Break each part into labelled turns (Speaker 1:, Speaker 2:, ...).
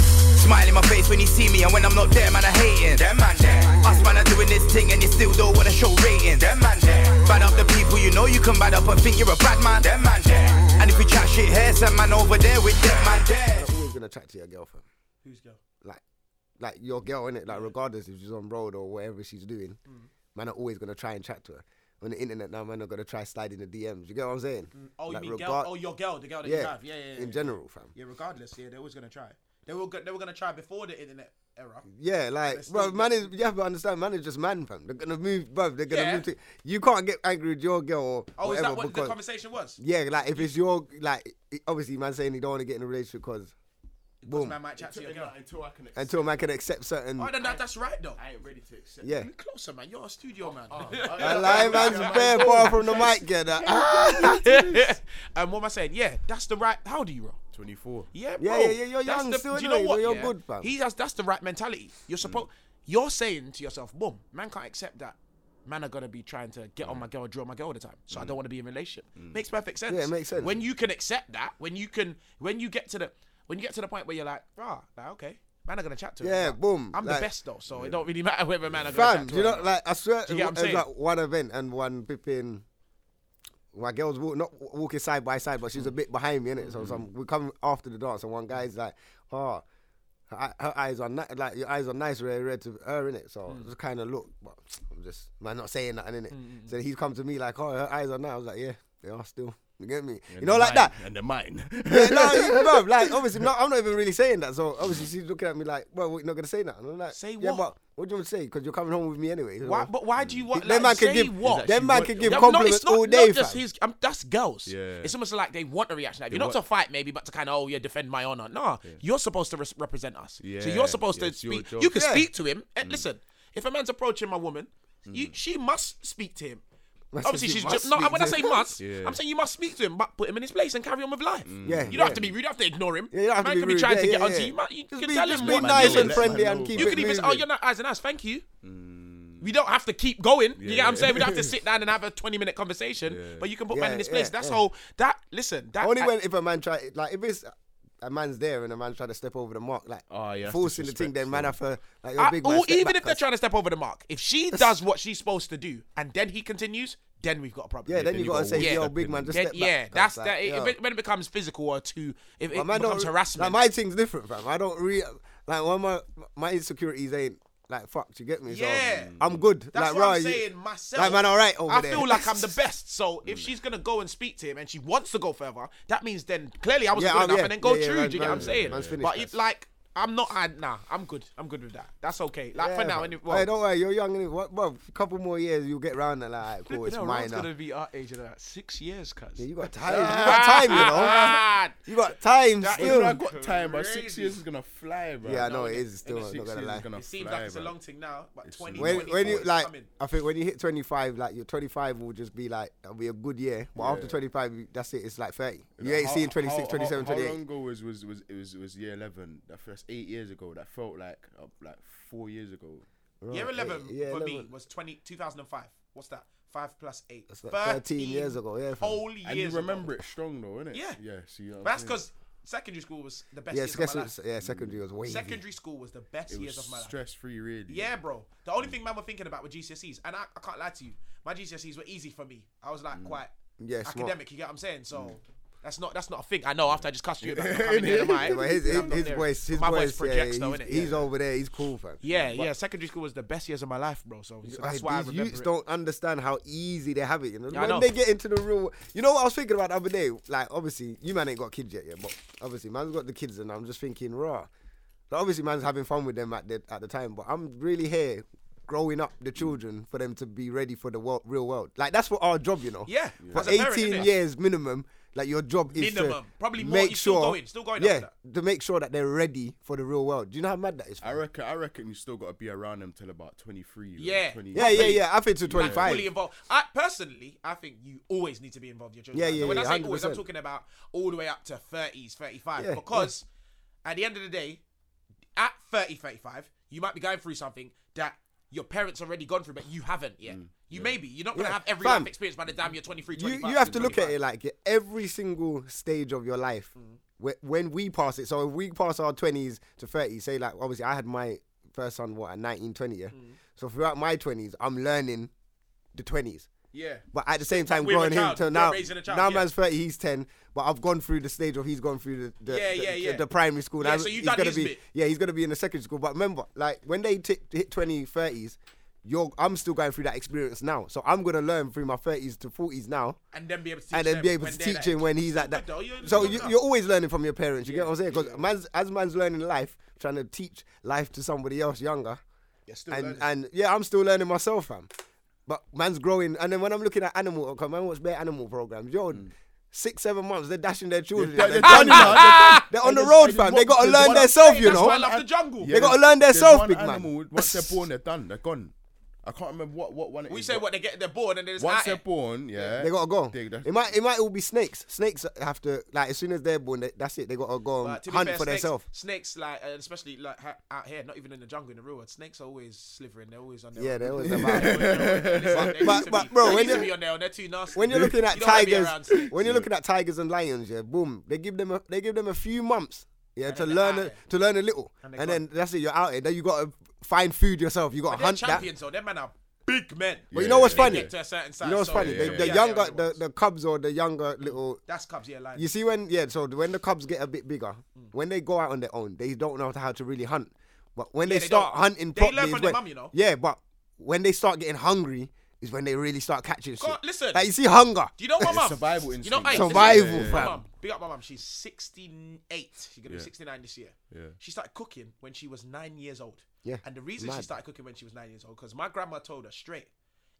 Speaker 1: Smile in my face when you see me, and when I'm not there, man, I hating. Them man there. Us man are doing this thing, and you still don't wanna show ratings. Them man there. Bad up the people you know you can bad up and think you're a bad man. Them man there. And if we chat shit here, some man over there with them man there.
Speaker 2: That's always gonna attract to your girlfriend.
Speaker 3: Who's girl?
Speaker 2: Like, like your girl innit? Like, regardless if she's on road or whatever she's doing,
Speaker 3: Mm.
Speaker 2: man are always gonna try and chat to her. On the internet now, man are gonna try sliding the DMs. You get what I'm saying?
Speaker 3: Oh,
Speaker 2: Like,
Speaker 3: you mean girl?
Speaker 2: regard-
Speaker 3: Oh, your girl, the girl that you
Speaker 2: yeah,
Speaker 3: have. Yeah, yeah, yeah.
Speaker 2: in general, fam.
Speaker 3: yeah, regardless, yeah, they're always gonna try. They were go- they were gonna try before the internet era. Oh,
Speaker 2: Yeah, like,
Speaker 3: They're
Speaker 2: bro,
Speaker 3: still-
Speaker 2: man is you have to understand, man is just man, fam. They're gonna move, bro. They're gonna
Speaker 3: Yeah.
Speaker 2: move. To, you can't get angry with your girl or
Speaker 3: Oh, is
Speaker 2: whatever
Speaker 3: that what the
Speaker 2: because
Speaker 3: conversation was?
Speaker 2: yeah, like if it's your like, it- obviously, man saying he don't want to get in a relationship because
Speaker 3: Because
Speaker 2: boom
Speaker 3: man might chat to your
Speaker 4: Until,
Speaker 3: girl.
Speaker 4: like, until I can accept,
Speaker 2: until man can accept certain.
Speaker 3: Oh, then that, that's right though.
Speaker 4: I ain't ready to accept. Oh,
Speaker 2: yeah,
Speaker 3: Come closer, man. You're a studio man.
Speaker 2: I lie, man's bare far from the mic, yeah. that-
Speaker 3: and what am I saying? Yeah, that's the right. How do you roll?
Speaker 4: 24.
Speaker 3: Yeah, bro.
Speaker 2: Yeah, yeah, yeah, you're
Speaker 3: That's
Speaker 2: young
Speaker 3: the,
Speaker 2: still,
Speaker 3: Do you
Speaker 2: innit?
Speaker 3: know what?
Speaker 2: You're
Speaker 3: yeah?
Speaker 2: good, fam.
Speaker 3: He has. That's the right mentality. You're supposed. You're saying to yourself, "Boom, man can't accept that." Man are gonna be trying to get on my girl, draw my girl all the time, so I don't want to be in a relationship. Makes perfect sense.
Speaker 2: Yeah, it makes sense.
Speaker 3: When you can accept that, when you can, when you get to the, when you get to the point where you're like, ah, like, okay, man are gonna chat to her.
Speaker 2: Yeah,
Speaker 3: Like,
Speaker 2: boom,
Speaker 3: I'm
Speaker 2: like-
Speaker 3: the best though, so it don't really matter whether man are gonna
Speaker 2: Fam,
Speaker 3: chat to
Speaker 2: do you
Speaker 3: her or
Speaker 2: know,
Speaker 3: not.
Speaker 2: like, I swear,
Speaker 3: you get what I'm
Speaker 2: it was
Speaker 3: saying?
Speaker 2: like one event and one pippin. My girl's walk, not w- walking side by side, but she's a bit behind me, innit? So some, we come after the dance, and one guy's like, oh, her, her eyes are ni- like your eyes are nice, red, red to her, innit? So
Speaker 3: Hmm.
Speaker 2: I just kind of look, but I'm just, man, not saying nothing, innit?
Speaker 3: hmm.
Speaker 2: So he's come to me like, oh, her eyes are nice. I was like, yeah, they are still. You get me? you know, like that.
Speaker 4: And the mine.
Speaker 2: Yeah, no, you- bro, like obviously, no, I'm not even really saying that. So obviously, she's looking at me like, "Well, we're not gonna say that." And I'm like,
Speaker 3: Say
Speaker 2: Yeah,
Speaker 3: what?
Speaker 2: but what do you want to say? Because you're coming home with me anyway.
Speaker 3: Why, but why do you want?
Speaker 2: them
Speaker 3: Like,
Speaker 2: man can
Speaker 3: say
Speaker 2: give,
Speaker 3: what?
Speaker 2: them man
Speaker 4: what-
Speaker 2: can give
Speaker 3: Yeah, but
Speaker 2: compliments
Speaker 3: it's not,
Speaker 2: all day,
Speaker 3: not just
Speaker 2: fam.
Speaker 3: his. Um, that's girls.
Speaker 4: Yeah.
Speaker 3: It's almost like they want a reaction. Like, you're not
Speaker 4: want-
Speaker 3: to fight, maybe, but to kind of oh, yeah, defend my honor. Nah, you're supposed to res- represent us. So
Speaker 4: Yeah,
Speaker 3: you're supposed
Speaker 4: yeah,
Speaker 3: to
Speaker 4: it's your
Speaker 3: speak.
Speaker 4: job.
Speaker 3: You can
Speaker 2: Yeah. Mm.
Speaker 3: speak to him. And listen, if a man's approaching my woman, you, she must speak to him. Obviously,
Speaker 2: you
Speaker 3: she's
Speaker 2: Mm. must
Speaker 3: just, no.
Speaker 2: speak
Speaker 3: When I
Speaker 2: to
Speaker 3: say
Speaker 2: him.
Speaker 3: must,
Speaker 4: Yeah.
Speaker 3: I'm saying you must speak to him, but put him in his place and carry on with life.
Speaker 2: Mm. Yeah,
Speaker 3: you don't
Speaker 2: yeah.
Speaker 3: have to be rude. You don't have to ignore him.
Speaker 2: Yeah, you don't have
Speaker 3: man
Speaker 2: to be
Speaker 3: can
Speaker 2: rude.
Speaker 3: be trying
Speaker 2: yeah,
Speaker 3: to
Speaker 2: yeah,
Speaker 3: get onto
Speaker 2: yeah.
Speaker 3: you. Man, you
Speaker 2: just
Speaker 3: can
Speaker 2: be,
Speaker 3: tell
Speaker 2: just
Speaker 3: him
Speaker 2: be
Speaker 3: what.
Speaker 2: nice
Speaker 4: know,
Speaker 2: and
Speaker 4: let
Speaker 2: friendly
Speaker 4: man
Speaker 2: and
Speaker 4: know.
Speaker 2: keep
Speaker 3: You
Speaker 2: it
Speaker 3: can even say, "Oh,
Speaker 2: moving.
Speaker 3: you're not eyes and eyes. Thank you." We don't have to keep going. you get what I'm
Speaker 4: Yeah.
Speaker 3: saying? We don't have to sit down and have a 20 minute conversation, but you can put
Speaker 2: Yeah,
Speaker 3: man in this place.
Speaker 2: yeah,
Speaker 3: That's
Speaker 2: yeah.
Speaker 3: how that. Listen, that
Speaker 2: Only
Speaker 3: I-
Speaker 2: when if a man try like if it's a man's there and a man trying to step over the mark, like
Speaker 4: Oh, yeah, that's
Speaker 2: forcing the thing, then man have to like your
Speaker 3: I-
Speaker 2: big man.
Speaker 3: or
Speaker 2: step
Speaker 3: even
Speaker 2: back,
Speaker 3: if they're
Speaker 2: 'cause-
Speaker 3: trying to step over the mark, if she does what she's supposed to do and then he continues, then we've got a problem.
Speaker 2: yeah, then
Speaker 4: then
Speaker 2: you
Speaker 4: you
Speaker 2: gotta
Speaker 4: gotta
Speaker 2: say,
Speaker 3: walk
Speaker 2: "Yo,
Speaker 3: up
Speaker 2: big
Speaker 4: in
Speaker 2: man, just
Speaker 3: Then-
Speaker 2: step back."
Speaker 3: yeah,
Speaker 2: 'cause,
Speaker 3: that's
Speaker 2: like,
Speaker 3: that.
Speaker 2: yo.
Speaker 3: If it, when it becomes physical or too, if it
Speaker 2: But man
Speaker 3: becomes
Speaker 2: don't-
Speaker 3: harassment,
Speaker 2: Like my thing's different, fam. I don't really like one of my my insecurities ain't like fucked. You get me?
Speaker 3: Yeah.
Speaker 2: So I'm good.
Speaker 3: That's
Speaker 2: like,
Speaker 3: what
Speaker 2: rah,
Speaker 3: I'm
Speaker 2: you-
Speaker 3: saying myself.
Speaker 2: Like man, all right over
Speaker 3: I
Speaker 2: there.
Speaker 3: feel like I'm the best. So if she's gonna go and speak to him and she wants to go further, that means then clearly I was
Speaker 2: Yeah,
Speaker 3: good
Speaker 2: I'm-
Speaker 3: enough
Speaker 2: yeah,
Speaker 3: and then go
Speaker 2: yeah, yeah,
Speaker 3: through.
Speaker 2: man-
Speaker 3: do you get
Speaker 2: man-
Speaker 3: what I'm saying?
Speaker 2: man's finished,
Speaker 3: but
Speaker 2: that's-
Speaker 3: if like I'm not, I, nah, I'm good. I'm good with that. That's okay. Like
Speaker 2: Yeah,
Speaker 3: for now,
Speaker 2: fam.
Speaker 3: anyway.
Speaker 2: Hey, don't worry, you're young. innit? What, bro, a couple more years, you'll get round that. Like, alright, cool, it's
Speaker 5: no, Ron's
Speaker 2: minor.
Speaker 5: gonna be our age in about six years, cuz.
Speaker 2: Yeah, you got time. You got time, you know.
Speaker 3: Ah,
Speaker 2: You got time
Speaker 4: Even though I
Speaker 2: still.
Speaker 4: got time, but six years is gonna fly, bro.
Speaker 2: Yeah, I know it is still.
Speaker 4: Another
Speaker 2: I'm
Speaker 4: six
Speaker 2: Not gonna
Speaker 4: years
Speaker 2: lie.
Speaker 4: is gonna
Speaker 3: It seems
Speaker 4: fly,
Speaker 3: like it's a
Speaker 4: bro.
Speaker 3: long thing now, but 20,
Speaker 2: When, when you
Speaker 3: 24
Speaker 2: like,
Speaker 3: coming.
Speaker 2: I think when you hit 25, like your 25 will just be like, it'll be a good year. But after 25, you- that's it. It's like 30. You ain't
Speaker 4: How-
Speaker 2: seeing 26,
Speaker 4: how-
Speaker 2: 27,
Speaker 4: how,
Speaker 2: 28.
Speaker 4: How long ago was was was it was, it was year eleven? That first eight years ago. That felt like uh, like four years ago.
Speaker 3: Year
Speaker 2: Right,
Speaker 3: 11
Speaker 2: yeah, yeah,
Speaker 3: for
Speaker 2: 11.
Speaker 3: me was 20, 2005. What's that? 5 plus 8.
Speaker 2: That's like 13 years ago, yeah, fam.
Speaker 3: Whole
Speaker 4: And
Speaker 3: years
Speaker 4: you remember
Speaker 3: ago.
Speaker 4: it strong though, innit?
Speaker 3: Yeah.
Speaker 4: Yeah. See, you know
Speaker 3: But
Speaker 4: what I'm
Speaker 3: that's
Speaker 4: saying?
Speaker 3: because secondary school was the best
Speaker 2: Yeah,
Speaker 3: years of my
Speaker 2: secondary,
Speaker 3: life.
Speaker 2: yeah, secondary was way.
Speaker 3: Secondary school was the best
Speaker 4: it
Speaker 3: years
Speaker 4: was
Speaker 3: of my life.
Speaker 4: stress free, really.
Speaker 3: Yeah, bro. The only thing man were thinking about were GCSEs, and I, I can't lie to you, my GCSEs were easy for me. I was like quite
Speaker 2: Mm. Yeah, smart. Mm.
Speaker 3: academic. You get what I'm saying? So that's not that's not a thing. I know. After I just cussed you about not coming here, am I?
Speaker 2: Yeah, but his, his,
Speaker 3: I'm not
Speaker 2: his
Speaker 3: there.
Speaker 2: voice, his
Speaker 3: my
Speaker 2: voice, yeah,
Speaker 3: projects
Speaker 2: he's,
Speaker 3: though, innit?
Speaker 2: he's
Speaker 3: yeah.
Speaker 2: over there. He's cool, fam.
Speaker 3: Yeah, yeah. Secondary school was the best years of my life, bro. So, so that's
Speaker 2: Like,
Speaker 3: why I
Speaker 2: these
Speaker 3: remember.
Speaker 2: youths
Speaker 3: it.
Speaker 2: don't understand how easy they have it. You know,
Speaker 3: Yeah, I
Speaker 2: when
Speaker 3: know.
Speaker 2: they get into the real, you know what I was thinking about the other day. Like, obviously, you man ain't got kids yet, yeah, but obviously, man's got the kids, and I'm just thinking, raw. Like, obviously, man's having fun with them at the at the time, but I'm really here. Growing up the children for them to be ready for the world, real world, like that's what our job, you know.
Speaker 3: Yeah,
Speaker 2: for
Speaker 3: as a
Speaker 2: 18
Speaker 3: parent, innit?
Speaker 2: years minimum, like your job is to
Speaker 3: Minimum. Probably more,
Speaker 2: make
Speaker 3: you're still
Speaker 2: sure,
Speaker 3: going- still going
Speaker 2: yeah,
Speaker 3: after
Speaker 2: to make sure that they're ready for the real world. Do you know how mad that is?
Speaker 4: I reckon. I reckon you still got to be around them till about twenty three.
Speaker 3: Yeah.
Speaker 2: yeah, yeah, yeah. I think to
Speaker 3: like,
Speaker 2: 25.
Speaker 3: fully involved. I personally, I think you always need to be involved in your children.
Speaker 2: Yeah,
Speaker 3: life.
Speaker 2: yeah,
Speaker 3: When I
Speaker 2: yeah,
Speaker 3: say always, I'm
Speaker 2: 100%.
Speaker 3: talking about all the way up to 30s, 35.
Speaker 2: Yeah,
Speaker 3: because at the end of the day, at 30, 35, you might be going through something that your parents already gone through, but you haven't yet. You maybe you're not gonna
Speaker 2: Mm, Yeah.
Speaker 3: have every
Speaker 2: Fam,
Speaker 3: life experience by the time you're 23,
Speaker 2: you,
Speaker 3: 25.
Speaker 2: you have to look at it like every single stage of your life wh- when we pass it so if we pass our 20s to 30s say like obviously i had my first son what at 19 20 yeah so throughout my 20s i'm learning the 20s
Speaker 4: Yeah.
Speaker 2: but at the same time
Speaker 3: We're a
Speaker 2: growing him
Speaker 3: child.
Speaker 2: till
Speaker 3: We're
Speaker 2: now
Speaker 3: raising a child,
Speaker 2: now
Speaker 3: yeah.
Speaker 2: man's 30 he's 10 but i've gone through the stage of he's gone through the the,
Speaker 3: Yeah,
Speaker 2: the,
Speaker 3: yeah,
Speaker 2: the-
Speaker 3: yeah.
Speaker 2: the primary school
Speaker 3: Yeah,
Speaker 2: now
Speaker 3: so you've
Speaker 2: he's
Speaker 3: done
Speaker 2: gonna
Speaker 3: his
Speaker 2: be
Speaker 3: bit.
Speaker 2: yeah he's gonna be in the secondary school but remember like when they t- hit 20 30s you're, I'm still going through that experience now, so I'm gonna learn through my 30s to 40s now
Speaker 3: and then be able to teach
Speaker 2: and then
Speaker 3: them
Speaker 2: be able
Speaker 3: when
Speaker 2: to
Speaker 3: they're
Speaker 2: teach
Speaker 3: that
Speaker 2: him when he's at that.
Speaker 3: though, you're-
Speaker 2: so
Speaker 3: you're
Speaker 2: you,
Speaker 3: not.
Speaker 2: you're always learning from your parents. You get what I'm saying? Because man's, as man's learning life, trying to teach life to somebody else younger,
Speaker 4: still
Speaker 2: and
Speaker 4: learning.
Speaker 2: and yeah, I'm still learning myself, fam. But man's growing, and then when I'm looking at animal, okay, man, watch bare animal programs. Yo, six, seven months, they're dashing their children.
Speaker 4: They're-
Speaker 2: They're,
Speaker 4: they're done, you know, they're done.
Speaker 2: they're on
Speaker 4: And
Speaker 2: the
Speaker 4: there's-
Speaker 2: road, fam.
Speaker 4: and there's
Speaker 2: They
Speaker 4: one-
Speaker 2: gotta
Speaker 4: there's
Speaker 2: learn
Speaker 4: one-
Speaker 2: themselves, you
Speaker 3: That's why I
Speaker 2: know.
Speaker 3: love the jungle.
Speaker 2: They gotta
Speaker 4: there's-
Speaker 2: learn their
Speaker 4: there's
Speaker 2: self,
Speaker 4: one
Speaker 2: big man.
Speaker 4: animal, Once they're born, they're done. They're gone. I can't remember what what one. it
Speaker 3: We
Speaker 4: is,
Speaker 3: say
Speaker 4: but
Speaker 3: what they get, they're bored, and they're just
Speaker 4: Once
Speaker 3: out
Speaker 4: they're
Speaker 3: here.
Speaker 4: born, yeah,
Speaker 2: They gotta go.
Speaker 4: They- that's-
Speaker 2: It might, it might all be snakes. Snakes have to like as soon as they're born, they, that's it. They gotta go and
Speaker 3: But to be
Speaker 2: hunt
Speaker 3: fair,
Speaker 2: for
Speaker 3: snakes,
Speaker 2: themselves.
Speaker 3: Snakes, like uh, especially like ha- out here, not even in the jungle, in the real world, snakes are always slithering. They're always on their
Speaker 2: Yeah,
Speaker 3: own.
Speaker 2: they're always
Speaker 3: They're
Speaker 2: about it.
Speaker 3: on their own. Listen, they
Speaker 2: But-
Speaker 3: need to
Speaker 2: but,
Speaker 3: be-
Speaker 2: bro,
Speaker 3: they
Speaker 2: when
Speaker 3: need to
Speaker 2: you-
Speaker 3: be on their own. They're too nasty.
Speaker 2: when you're looking at
Speaker 3: You don't wanna be
Speaker 2: tigers,
Speaker 3: around snakes.
Speaker 2: when you're looking at tigers and lions, yeah, boom, they give them a, they give them a few months, yeah, to
Speaker 3: then they're
Speaker 2: learn
Speaker 3: out
Speaker 2: a,
Speaker 3: there.
Speaker 2: to learn a little,
Speaker 3: And
Speaker 2: and,
Speaker 3: they're
Speaker 2: then that's it. You're out here. Then you gotta find food yourself. You gotta
Speaker 3: But they're
Speaker 2: hunt that.
Speaker 3: champions, though. Them men are big men.
Speaker 2: But you know what's
Speaker 4: Yeah.
Speaker 2: funny?
Speaker 3: They get to a certain size,
Speaker 2: You know what's
Speaker 3: so-
Speaker 2: funny?
Speaker 3: Yeah,
Speaker 2: the the
Speaker 3: yeah,
Speaker 2: younger,
Speaker 3: yeah,
Speaker 2: the, the cubs or the younger little.
Speaker 3: That's Cubs, yeah, like
Speaker 2: You see when yeah, so when the cubs get a bit bigger,
Speaker 3: Mm.
Speaker 2: when they go out on their own, they don't know how to really hunt. But when they,
Speaker 3: they
Speaker 2: start
Speaker 3: don't.
Speaker 2: hunting
Speaker 3: They learn
Speaker 2: properly, is
Speaker 3: from
Speaker 2: when-
Speaker 3: their mum, you know.
Speaker 2: Yeah, but when they start getting hungry, is when they really start catching shit.
Speaker 3: God, listen.
Speaker 2: like you see hunger.
Speaker 3: Do you know my
Speaker 4: It's
Speaker 3: mum?
Speaker 4: survival
Speaker 3: You know,
Speaker 4: instinct.
Speaker 3: hey,
Speaker 2: Survival,
Speaker 3: listen,
Speaker 2: Yeah.
Speaker 3: my
Speaker 2: fam.
Speaker 3: mum. Big up my mum. She's 68. She's gonna be 69 this year.
Speaker 4: Yeah.
Speaker 3: She started cooking when she was nine years old.
Speaker 2: Yeah.
Speaker 3: And the reason she
Speaker 2: Mad.
Speaker 3: started cooking when she was nine years old because my grandma told her straight,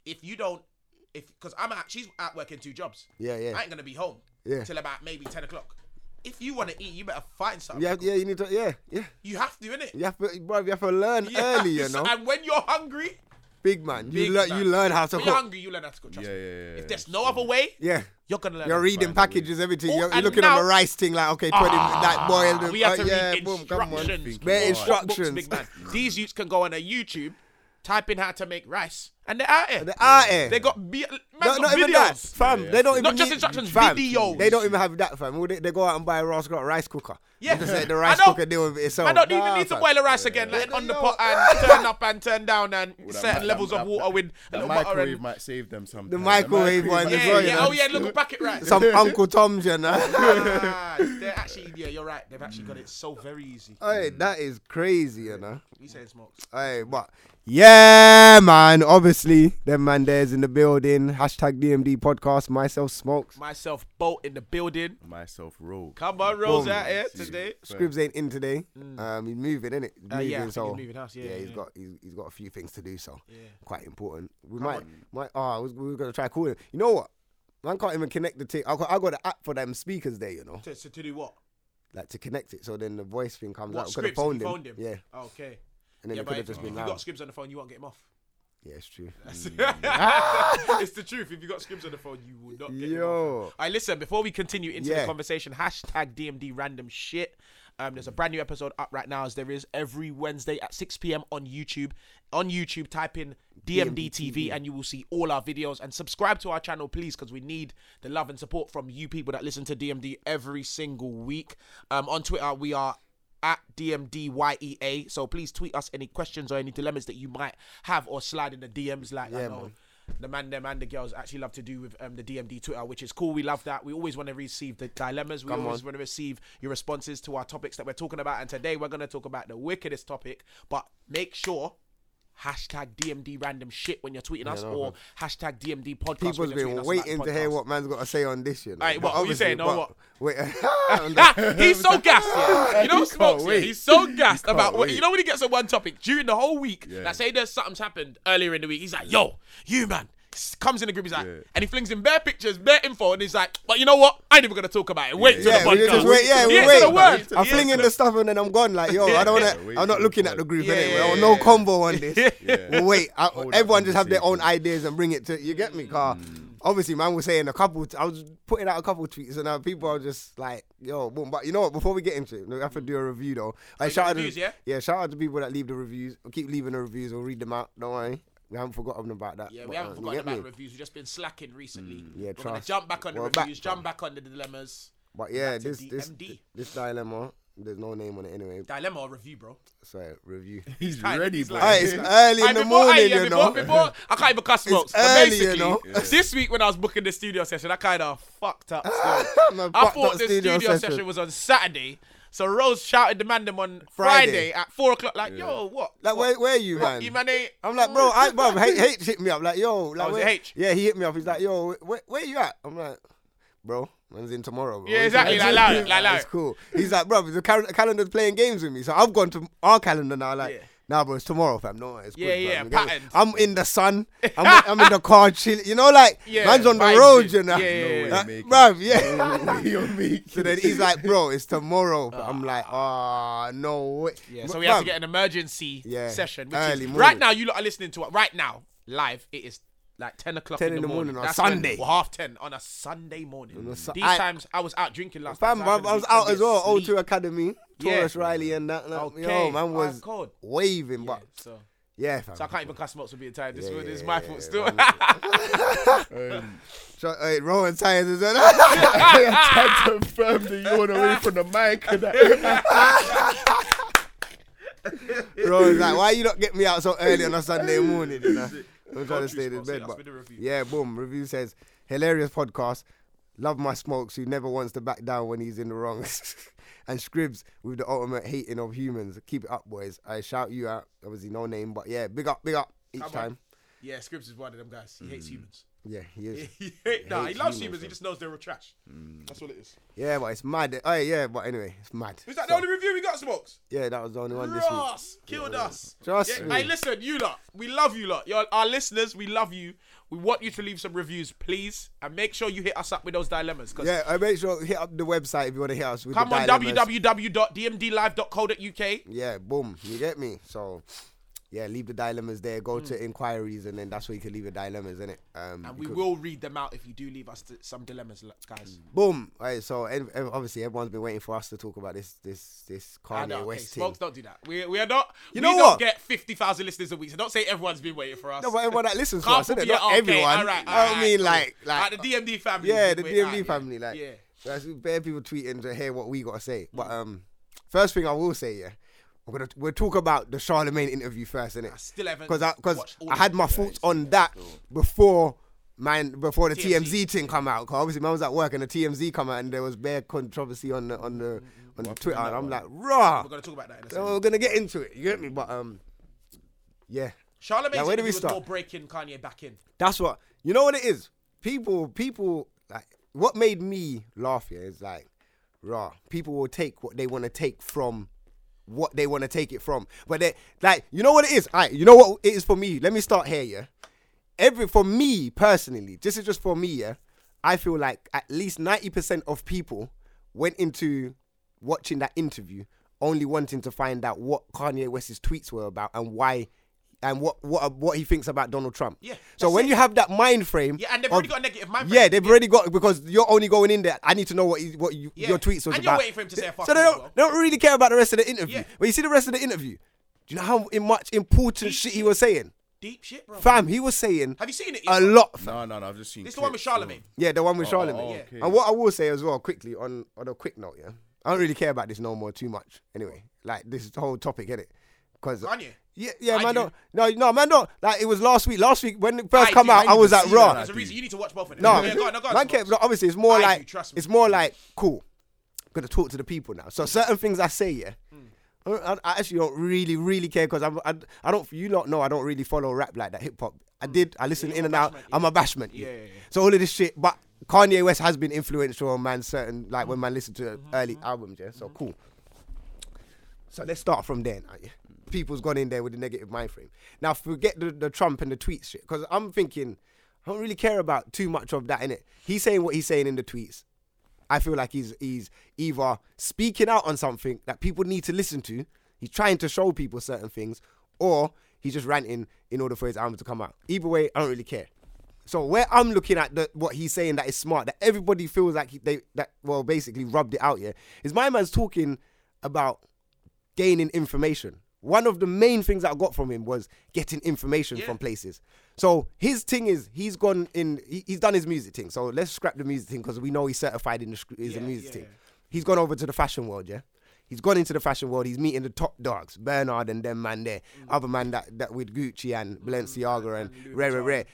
Speaker 3: if you don't, if because I'm at, she's at working two jobs.
Speaker 2: Yeah, yeah.
Speaker 3: I ain't gonna be home.
Speaker 2: Yeah.
Speaker 3: Till about maybe 10 o'clock. If you want to eat, you better find something.
Speaker 2: Yeah, yeah, you need to. Yeah, yeah.
Speaker 3: You have to, innit?
Speaker 2: You have to, bro. You have to learn
Speaker 3: Yeah,
Speaker 2: early, you know.
Speaker 3: And when you're hungry,
Speaker 2: big man, you
Speaker 3: big
Speaker 2: learn.
Speaker 3: man.
Speaker 2: You learn how to
Speaker 3: when you're
Speaker 2: cook.
Speaker 3: hungry, you learn how to cook. Trust
Speaker 4: Yeah,
Speaker 3: me.
Speaker 4: yeah, yeah, yeah.
Speaker 3: If there's no other way,
Speaker 2: Yeah.
Speaker 3: you're gonna learn.
Speaker 2: You're reading
Speaker 4: find a way.
Speaker 2: packages, everything.
Speaker 3: Oh,
Speaker 2: you're, you're
Speaker 3: and
Speaker 2: looking
Speaker 3: now- Ah,
Speaker 2: at a rice thing like, okay, twenty that boiled.
Speaker 3: we have
Speaker 2: uh,
Speaker 3: to
Speaker 2: yeah,
Speaker 3: read
Speaker 2: boom, come on.
Speaker 3: instructions.
Speaker 2: Bare
Speaker 4: Right.
Speaker 2: instructions.
Speaker 3: Big man. These youths can go on a YouTube, type in how to make rice, and they're out here.
Speaker 2: They're out here.
Speaker 3: They got, be- man
Speaker 2: eh? No,
Speaker 3: got
Speaker 2: not
Speaker 3: videos.
Speaker 2: even that, fam.
Speaker 4: Yeah,
Speaker 2: They don't
Speaker 4: yeah.
Speaker 2: even
Speaker 3: Not just
Speaker 2: need-
Speaker 3: instructions,
Speaker 2: fam,
Speaker 3: videos.
Speaker 2: They don't even have that, fam. All They, they go out and buy a rascal rice cooker.
Speaker 3: Yeah.
Speaker 2: They just let the
Speaker 3: I
Speaker 2: rice
Speaker 3: know.
Speaker 2: cooker deal with it itself.
Speaker 3: I don't even
Speaker 2: Nah,
Speaker 3: need to
Speaker 2: fam.
Speaker 3: boil the rice again, like
Speaker 2: Yeah,
Speaker 3: on the
Speaker 2: yo.
Speaker 3: pot and turn up and turn down and
Speaker 4: Well, that
Speaker 3: certain
Speaker 4: might-
Speaker 3: levels
Speaker 4: that-
Speaker 3: of water
Speaker 4: that-
Speaker 3: with a
Speaker 4: The
Speaker 3: little butter
Speaker 4: microwave
Speaker 3: and.
Speaker 4: might save them sometimes.
Speaker 2: microwave one as
Speaker 4: might-
Speaker 3: Yeah,
Speaker 2: well, you
Speaker 3: yeah,
Speaker 2: know.
Speaker 3: oh yeah, look, packet rice.
Speaker 2: Some Uncle Tom's, you know.
Speaker 3: Ah, they're actually, yeah, you're right. They've actually got it so very easy.
Speaker 2: Hey, that is crazy, you know.
Speaker 3: You saying smokes?
Speaker 2: Hey, but yeah, man. Obviously, them man there's in the building. Hashtag DMD podcast. Myself smokes.
Speaker 3: Myself, bolt in the building.
Speaker 4: Myself roll.
Speaker 3: Come on, Rose out here today.
Speaker 2: Scribs ain't in today. Um, he's moving, innit? He's
Speaker 3: Mm. Uh,
Speaker 2: moving,
Speaker 3: yeah, I think he's
Speaker 2: so
Speaker 3: moving house, yeah, yeah,
Speaker 2: he's
Speaker 3: yeah.
Speaker 2: got he's, he's got a few things to do, so
Speaker 3: Yeah.
Speaker 2: quite important. We might might oh, I was, we were gonna try calling. You know what? Man can't even connect the thing. I got, I got an app for them speakers there, you know,
Speaker 3: To, so to do what?
Speaker 2: like to connect it. So then the voice thing comes
Speaker 3: What
Speaker 2: out. Could have
Speaker 3: scripts?
Speaker 2: phoned
Speaker 3: you
Speaker 2: him.
Speaker 3: phoned him.
Speaker 2: Yeah,
Speaker 3: Okay.
Speaker 2: and then
Speaker 3: yeah,
Speaker 2: it could
Speaker 3: but
Speaker 2: have
Speaker 3: if,
Speaker 2: just
Speaker 3: if you
Speaker 2: been
Speaker 3: got
Speaker 2: loud.
Speaker 3: scribs on the phone, you won't get him off.
Speaker 2: Yeah, it's true. Mm.
Speaker 3: it's the truth. If you got scribs on the phone, you will not get him off.
Speaker 2: Yo.
Speaker 3: All right, listen. Before we continue into the
Speaker 2: Yeah.
Speaker 3: conversation, hashtag DMD random shit. Um, there's a brand new episode up right now, as there is every Wednesday at 6 p.m. on YouTube. On YouTube, type in DMD TV, and you will see all our videos. And subscribe to our channel, please, because we need the love and support from you people that listen to DMD every single week. Um, on Twitter, we are at DMDYEA. E So please tweet us any questions or any dilemmas that you might have, or slide in the DMs. Like I know the man, them, and the girls actually love to do with um, the DMD Twitter, which is cool. We love that. We always want to receive the dilemmas. We always want to receive your responses to our topics that we're talking about. And today we're going to talk about the wickedest topic. But make sure. Hashtag DMD random shit when you're tweeting us, or hashtag DMD podcast.
Speaker 2: People's
Speaker 3: when you're tweeting us
Speaker 2: been
Speaker 3: about
Speaker 2: waiting
Speaker 3: the
Speaker 2: to hear
Speaker 3: podcast.
Speaker 2: what man's got to say on this, you know.
Speaker 3: Aight,
Speaker 2: But
Speaker 3: what- what you
Speaker 2: obviously-
Speaker 3: saying, no,
Speaker 2: but-
Speaker 3: what?
Speaker 2: Wait.
Speaker 3: Ah, he's so gassed. Yeah. You know, smokes. Yeah.
Speaker 4: wait.
Speaker 3: He's so gassed about what
Speaker 4: wait.
Speaker 3: you know when he gets on one topic during the whole week.
Speaker 4: Yeah.
Speaker 3: Like say there's something's happened earlier in the week. He's like, "Yo, you man." S- Comes in the group, he's like, and he flings in bare pictures, bare info, and he's like, but you know what? I ain't even gonna talk about it. Wait till
Speaker 2: Yeah,
Speaker 3: the
Speaker 2: we
Speaker 3: podcast.
Speaker 2: just wait. Yeah, we
Speaker 3: Here's
Speaker 2: wait.
Speaker 3: the word.
Speaker 2: I'm
Speaker 3: Here's
Speaker 2: flinging the stuff and then I'm gone. Like, yo, I don't
Speaker 4: Yeah,
Speaker 2: want
Speaker 4: wait
Speaker 2: to. I'm not
Speaker 4: till
Speaker 2: looking
Speaker 4: the
Speaker 2: at the group.
Speaker 3: Yeah,
Speaker 2: innit?
Speaker 3: yeah,
Speaker 2: Well,
Speaker 3: yeah,
Speaker 2: no
Speaker 4: yeah.
Speaker 2: combo on this. We'll wait. I,
Speaker 4: Hold that
Speaker 2: everyone just have their own ideas and bring it to. You get me?
Speaker 4: Mm.
Speaker 2: Car. Obviously, man was saying a couple. I was putting out a couple tweets and now people are just like, yo, boom. But you know what? Before we get into it, we have to do a review though. Like,
Speaker 3: got
Speaker 2: shout out
Speaker 3: reviews,
Speaker 2: to
Speaker 3: yeah?
Speaker 2: shout out to people that leave the reviews. Keep leaving the reviews. We'll read them out. Don't worry. We haven't forgotten about that.
Speaker 3: Yeah,
Speaker 2: but,
Speaker 3: we
Speaker 2: uh,
Speaker 3: haven't
Speaker 2: you
Speaker 3: forgotten
Speaker 2: get
Speaker 3: about
Speaker 2: me?
Speaker 3: the reviews. We've just been slacking recently.
Speaker 2: Mm, yeah,
Speaker 3: We're gonna
Speaker 2: trust.
Speaker 3: jump back on the
Speaker 2: We're back,
Speaker 3: reviews, jump back on the dilemmas.
Speaker 2: But yeah,
Speaker 3: back to
Speaker 2: this this
Speaker 3: DMD.
Speaker 2: this dilemma. There's no name on it anyway.
Speaker 3: Dilemma or review, bro.
Speaker 2: So review.
Speaker 4: He's
Speaker 3: tight,
Speaker 4: ready,
Speaker 3: he's
Speaker 4: bro.
Speaker 3: like-
Speaker 2: Aye, it's early
Speaker 3: Aye,
Speaker 2: in the
Speaker 3: before- aye,
Speaker 2: morning,
Speaker 3: yeah,
Speaker 2: you
Speaker 3: before-
Speaker 2: know.
Speaker 3: before- I can't even cuss smokes. But
Speaker 2: early, you
Speaker 3: basically,
Speaker 2: know. Yeah.
Speaker 3: this week when I was booking the studio session, I kind of fucked up. still.
Speaker 2: I'm a
Speaker 3: I
Speaker 2: Ah, fucked
Speaker 3: thought
Speaker 2: up
Speaker 3: the studio,
Speaker 2: studio
Speaker 3: session.
Speaker 2: session.
Speaker 3: was on Saturday, so Rose shouted the man them on Friday,
Speaker 2: Friday.
Speaker 3: at four o'clock. Like, yo, what?
Speaker 2: Like,
Speaker 3: what?
Speaker 2: where, where you, man?
Speaker 3: You man eh? ain't.
Speaker 2: I'm like, bro, I, bro, H, H hit me up, like, yo, like,
Speaker 3: was Oh, it
Speaker 2: where,
Speaker 3: H?
Speaker 2: yeah, he hit me up. He's like, yo, where, where you at? I'm like, bro, man's in tomorrow. Bro.
Speaker 3: Yeah, exactly, like, like, like, like.
Speaker 2: It's cool. He's like, bro, the cal- calendar's playing games with me, so I've gone to our calendar now. Like,
Speaker 3: Yeah.
Speaker 2: nah, bro, it's tomorrow, fam. No, it's
Speaker 3: Yeah,
Speaker 2: good,
Speaker 3: yeah,
Speaker 2: fam. You get me?
Speaker 3: patterns.
Speaker 2: I'm in the sun. I'm, in, I'm in the car chilling. You know, like,
Speaker 3: Yeah,
Speaker 2: man's on the
Speaker 3: vibes,
Speaker 2: road,
Speaker 3: dude.
Speaker 2: you know,
Speaker 3: Yeah, yeah, yeah.
Speaker 2: Like,
Speaker 4: No way, mate.
Speaker 2: bro, yeah.
Speaker 4: You're me.
Speaker 2: So uh, then he's like, bro, it's tomorrow. But I'm like, ah, no way.
Speaker 3: Yeah, so we have to
Speaker 2: Bruv,
Speaker 3: get an emergency
Speaker 2: Yeah,
Speaker 3: session. Which
Speaker 2: early
Speaker 3: is,
Speaker 2: morning.
Speaker 3: right now, you lot are listening to it. Right now, live, it is like 10 o'clock
Speaker 2: 10
Speaker 3: in the morning.
Speaker 2: on
Speaker 3: That's
Speaker 2: Sunday.
Speaker 3: When, well, half 10 on a Sunday morning.
Speaker 2: a Su-
Speaker 3: These
Speaker 2: I-
Speaker 3: times, I was out drinking last
Speaker 2: Fam,
Speaker 3: night.
Speaker 2: I,
Speaker 3: so
Speaker 2: I was
Speaker 3: couldn't
Speaker 2: out
Speaker 3: be-
Speaker 2: as well.
Speaker 3: couldn't
Speaker 2: O2
Speaker 3: be asleep.
Speaker 2: Academy,
Speaker 3: Yeah.
Speaker 2: Taurus Riley, and that. that
Speaker 3: Okay,
Speaker 2: Yo, man was
Speaker 3: I called.
Speaker 2: waving, but
Speaker 3: So,
Speaker 2: yeah, fam.
Speaker 3: so I can't even cuss smokes for being tired. This,
Speaker 2: Yeah,
Speaker 3: this is
Speaker 2: yeah,
Speaker 3: my
Speaker 2: yeah,
Speaker 3: fault
Speaker 2: yeah,
Speaker 3: still.
Speaker 4: Um,
Speaker 2: So, hey, Rowan Tyers is on.
Speaker 4: I tried to affirm that you want away from the mic. And that.
Speaker 2: Rowan's like, why you not get me out so early on a Sunday morning? You know? I'm trying to stay in
Speaker 3: Sponsor
Speaker 2: bed,
Speaker 3: us
Speaker 2: but
Speaker 3: with a review.
Speaker 2: yeah, boom. Review says, hilarious podcast. Love my smokes, who never wants to back down when he's in the wrong. and Scribs with the ultimate hating of humans. Keep it up, boys. I shout you out. Obviously, no name, but yeah, big up, big up each
Speaker 3: Come on.
Speaker 2: time.
Speaker 3: yeah, Scripps is one of them guys. He hates humans.
Speaker 2: Yeah, Mm. he is.
Speaker 3: He hate, nah, he
Speaker 2: hates humans,
Speaker 3: loves
Speaker 2: Mm.
Speaker 3: humans. He
Speaker 2: bro.
Speaker 3: just knows they're all trash. That's all it is.
Speaker 2: Yeah, but it's mad. Oh yeah, but anyway, it's mad.
Speaker 3: Is that
Speaker 2: So-
Speaker 3: the only review we got, Smokes?
Speaker 2: Yeah, that was the only one this week.
Speaker 3: Ross killed us.
Speaker 2: Trust
Speaker 3: yeah,
Speaker 2: me.
Speaker 3: Hey, listen, you lot, we love you lot. You're our listeners, we love you. We want you to leave some reviews, please, and make sure you hit us up with those dilemmas. 'cause
Speaker 2: Yeah, I make sure hit up the website if you want to hit us. With
Speaker 3: come
Speaker 2: the
Speaker 3: on,
Speaker 2: dilemmas. Mm,
Speaker 3: www.dmdlive.co.uk.
Speaker 2: Yeah, boom. You get me? So, yeah, leave the dilemmas there. Go to inquiries, and then that's where you can leave your dilemmas, innit? Um,
Speaker 3: Mm.
Speaker 2: you
Speaker 3: And we
Speaker 2: could-
Speaker 3: will read them out if you do leave us th- some dilemmas, lo- guys.
Speaker 2: Boom. All right, so ev- ev- obviously everyone's been waiting for us to talk about this this this
Speaker 3: I
Speaker 2: Kanye
Speaker 3: know, okay,
Speaker 2: West
Speaker 3: smokes,
Speaker 2: thing.
Speaker 3: don't do that. We, we are not. You we
Speaker 2: know
Speaker 3: don't
Speaker 2: what?
Speaker 3: get fifty thousand listeners a week, so don't say everyone's been waiting for us.
Speaker 2: No, but everyone that listens to
Speaker 3: Can't
Speaker 2: us, innit?
Speaker 3: be-
Speaker 2: Not
Speaker 3: okay,
Speaker 2: everyone.
Speaker 3: all right,
Speaker 2: I
Speaker 3: all
Speaker 2: don't
Speaker 3: right,
Speaker 2: mean
Speaker 3: cool.
Speaker 2: like like uh,
Speaker 3: Like the DMD family.
Speaker 2: Yeah, the
Speaker 3: wait,
Speaker 2: DMD
Speaker 3: alright, yeah.
Speaker 2: family. Like,
Speaker 3: Yeah.
Speaker 2: there's bare people tweeting to hear what we gotta say. But um, first thing I will say, yeah, we're gonna we'll talk about the Charlemagne interview first, innit? I
Speaker 3: still haven't
Speaker 2: because I, cause
Speaker 3: watched all
Speaker 2: I
Speaker 3: of
Speaker 2: had
Speaker 3: it.
Speaker 2: my thoughts on that before. Man, before the TMZ, thing come out, 'cause obviously man was at work and the TMZ come out and there was bare controversy on the on the on the Twitter and I'm like, rah,
Speaker 3: We're gonna talk about that. In a
Speaker 2: so
Speaker 3: second.
Speaker 2: we're gonna get into it. You get me? But um, yeah,
Speaker 3: Charlemagne's
Speaker 2: Now, where do we
Speaker 3: interview was
Speaker 2: start?
Speaker 3: more breaking Kanye back in.
Speaker 2: That's what you know what it is. People, people like what made me laugh here is like, raw. People will take what they want to take from what they want to take it from. But they like, you know what it is? Alright, you know what it is for me. Let me start here, yeah. Every for me personally, this is just for me, yeah. I feel like at least 90% of people went into watching that interview only wanting to find out what Kanye West's tweets were about and why and what what what he thinks about Donald Trump.
Speaker 3: Yeah,
Speaker 2: So
Speaker 3: that's
Speaker 2: when
Speaker 3: it.
Speaker 2: you have that mind frame,
Speaker 3: Yeah, and they've
Speaker 2: of-
Speaker 3: already got a negative mind
Speaker 2: Oh, Yeah,
Speaker 3: frame.
Speaker 2: they've already got because you're only going in there. I need to know what he, what you,
Speaker 3: Yeah.
Speaker 2: your tweets was
Speaker 3: And you're
Speaker 2: about.
Speaker 3: waiting for him to say a fuck
Speaker 2: so they
Speaker 3: you as
Speaker 2: don't,
Speaker 3: well.
Speaker 2: they don't really care about the rest of the interview.
Speaker 3: Yeah.
Speaker 2: But you see the rest of the interview. Do you know how in much important shit he was saying?
Speaker 3: Deep shit, bro.
Speaker 2: Fam, he was saying
Speaker 3: Have you seen it?
Speaker 2: a
Speaker 3: yet?
Speaker 2: lot. Fam.
Speaker 4: No, no, no. I've just seen.
Speaker 3: This is the one with
Speaker 4: clips.
Speaker 3: Charlemagne.
Speaker 2: Yeah, the one with Charlemagne.
Speaker 4: oh, okay.
Speaker 2: And what I will say as well, quickly on on a quick note, yeah, I don't really care about this no more too much. Anyway, like this whole topic, get it? Because
Speaker 3: Kanye.
Speaker 2: yeah, yeah,
Speaker 3: I
Speaker 2: man,
Speaker 3: do.
Speaker 2: don't no, no, man, don't like it was last week. Last week when it first
Speaker 3: I
Speaker 2: come
Speaker 3: do,
Speaker 2: out,
Speaker 3: I
Speaker 2: I was
Speaker 4: didn't
Speaker 2: at
Speaker 4: see that,
Speaker 2: Raw.
Speaker 4: I
Speaker 3: There's a reason you need to watch both of them.
Speaker 2: No,
Speaker 3: yeah, go on, no, go on,
Speaker 2: man
Speaker 3: Smokes.
Speaker 2: care, but obviously it's more
Speaker 3: I do,
Speaker 2: like
Speaker 3: trust me.
Speaker 2: it's more like cool. Gonna talk to the people now. So certain things I say, yeah.
Speaker 3: Hmm.
Speaker 2: I, I actually don't really, really care because I'm, I, I don't. You lot know I don't really follow rap like that, hip hop. I
Speaker 3: Hmm.
Speaker 2: did. I listen in and out. I'm a bashment. Yeah. So all of this shit, but Kanye West has been influential on man certain like when man listened to
Speaker 3: Mm-hmm.
Speaker 2: early albums. Yeah. So cool. So let's start from there. Now, yeah? People's gone in there with a negative mind frame. Now forget the, the Trump and the tweets shit, because I'm thinking I don't really care about too much of that in it. He's saying what he's saying in the tweets. I feel like he's he's either speaking out on something that people need to listen to. He's trying to show people certain things, or he's just ranting in order for his album to come out. Either way, I don't really care. So where I'm looking at the, what he's saying that is smart, that everybody feels like he, they that well basically rubbed it out. Yeah, is my man's talking about gaining information One of the main things that I got from him was getting information from places. So his thing is he's gone in. He, he's done his music thing. So let's scrap the music thing because we know he's certified in the sc- is a music thing. He's gone over to the fashion world. Yeah. He's gone into the fashion world. He's meeting the top dogs, Bernard and them man there, other man that, that with Gucci and Balenciaga and Rare Rare Rare,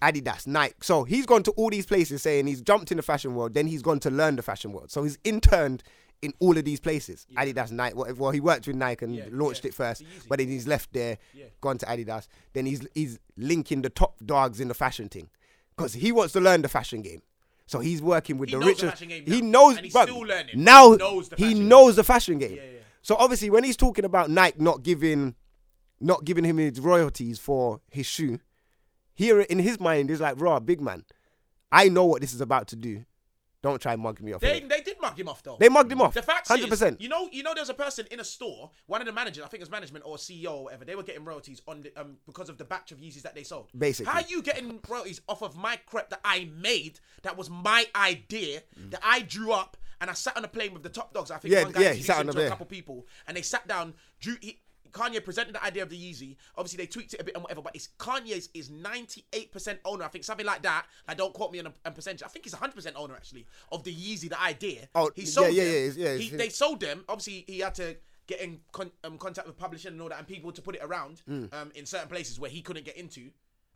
Speaker 2: Adidas, Nike. So he's gone to all these places saying he's jumped in the fashion world. Then he's gone to learn the fashion world. So he's interned in all of these places. Adidas, Nike, whatever. Well, he worked with Nike and launched it first, but then he's left there, gone to Adidas. Then he's he's linking the top dogs in the fashion thing, because he wants to learn the fashion game. So he's working with
Speaker 3: He
Speaker 2: the
Speaker 3: knows the
Speaker 2: richest.
Speaker 3: fashion game
Speaker 2: he
Speaker 3: now,
Speaker 2: knows,
Speaker 3: and he's
Speaker 2: bruv,
Speaker 3: still learning.
Speaker 2: Now
Speaker 3: He
Speaker 2: he
Speaker 3: knows
Speaker 2: knows
Speaker 3: the
Speaker 2: the fashion,
Speaker 3: fashion game.
Speaker 2: game. So obviously, when he's talking about Nike not giving, not giving him his royalties for his shoe, here in his mind is like, "Raw, big man, I know what this is about to do. Don't try and mug me off.
Speaker 3: They,
Speaker 2: innit?"
Speaker 3: they did mug him off though.
Speaker 2: They mugged him off.
Speaker 3: The fact 100%.
Speaker 2: 100%.
Speaker 3: you know, you know, there's a person in a store. One of the managers, I think it was management or CEO or whatever, they were getting royalties on the, um because of the batch of Yeezys that they sold.
Speaker 2: Basically.
Speaker 3: how are you getting royalties off of my crep that I made? That was my idea that I drew up, and I sat on a plane with the top dogs. I think
Speaker 2: Mm. Yeah,
Speaker 3: one guy
Speaker 2: yeah, he
Speaker 3: introduced
Speaker 2: sat on
Speaker 3: him
Speaker 2: the
Speaker 3: to a
Speaker 2: plane.
Speaker 3: couple people, and they sat down. Drew, he, Kanye presented the idea of the Yeezy. Obviously, they tweaked it a bit and whatever, but it's Kanye's is 98% owner. I think something like that. I don't quote me on a, a percentage. I think he's 100% owner actually of the Yeezy, the idea.
Speaker 2: Oh,
Speaker 3: he
Speaker 2: yeah,
Speaker 3: sold
Speaker 2: yeah,
Speaker 3: them.
Speaker 2: yeah, it's- yeah, it's
Speaker 3: He-
Speaker 2: his.
Speaker 3: they sold them. Obviously, he had to get in con- um, contact with publishing and all that, and people to put it around
Speaker 2: Hmm.
Speaker 3: um, in certain places where he couldn't get into.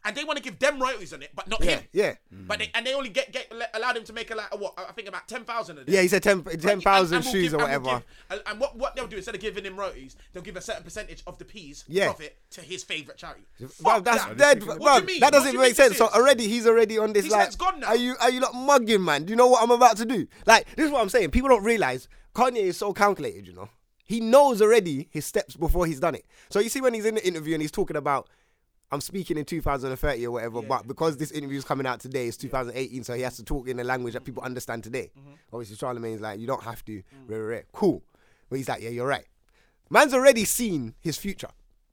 Speaker 3: And they want to give them royalties on it, but not him.
Speaker 2: yeah.
Speaker 3: But they, and they only get, get le- allowed him to make a like what I think about ten thousand of them.
Speaker 2: Yeah, he said 10 10,000
Speaker 3: And- and we'll
Speaker 2: shoes
Speaker 3: give-
Speaker 2: or
Speaker 3: and we'll
Speaker 2: whatever.
Speaker 3: give- And, and what, what they'll do instead of giving him royalties, they'll give a certain percentage of the peas
Speaker 2: Yeah.
Speaker 3: profit to his favorite charity.
Speaker 2: Bro,
Speaker 3: Fuck
Speaker 2: that's
Speaker 3: that.
Speaker 2: dead.
Speaker 3: What
Speaker 2: bro.
Speaker 3: do you mean?
Speaker 2: That
Speaker 3: What
Speaker 2: doesn't
Speaker 3: do you
Speaker 2: make
Speaker 3: think
Speaker 2: sense.
Speaker 3: this
Speaker 2: So
Speaker 3: is?
Speaker 2: already he's already on this.
Speaker 3: His
Speaker 2: like,
Speaker 3: head's gone now.
Speaker 2: are you are you not mugging, man? Do you know what I'm about to do? Like, this is what I'm saying. People don't realize Kanye is so calculated. You know, he knows already his steps before he's done it. So you see, when he's in the interview and he's talking about. I'm speaking in 2030 or whatever, but because this interview is coming out today, it's 2018, so he has to talk in a language that people understand today.
Speaker 3: Mm-hmm.
Speaker 2: Obviously, Charlemagne's like, you don't have to,
Speaker 3: Mm.
Speaker 2: rare, rare, rare. cool. But he's like, yeah, you're right. Man's already seen his future.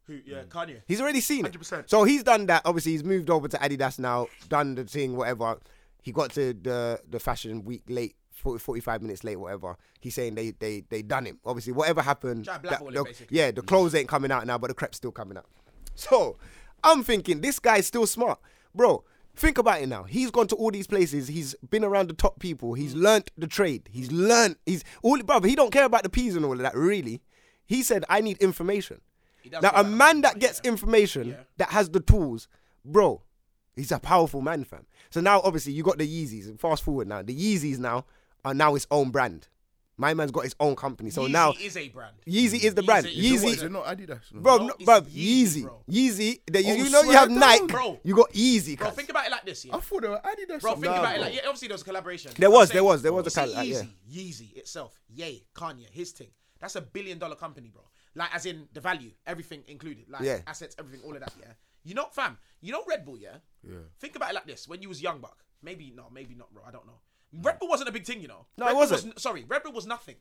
Speaker 3: Who, yeah, Kanye.
Speaker 2: He's already seen it.
Speaker 3: 100%.
Speaker 2: So he's done that. Obviously, he's moved over to Adidas now, done the thing, whatever. He got to the the fashion week late, 40, 45 minutes late, whatever. He's saying they they they done him. Obviously, whatever happened.
Speaker 3: Try to blackball
Speaker 2: the-
Speaker 3: it, basically.
Speaker 2: yeah, the clothes ain't coming out now, but the crep's still coming out. So I'm thinking this guy's still smart, bro. Think about it now. He's gone to all these places. He's been around the top people. He's
Speaker 3: Mm.
Speaker 2: learnt the trade. He's learnt. He's all, brother. He don't care about the peas and all of that. Really, he said, "I need information."
Speaker 3: does
Speaker 2: Now,
Speaker 3: care
Speaker 2: a
Speaker 3: about
Speaker 2: man that gets information that has the tools, bro, he's a powerful man, fam. So now, obviously, you got the Yeezys. Fast forward now, the Yeezys now are now his own brand. My man's got his own company. So
Speaker 3: Yeezy
Speaker 2: now,
Speaker 3: is a brand.
Speaker 2: Yeezy is the brand.
Speaker 3: Yeezy is
Speaker 4: Is it what, is
Speaker 2: Yeezy,
Speaker 4: it not Adidas? No.
Speaker 2: bro,
Speaker 3: No,
Speaker 2: no,
Speaker 3: it's
Speaker 2: bro,
Speaker 3: Yeezy,
Speaker 2: Yeezy,
Speaker 3: bro.
Speaker 2: Yeezy. that you,
Speaker 4: Oh,
Speaker 2: you know you
Speaker 4: swear
Speaker 2: have
Speaker 4: down,
Speaker 2: Nike.
Speaker 3: bro.
Speaker 2: You got Yeezy.
Speaker 3: Bro,
Speaker 2: cuz.
Speaker 3: think about it like this. Yeah.
Speaker 4: I thought they were Adidas.
Speaker 3: Bro, think
Speaker 4: Nah,
Speaker 3: about it
Speaker 4: bro.
Speaker 3: like yeah, obviously there was a collaboration.
Speaker 2: There
Speaker 3: I'm
Speaker 2: was,
Speaker 3: saying-
Speaker 2: there was, there was a
Speaker 3: You see
Speaker 2: colla- like, yeah.
Speaker 3: Yeezy, Yeezy itself, yay, Kanye, his thing. That's a billion dollar company, bro. Like as in the value, everything included, like
Speaker 2: Yeah.
Speaker 3: assets, everything, all of that. Yeah. You know, fam. You know Red Bull, yeah. Yeah. Think about it like this: when you was young, buck, maybe no, maybe not, bro. I don't know. Red Bull wasn't a big thing, you know.
Speaker 2: No,
Speaker 3: Red
Speaker 2: it
Speaker 3: Bull was
Speaker 2: wasn't.
Speaker 3: n- sorry, Red Bull was nothing.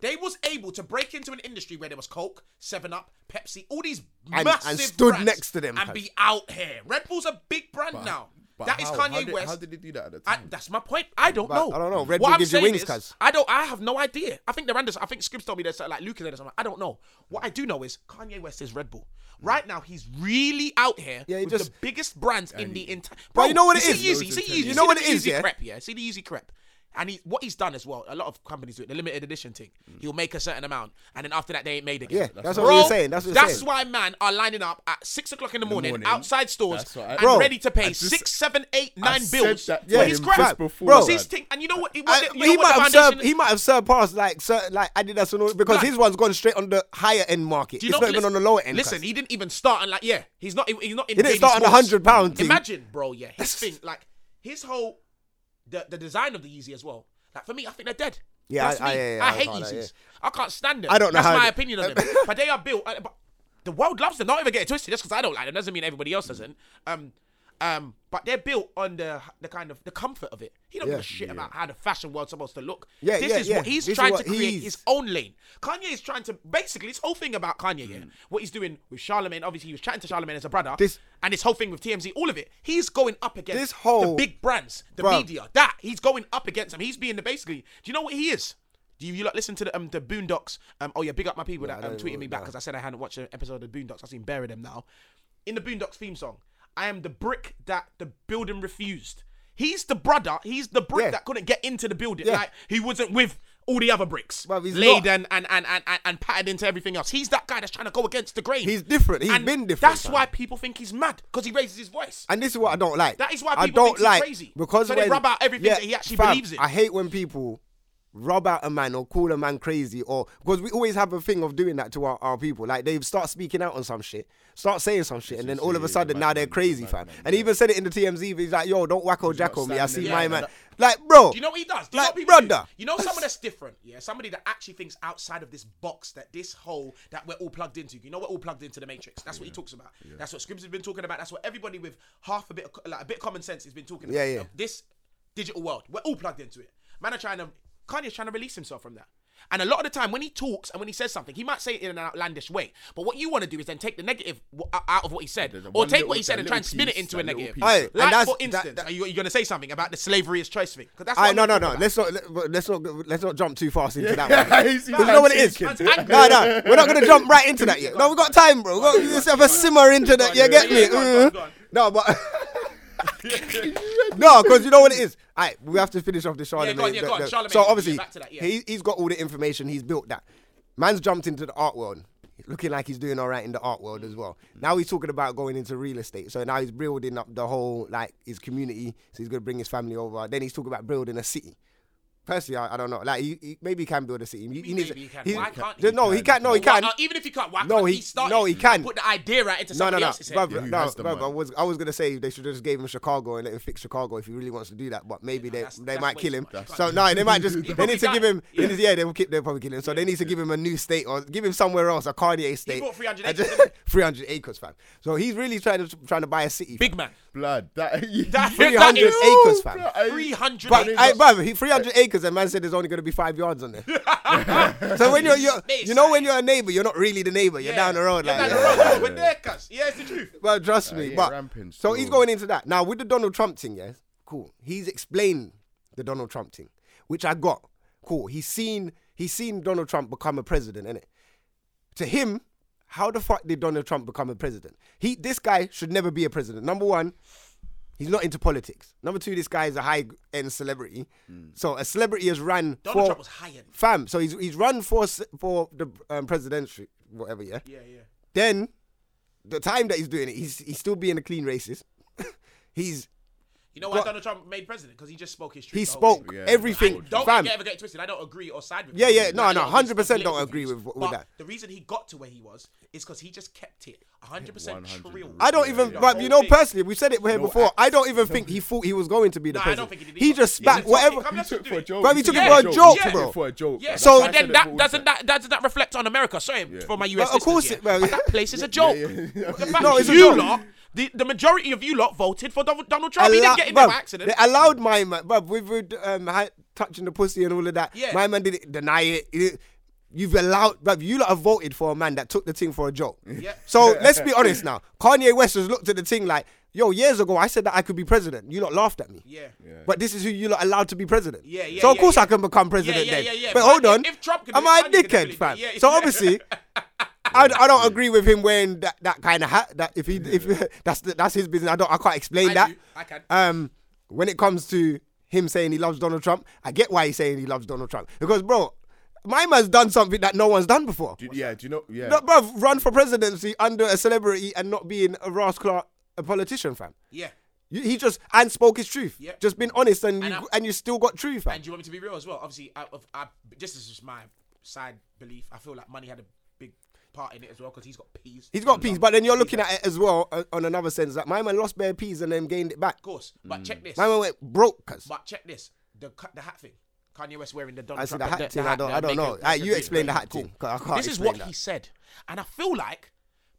Speaker 3: They was able to break into an industry where there was Coke, Seven Up, Pepsi, all these
Speaker 2: and
Speaker 3: massive
Speaker 2: stood
Speaker 3: brands
Speaker 2: next to them,
Speaker 3: and
Speaker 2: cuz.
Speaker 3: be out here. Red Bull's a big brand now.
Speaker 4: But
Speaker 3: that is
Speaker 4: how?
Speaker 3: Kanye
Speaker 4: how did,
Speaker 3: West.
Speaker 4: How did they do that at the
Speaker 3: I,
Speaker 4: time?
Speaker 3: that's my point. I don't
Speaker 2: But
Speaker 3: know.
Speaker 2: I don't know. Red
Speaker 3: What
Speaker 2: Bull
Speaker 3: I'm
Speaker 2: gives you
Speaker 3: saying
Speaker 2: wings,
Speaker 3: is,
Speaker 2: cuz.
Speaker 3: I don't. I have no idea. I think the Randers. I think Scripps told me there's uh, like Lucas or something. I don't know. What I do know is Kanye West is Red Bull. Right now, he's really out here
Speaker 2: Yeah, he
Speaker 3: with the
Speaker 2: just-
Speaker 3: biggest brands in the entire.
Speaker 2: But you know what it
Speaker 3: you
Speaker 2: is?
Speaker 3: See Yeezy, you see Yeezy,
Speaker 2: You
Speaker 3: see
Speaker 2: know what
Speaker 3: the
Speaker 2: it is,
Speaker 3: Yeezy
Speaker 2: yeah?
Speaker 3: Crep, yeah. See the Yeezy crep. And he, what he's done as well, a lot of companies do it, the limited edition thing. He'll make a certain amount, and then after that, they ain't made again.
Speaker 2: Hmm. Yeah, that's what
Speaker 3: Bro,
Speaker 2: we were saying, that's what we were saying.
Speaker 3: why man are lining up at six o'clock in the morning,
Speaker 4: morning.
Speaker 3: outside stores
Speaker 4: That's what I-
Speaker 3: and
Speaker 2: Bro,
Speaker 3: ready to pay
Speaker 4: I just-
Speaker 3: six, seven, eight,
Speaker 4: I
Speaker 3: nine
Speaker 4: said
Speaker 3: bills.
Speaker 4: that to
Speaker 3: for
Speaker 2: Yeah,
Speaker 3: his
Speaker 2: him
Speaker 3: crap.
Speaker 2: just
Speaker 4: before,
Speaker 2: Bro.
Speaker 3: It's his
Speaker 4: lad.
Speaker 3: thing, and you know what? It,
Speaker 2: I-
Speaker 3: what you know
Speaker 2: Uh, he
Speaker 3: what
Speaker 2: might
Speaker 3: the
Speaker 2: have
Speaker 3: foundation
Speaker 2: sur-
Speaker 3: is?
Speaker 2: he might have surpassed like sur- like Adidas and all because
Speaker 3: Like-
Speaker 2: his one's gone straight on the higher end market.
Speaker 3: Do
Speaker 2: it's not even on
Speaker 3: listen-
Speaker 2: the lower end.
Speaker 3: Listen,
Speaker 2: cuz.
Speaker 3: he didn't even start and like yeah, he's not. He's not in.
Speaker 2: He didn't
Speaker 3: baby
Speaker 2: start on the
Speaker 3: sports.
Speaker 2: 100 pound thing.
Speaker 3: Imagine, bro. Yeah, his thing like his whole the the design of the Yeezy as well. Like for me, I think they're dead.
Speaker 2: Yeah,
Speaker 3: That's
Speaker 2: I- I-
Speaker 3: me.
Speaker 2: yeah, yeah,
Speaker 3: I
Speaker 2: I
Speaker 3: hate
Speaker 2: can't, like,
Speaker 3: Yeezys. I can't stand them.
Speaker 2: I don't know
Speaker 3: That's
Speaker 2: how
Speaker 3: my
Speaker 2: they-
Speaker 3: opinion on them. but they are built. uh, But the world loves them. Don't ever get it twisted. Just because I don't like them doesn't mean everybody
Speaker 2: Mm.
Speaker 3: else doesn't. Um. Um, but they're built on the the kind of the comfort of it. He don't give
Speaker 2: Yeah.
Speaker 3: a shit about how the fashion world's supposed to look.
Speaker 2: Yeah,
Speaker 3: this
Speaker 2: yeah,
Speaker 3: is
Speaker 2: yeah.
Speaker 3: what he's
Speaker 2: This is
Speaker 3: trying
Speaker 2: what
Speaker 3: to create
Speaker 2: he's-
Speaker 3: his own lane. Kanye is trying to basically this whole thing about Kanye, yeah, what he's doing with Charlemagne. Obviously, he was chatting to Charlemagne as a brother,
Speaker 2: Mm. This-
Speaker 3: and this whole thing with TMZ, all of it. He's going up against
Speaker 2: This whole-
Speaker 3: the big brands, the
Speaker 2: Bruv.
Speaker 3: media. That he's going up against them. He's being the basically. Do you know what he is? Do you, you lot listen to the um the Boondocks? Um, oh yeah, big up my people
Speaker 2: Nah,
Speaker 3: that
Speaker 2: I
Speaker 3: um,
Speaker 2: don't
Speaker 3: tweeted me
Speaker 2: know,
Speaker 3: back
Speaker 2: nah.
Speaker 3: because I said I hadn't watched an episode of the Boondocks. I've seen bury them now. In the Boondocks theme song, I am the brick that the building refused. He's the brother. He's the brick
Speaker 2: Yeah.
Speaker 3: that couldn't get into the building.
Speaker 2: Yeah.
Speaker 3: Like he wasn't with all the other bricks
Speaker 2: Bruv, he's
Speaker 3: laid
Speaker 2: not.
Speaker 3: and, and and and and and patted into everything else. He's that guy that's trying to go against the grain.
Speaker 2: He's different. He's
Speaker 3: and
Speaker 2: been different,
Speaker 3: That's
Speaker 2: fam.
Speaker 3: why people think he's mad because he raises his voice.
Speaker 2: And this is what I don't like.
Speaker 3: That is why
Speaker 2: I
Speaker 3: people
Speaker 2: don't
Speaker 3: think he's
Speaker 2: like
Speaker 3: crazy.
Speaker 2: because
Speaker 3: So they
Speaker 2: when-
Speaker 3: rub out everything that he actually
Speaker 2: fam,
Speaker 3: believes in.
Speaker 2: I hate when people rub out a man or call a man crazy or because we always have a thing of doing that to our, our people. Like they start speaking out on some shit, start saying some shit, and then all of a
Speaker 4: it's-
Speaker 2: sudden
Speaker 4: it's
Speaker 2: now
Speaker 4: bad
Speaker 2: they're
Speaker 4: man,
Speaker 2: crazy,
Speaker 4: it's
Speaker 2: fam.
Speaker 4: bad man,
Speaker 2: And he
Speaker 4: yeah.
Speaker 2: even said it in the TMZ. He's like, "Yo, don't wacko jack on me. I see
Speaker 4: standing
Speaker 2: my
Speaker 4: there.
Speaker 2: man."
Speaker 4: Yeah,
Speaker 2: Like, bro,
Speaker 4: Oh,
Speaker 3: Do you know what he does? Do you know
Speaker 2: like,
Speaker 3: what people do?
Speaker 2: brother.
Speaker 3: You know someone that's different, yeah? Somebody that actually thinks outside of this box, that this hole that we're all plugged into. You know, we're all plugged into the matrix. That's what he talks about. That's what Scribs has been talking about. That's what everybody with half a bit of, co- like a bit of common sense has been talking about.
Speaker 2: Yeah, yeah.
Speaker 3: Uh, This digital world, we're all plugged into it. Man are trying to, Kanye's trying to release himself from that. And a lot of the time, when he talks and when he says something, he might say it in an outlandish way. But what you want to do is then take the negative w- o- out of what he said,
Speaker 4: There's a
Speaker 3: or
Speaker 4: one
Speaker 3: take
Speaker 4: little-
Speaker 3: what he said
Speaker 4: that
Speaker 3: and try and
Speaker 4: little
Speaker 3: spin it
Speaker 4: piece,
Speaker 3: into
Speaker 4: that
Speaker 3: a
Speaker 4: little
Speaker 3: negative.
Speaker 4: piece.
Speaker 2: Aye, and
Speaker 3: Like,
Speaker 2: that's-
Speaker 3: for
Speaker 2: that-
Speaker 3: instance,
Speaker 2: that-
Speaker 3: are you, going to say something about the slavery is choice thing? Because that's
Speaker 2: I
Speaker 3: what
Speaker 2: no
Speaker 3: I'm
Speaker 2: no
Speaker 3: talking
Speaker 2: no.
Speaker 3: about.
Speaker 2: Let's not let, let's not go- let's not jump too fast into that.
Speaker 4: Yeah,
Speaker 2: One.
Speaker 4: he's-
Speaker 2: 'Cause you know what it is.
Speaker 3: Man's
Speaker 2: No
Speaker 3: angry.
Speaker 2: no, we're not gonna jump right into that yet. No, we got time, bro. We got just have a simmer into that. You get me?
Speaker 3: Go on, go on, go on.
Speaker 2: No, but no, because you know what it is. All right, we have to finish off the Charlemagne.
Speaker 3: go on, yeah,
Speaker 2: the-
Speaker 3: go on,
Speaker 2: the-
Speaker 3: Charlemagne,
Speaker 2: So
Speaker 3: yeah,
Speaker 2: obviously,
Speaker 3: back to that, yeah.
Speaker 2: he, he's got all the information. He's built that. Man's jumped into the art world, looking like he's doing all right in the art world as well.
Speaker 3: Mm.
Speaker 2: Now he's talking about going into real estate. So now he's building up the whole like his community. So he's gonna bring his family over. Then he's talking about building a city. Personally, I, I don't know. Like, he, he- maybe he can build a city. He, he needs.
Speaker 3: Maybe he can.
Speaker 2: he's-
Speaker 3: Why can't
Speaker 2: no,
Speaker 4: he?
Speaker 2: he can't. No, he
Speaker 3: Why
Speaker 2: can.
Speaker 3: not? even if he can't, why
Speaker 2: No,
Speaker 3: can't he,
Speaker 2: he-
Speaker 3: start?
Speaker 2: no,
Speaker 3: it?
Speaker 2: he can.
Speaker 3: Put the idea out into
Speaker 2: No, no,
Speaker 3: somebody
Speaker 2: no,
Speaker 3: else's head.
Speaker 2: Bruv,
Speaker 4: Yeah, who
Speaker 2: no,
Speaker 4: has the
Speaker 2: bruv, I
Speaker 4: money?
Speaker 2: was I was gonna say they should have just gave him Chicago and let him fix Chicago if he really wants to do that, but maybe they
Speaker 3: that's-
Speaker 2: they
Speaker 3: that's
Speaker 2: might
Speaker 3: way
Speaker 2: kill
Speaker 3: too
Speaker 2: him.
Speaker 3: much.
Speaker 2: So no, they might just they
Speaker 3: probably
Speaker 2: need to give
Speaker 3: die.
Speaker 2: him yeah, yeah they will keep they'll probably kill him. So they need to give him a new state or give him somewhere else a Kanye state.
Speaker 3: bought 300
Speaker 2: And
Speaker 3: acres,
Speaker 2: just-
Speaker 3: didn't
Speaker 2: 300 acres, fam. So he's really trying to trying to buy a city.
Speaker 3: Big man.
Speaker 4: blood. That,
Speaker 3: That,
Speaker 4: Yo,
Speaker 3: that
Speaker 2: 300
Speaker 3: is
Speaker 2: acres, fam.
Speaker 4: blood, I-
Speaker 3: 300
Speaker 2: But
Speaker 3: acres.
Speaker 2: I, bruv, he 300 acres, and man said there's only going to be five yards on there. so when you're, you're
Speaker 3: Space,
Speaker 2: you know
Speaker 3: like.
Speaker 2: when you're a neighbor, you're not really the neighbor. You're
Speaker 3: Yeah.
Speaker 2: down the road,
Speaker 3: You're
Speaker 2: like
Speaker 3: down the road. Yeah, we're there, cuz. Yeah, it's the truth.
Speaker 2: Well, trust me.
Speaker 4: yeah,
Speaker 2: but
Speaker 4: rampant
Speaker 2: so he's
Speaker 4: still.
Speaker 2: going into that now with the Donald Trump thing. Yes, cool. He's explained the Donald Trump thing, which I got. Cool. He's seen he's seen Donald Trump become a president, innit? To him, how the fuck did Donald Trump become a president? He this guy should never be a president. Number one, he's not into politics. Number two, this guy is a high end celebrity. So a celebrity has run
Speaker 3: Donald
Speaker 2: for
Speaker 3: Trump was high-end.
Speaker 2: Fam, so he's he's run for s- for the um, presidential whatever. Yeah
Speaker 3: Yeah, yeah.
Speaker 2: then the time that he's doing it, he's he's still being a clean racist. he's
Speaker 3: You know why
Speaker 2: But-
Speaker 3: Donald Trump made president? Because he just spoke his truth.
Speaker 2: he
Speaker 3: the whole
Speaker 2: spoke
Speaker 3: way.
Speaker 4: Yeah.
Speaker 2: everything.
Speaker 3: Don't
Speaker 2: fam.
Speaker 3: get, ever get it twisted. I don't agree or side with.
Speaker 2: Yeah,
Speaker 3: him.
Speaker 2: yeah, no,
Speaker 3: I
Speaker 2: no,
Speaker 3: don't
Speaker 2: 100% don't
Speaker 3: political
Speaker 2: agree
Speaker 3: views.
Speaker 2: with- with
Speaker 3: But
Speaker 2: that.
Speaker 3: The reason he got to where he was is because he just kept it 100% trill.
Speaker 2: I don't even,
Speaker 4: Yeah,
Speaker 2: bruv, you know, personally, we said it here
Speaker 4: No
Speaker 2: before. I
Speaker 4: acts.
Speaker 2: don't even think he thought he was going to be the
Speaker 3: No, I don't
Speaker 2: president.
Speaker 3: think he did.
Speaker 2: he
Speaker 3: either.
Speaker 2: just spat
Speaker 3: took it.
Speaker 2: whatever.
Speaker 3: Come, let's
Speaker 4: Took
Speaker 3: just
Speaker 4: it
Speaker 3: do
Speaker 4: for a
Speaker 3: it.
Speaker 4: joke.
Speaker 2: Bruv, he took it for a joke,
Speaker 4: He took
Speaker 2: bro.
Speaker 4: it for a joke.
Speaker 3: Yeah,
Speaker 4: That's
Speaker 2: So
Speaker 4: why
Speaker 3: but
Speaker 4: I
Speaker 3: then
Speaker 4: said it
Speaker 3: that
Speaker 4: before.
Speaker 3: doesn't that, that doesn't reflect on America. Sorry for my US.
Speaker 2: Well, of course
Speaker 3: listeners
Speaker 2: it-
Speaker 3: here,
Speaker 2: well,
Speaker 3: but that place is a
Speaker 4: Yeah,
Speaker 3: joke.
Speaker 4: yeah, yeah.
Speaker 3: The fact
Speaker 2: No,
Speaker 3: is
Speaker 2: it's a
Speaker 3: you
Speaker 2: joke.
Speaker 3: lot, the, the majority of you lot voted for Donald Donald Trump. he
Speaker 2: Allow-
Speaker 3: didn't get in there
Speaker 2: bruv,
Speaker 3: by accident.
Speaker 2: They allowed my man, bruv, with, with um, hi- touching the pussy and all of that.
Speaker 3: Yeah.
Speaker 2: My man didn't deny it. He- You've allowed, bruv, you lot have voted for a man that took the thing for a joke.
Speaker 3: Yeah.
Speaker 2: So let's be honest now. Kanye West has looked at the thing like, yo, years ago I said that I could be president. You lot laughed at me.
Speaker 3: Yeah. Yeah.
Speaker 2: But this is who you lot allowed to be president.
Speaker 3: Yeah, yeah,
Speaker 2: So of
Speaker 3: yeah,
Speaker 2: course
Speaker 3: yeah.
Speaker 2: I can become president
Speaker 3: yeah,
Speaker 2: then.
Speaker 3: yeah, yeah.
Speaker 2: But
Speaker 3: But
Speaker 2: hold
Speaker 3: if-
Speaker 2: on.
Speaker 3: if Trump can do
Speaker 2: am
Speaker 3: it,
Speaker 2: I a
Speaker 3: Kanye can do
Speaker 2: dickhead,
Speaker 3: it.
Speaker 2: fam?
Speaker 3: Yeah,
Speaker 2: So
Speaker 3: yeah.
Speaker 2: obviously. I, I don't agree with him wearing that, that kind of hat. That if he if that's the, that's his business. I don't. I can't explain
Speaker 3: I
Speaker 2: that.
Speaker 3: do. I can.
Speaker 2: Um, when it comes to him saying he loves Donald Trump, I get why he's saying he loves Donald Trump because bro, my man's done something that no one's done before.
Speaker 4: Do- Yeah, do you know? Yeah.
Speaker 2: No, bro, run for presidency under a celebrity and not being a rascal, a politician, fam.
Speaker 3: yeah.
Speaker 2: You, he just and spoke his truth.
Speaker 3: Yep.
Speaker 2: Just been honest, and,
Speaker 3: And
Speaker 2: you
Speaker 3: I-
Speaker 2: and you still got truth, fam.
Speaker 3: And do you want me to be real as well? Obviously, I, of- I, this is just my side belief. I feel like money had a big part in it as well because he's got peas.
Speaker 2: He's got peas, but then you're looking at it as well uh, on another sense that my man lost bare peas and then gained it back.
Speaker 3: Of course. But check this.
Speaker 2: Mm. My man went broke, cause
Speaker 3: But check this. The cu- the hat thing. Kanye West wearing the Donald
Speaker 2: I see
Speaker 3: Trump.
Speaker 2: the hat thing. I don't.
Speaker 3: the
Speaker 2: I don't
Speaker 3: Make
Speaker 2: know.
Speaker 3: a-
Speaker 2: Ah,
Speaker 3: make a
Speaker 2: You
Speaker 3: big
Speaker 2: explain the
Speaker 3: thing.
Speaker 2: hat
Speaker 3: Cool.
Speaker 2: thing. 'cause I can't
Speaker 3: This is
Speaker 2: explain
Speaker 3: what
Speaker 2: that.
Speaker 3: he said, and I feel like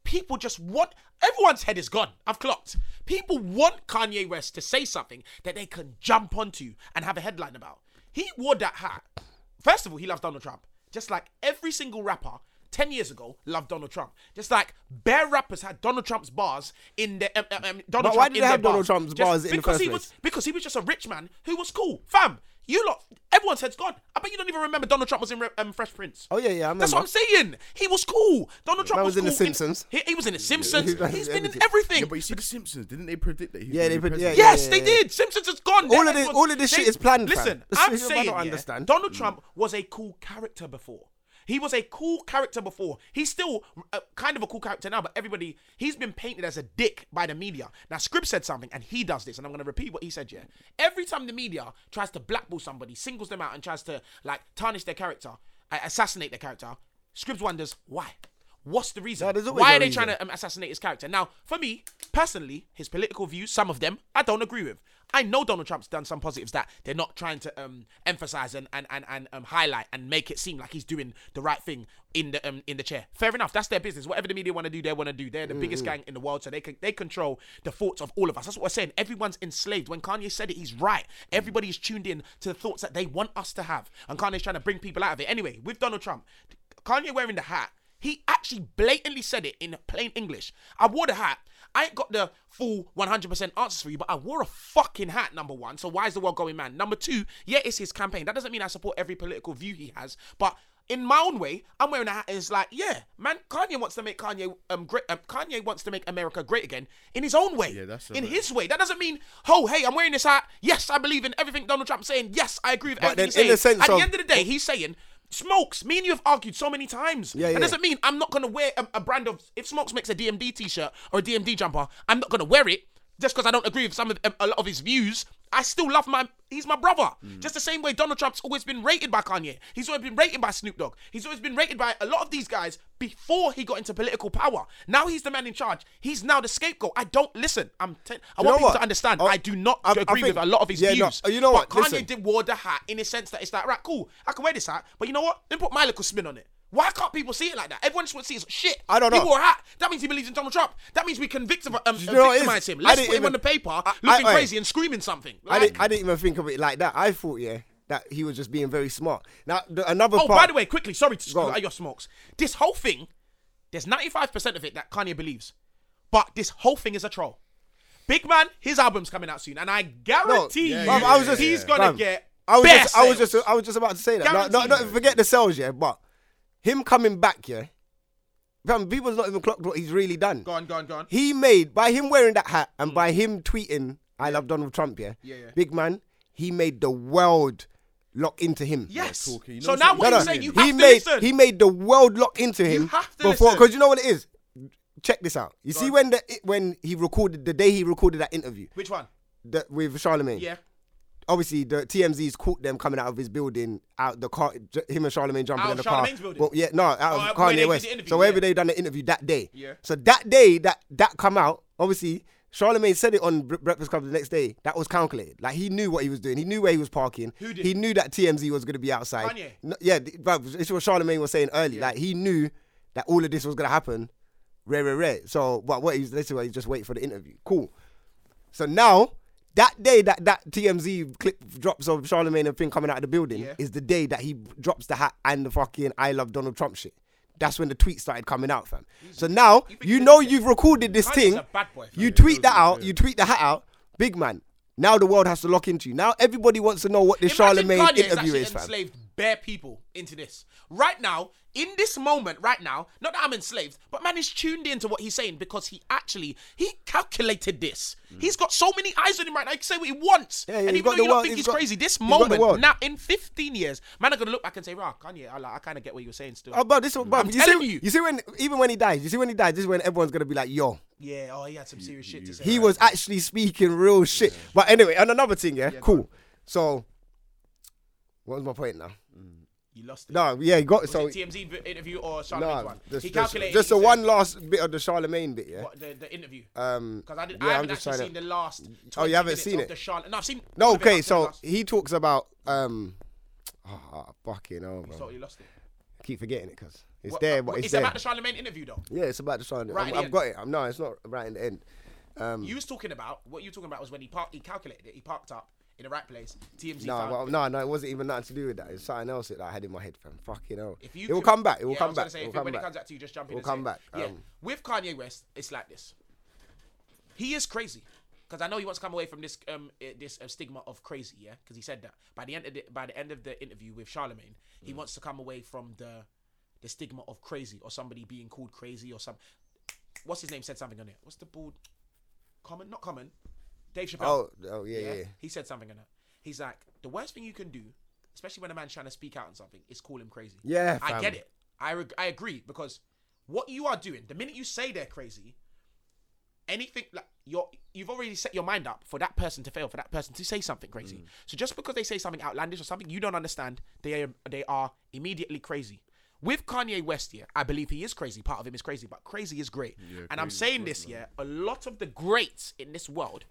Speaker 3: people just want. Everyone's head is gone. I've clocked. People want Kanye West to say something that they can jump onto and have a headline about. He wore that hat. First of all, he loves Donald Trump, just like every single rapper. 10 years ago, loved Donald Trump. Just like bare rappers had Donald Trump's bars in their. Um, um, um, Donald
Speaker 2: But why
Speaker 3: Trump
Speaker 2: did
Speaker 3: in
Speaker 2: they
Speaker 3: their
Speaker 2: have Donald
Speaker 3: bars.
Speaker 2: Trump's
Speaker 3: Just
Speaker 2: bars in the
Speaker 3: because
Speaker 2: first
Speaker 3: he
Speaker 2: place?
Speaker 3: was because he was just a rich man who was cool. Fam, You lot, everyone said's gone. I bet you don't even remember Donald Trump was in Re- um, Fresh Prince.
Speaker 2: Oh, yeah, yeah, I remember.
Speaker 3: That's what I'm saying. He was cool. Donald Trump
Speaker 2: Man was in The
Speaker 3: cool
Speaker 2: Simpsons.
Speaker 3: he, he was in The Simpsons.
Speaker 2: was
Speaker 3: He's
Speaker 2: in
Speaker 3: been
Speaker 2: everything.
Speaker 3: in everything.
Speaker 4: Yeah, but you see, The Simpsons didn't they predict that? He
Speaker 2: Yeah,
Speaker 4: would
Speaker 2: they
Speaker 4: be
Speaker 2: pred-
Speaker 4: president?
Speaker 2: yeah,
Speaker 3: Yes,
Speaker 2: yeah,
Speaker 3: they
Speaker 2: yeah.
Speaker 3: did. Simpsons is gone.
Speaker 2: All of
Speaker 3: They're-
Speaker 2: this- all of this shit is planned, fam.
Speaker 3: Listen,
Speaker 2: This
Speaker 3: I'm
Speaker 2: is- I
Speaker 3: saying,
Speaker 2: don't
Speaker 3: yeah,
Speaker 2: understand. Mm.
Speaker 3: Donald Trump was a cool character before. He was a cool character before. He's still uh, kind of a cool character now, but everybody, he's been painted as a dick by the media. Now, Scribb said something, and he does this, and I'm going to repeat what he said, yeah. Every time the media tries to blackball somebody, singles them out, and tries to, like, tarnish their character, uh, assassinate their character, Scribbs wonders, why? What's the reason?
Speaker 2: No, there's always
Speaker 3: why
Speaker 2: a
Speaker 3: are they
Speaker 2: reason.
Speaker 3: trying to um, assassinate his character. Now, for me personally, his political views, some of them, I don't agree with. I know Donald Trump's done some positives that they're not trying to um, emphasize and and and, and um, highlight and make it seem like he's doing the right thing in the um, in the chair. Fair enough, that's their business. Whatever the media want to do, they want to do. They're the biggest gang in the world, so they can they control the thoughts of all of us. That's what we're saying. Everyone's enslaved. When Kanye said it, he's right. Everybody's tuned in to the thoughts that they want us to have, and Kanye's trying to bring people out of it. Anyway, with Donald Trump, Kanye wearing the hat. He actually blatantly said it in plain English. I wore the hat. I ain't got the full 100% answers for you, but I wore a fucking hat, number one. So why is the world going mad? Number two, yeah, it's his campaign. That doesn't mean I support every political view he has, but in my own way, I'm wearing a hat. and It's like, yeah, man, Kanye wants to make Kanye um great. Um, Kanye wants to make America great again in his own way.
Speaker 4: Yeah, that's a
Speaker 3: in
Speaker 4: bit-
Speaker 3: his way. That doesn't mean, oh, hey, I'm wearing this hat. Yes, I believe in everything Donald Trump's saying. Yes, I agree with
Speaker 2: But
Speaker 3: everything
Speaker 2: then in the
Speaker 3: he's saying.
Speaker 2: sense
Speaker 3: At
Speaker 2: of-
Speaker 3: the end of the day, he's saying. Smokes, me and you have argued so many times.
Speaker 2: Yeah,
Speaker 3: that
Speaker 2: yeah.
Speaker 3: doesn't mean I'm not gonna wear a, a brand of. If Smokes makes a DMD t-shirt or a DMD jumper, I'm not gonna wear it just because I don't agree with some of um, a, a lot of his views. I still love my. He's my brother.
Speaker 2: Mm.
Speaker 3: Just the same way Donald Trump's always been rated by Kanye. He's always been rated by Snoop Dogg. He's always been rated by a lot of these guys before he got into political power. Now he's the man in charge. He's now the scapegoat. I don't listen. I'm. T- I
Speaker 2: You know
Speaker 3: want people
Speaker 2: what?
Speaker 3: to understand.
Speaker 2: I-
Speaker 3: I do not
Speaker 2: I- I
Speaker 3: agree
Speaker 2: think-
Speaker 3: with a lot of his
Speaker 2: yeah, no,
Speaker 3: views.
Speaker 2: you know what?
Speaker 3: but Kanye
Speaker 2: Listen.
Speaker 3: did wore the hat in the sense that it's like, right, cool, I can wear this hat, but you know what? Then put my little spin on it. Why can't people see it like that? Everyone just wants to see it as shit.
Speaker 2: I don't
Speaker 3: He
Speaker 2: know.
Speaker 3: wore a hat. That means he believes in Donald Trump. That means we can victim, um,
Speaker 2: you know what it is?
Speaker 3: victimize him.
Speaker 2: I
Speaker 3: Let's put
Speaker 2: didn't
Speaker 3: him on
Speaker 2: even-
Speaker 3: the paper
Speaker 2: I-
Speaker 3: looking
Speaker 2: I-
Speaker 3: crazy and screaming something.
Speaker 2: I
Speaker 3: Like-
Speaker 2: didn't, I didn't even think of it like that. I thought, yeah, that he was just being very smart. Now, the, another
Speaker 3: Oh,
Speaker 2: part.
Speaker 3: by the way, quickly, sorry to
Speaker 2: Go
Speaker 3: screw
Speaker 2: on.
Speaker 3: out your smokes. This whole thing, there's 95% of it that Kanye believes, but this whole thing is a troll. Big man, his album's coming out soon, and I guarantee
Speaker 4: yeah,
Speaker 3: you,
Speaker 4: yeah,
Speaker 2: Bruv, I was just,
Speaker 3: he's
Speaker 4: yeah.
Speaker 3: gonna
Speaker 2: bruv,
Speaker 3: get.
Speaker 2: I was
Speaker 3: bare
Speaker 2: just, I was just, uh,
Speaker 3: sales.
Speaker 2: I was just about to say that. No, no, no,
Speaker 3: Guaranteed.
Speaker 2: forget the sales, yeah. But him coming back, yeah. Fam, people's not even clocked what he's really done.
Speaker 3: Go on, go on, go on.
Speaker 2: He made by him wearing that hat and by him tweeting, "I love Donald Trump." Yeah,
Speaker 3: Yeah, yeah.
Speaker 2: big man. He made the world lock into him.
Speaker 3: Yes.
Speaker 4: talking. You
Speaker 3: so
Speaker 4: know
Speaker 3: now
Speaker 4: something
Speaker 3: what
Speaker 4: No,
Speaker 3: you're
Speaker 4: no,
Speaker 3: saying, you have
Speaker 2: he
Speaker 3: to
Speaker 2: made
Speaker 3: listen.
Speaker 2: he made the world lock into him
Speaker 3: have to
Speaker 2: before
Speaker 3: listen.
Speaker 2: because you know what it is. Check this out. You see when the when he recorded the day he recorded that interview
Speaker 3: Which one?
Speaker 2: that with Charlemagne.
Speaker 3: Yeah.
Speaker 2: Obviously, the TMZ's caught them coming out of his building, out the car, j- him and Charlemagne jumping in
Speaker 3: Out of
Speaker 2: the car.
Speaker 3: Charlemagne's building?
Speaker 2: Well, yeah, no, out
Speaker 3: Oh,
Speaker 2: of
Speaker 3: where they
Speaker 2: Kanye
Speaker 3: did
Speaker 2: West.
Speaker 3: the interview,
Speaker 2: So wherever
Speaker 3: yeah.
Speaker 2: they done the interview that day.
Speaker 3: Yeah.
Speaker 2: So that day that that come out, obviously Charlemagne said it on Bre- Breakfast Club the next day. That was calculated. Like he knew what he was doing. He knew where he was parking.
Speaker 3: Who did?
Speaker 2: He knew that TMZ was going to be outside.
Speaker 3: Kanye?
Speaker 2: No, yeah, th- but it's what Charlemagne was saying earlier. Like he knew that all of this was going to happen. Rare, rare, rare. So, but what he's literally just wait for the interview. Cool. So now that day that that TMZ clip drops of Charlemagne and thing coming out of the building
Speaker 3: Yeah.
Speaker 2: is the day that he drops the hat and the fucking I love Donald Trump shit. That's when the tweet started coming out, fam. So now you know you've recorded this
Speaker 3: Kanye's
Speaker 2: thing.
Speaker 3: a bad boy, fam.
Speaker 2: you tweet that out. You tweet the hat out, big man. Now the world has to lock into you. Now everybody wants to know what the
Speaker 3: Imagine
Speaker 2: Charlemagne
Speaker 3: Kanye has
Speaker 2: interview
Speaker 3: actually
Speaker 2: is, fam.
Speaker 3: enslaved bare people into this. Right now, in this moment, right now, not that I'm enslaved, but man is tuned into what he's saying because he actually he calculated this. He's got so many eyes on him right now. He can say what he wants,
Speaker 2: Mm. Yeah, yeah,
Speaker 3: and
Speaker 2: he's
Speaker 3: even
Speaker 2: got
Speaker 3: though
Speaker 2: the
Speaker 3: you don't
Speaker 2: world-
Speaker 3: think
Speaker 2: he's
Speaker 3: he's
Speaker 2: got-
Speaker 3: crazy, this
Speaker 2: he's got the
Speaker 3: moment
Speaker 2: world.
Speaker 3: now in 15 years, man are gonna look back and say, "Rah, Kanye, I, like, I kind of get what you were saying still."
Speaker 2: Oh, bro, this one, bro,
Speaker 3: I'm
Speaker 2: you
Speaker 3: telling
Speaker 2: see,
Speaker 3: you.
Speaker 2: you see when even when he dies, you see when he dies, this is when everyone's gonna be like, yo,
Speaker 3: yeah, oh, he had some serious shit to say.
Speaker 2: he was actually speaking real shit. But anyway, and another thing, yeah, cool. So, what was my point now?
Speaker 3: you lost it.
Speaker 2: No, yeah, you got so.
Speaker 3: was it TMZ vi- interview or Charlemagne's
Speaker 2: No,
Speaker 3: one?
Speaker 2: just,
Speaker 3: he
Speaker 2: just,
Speaker 3: calculated.
Speaker 2: just
Speaker 3: he
Speaker 2: the
Speaker 3: said-
Speaker 2: one last bit of the Charlemagne bit, yeah.
Speaker 3: What, the, the interview.
Speaker 2: Um,
Speaker 3: Because I, did,
Speaker 2: yeah,
Speaker 3: I
Speaker 2: I'm
Speaker 3: haven't
Speaker 2: just
Speaker 3: actually
Speaker 2: trying
Speaker 3: seen
Speaker 2: to-
Speaker 3: the last.
Speaker 2: Oh,
Speaker 3: 20
Speaker 2: you haven't
Speaker 3: minutes
Speaker 2: seen
Speaker 3: of
Speaker 2: it?
Speaker 3: The Charlotte. No, I've seen. all
Speaker 2: No,
Speaker 3: of it up
Speaker 2: okay,
Speaker 3: to the
Speaker 2: so
Speaker 3: last-
Speaker 2: he talks about um, ah, fucking hell, bro.
Speaker 3: Totally lost it.
Speaker 2: Keep forgetting it because it's
Speaker 3: What- uh,
Speaker 2: there,
Speaker 3: what-
Speaker 2: but it's
Speaker 3: it's
Speaker 2: there.
Speaker 3: about the Charlemagne interview though.
Speaker 2: yeah, it's about the Charlemagne.
Speaker 3: Right
Speaker 2: I've,
Speaker 3: at the
Speaker 2: I've
Speaker 3: end.
Speaker 2: got it. I'm, no, it's not right in the end. Um,
Speaker 3: You was talking about what you were talking about was when he parked. He calculated it. He parked up in the right place. TMZ.
Speaker 2: No,
Speaker 3: found
Speaker 2: well,
Speaker 3: it.
Speaker 2: no, no, it wasn't even nothing to do with that. It's something else that I had in my head, fam. Fucking hell.
Speaker 3: If you
Speaker 2: it will
Speaker 3: could-
Speaker 2: come back. It will
Speaker 3: yeah, I
Speaker 2: come
Speaker 3: was gonna
Speaker 2: back.
Speaker 3: say,
Speaker 2: it
Speaker 3: if
Speaker 2: will
Speaker 3: it-
Speaker 2: come
Speaker 3: when
Speaker 2: back.
Speaker 3: it comes back to you, just jump in.
Speaker 2: It will
Speaker 3: and
Speaker 2: come um.
Speaker 3: say it.
Speaker 2: back,
Speaker 3: Yeah.
Speaker 2: um,
Speaker 3: With Kanye West, it's like this. He is crazy. because I know he wants to come away from this um eh, this uh, stigma of crazy, yeah. Because he said that by the end of the, by the end of the interview with Charlemagne,
Speaker 2: Mm.
Speaker 3: he wants to come away from the the stigma of crazy or somebody being called crazy or some. What's his name said something on it? What's the bald? Common, not common. Dave Chappelle
Speaker 2: Oh, oh yeah, yeah. yeah.
Speaker 3: he said something in it. He's like, the worst thing you can do, especially when a man's trying to speak out on something, is call him crazy.
Speaker 2: Yeah,
Speaker 3: I
Speaker 2: fam.
Speaker 3: get it. I reg- I agree because what you are doing, the minute you say they're crazy, anything like you're you've already set your mind up for that person to fail, for that person to say something crazy. So just because they say something outlandish or something you don't understand, they are, they are immediately crazy. With Kanye West here, I believe he is crazy. Part of him is crazy, but crazy is great. and I'm saying this, yeah, a lot of the greats in this world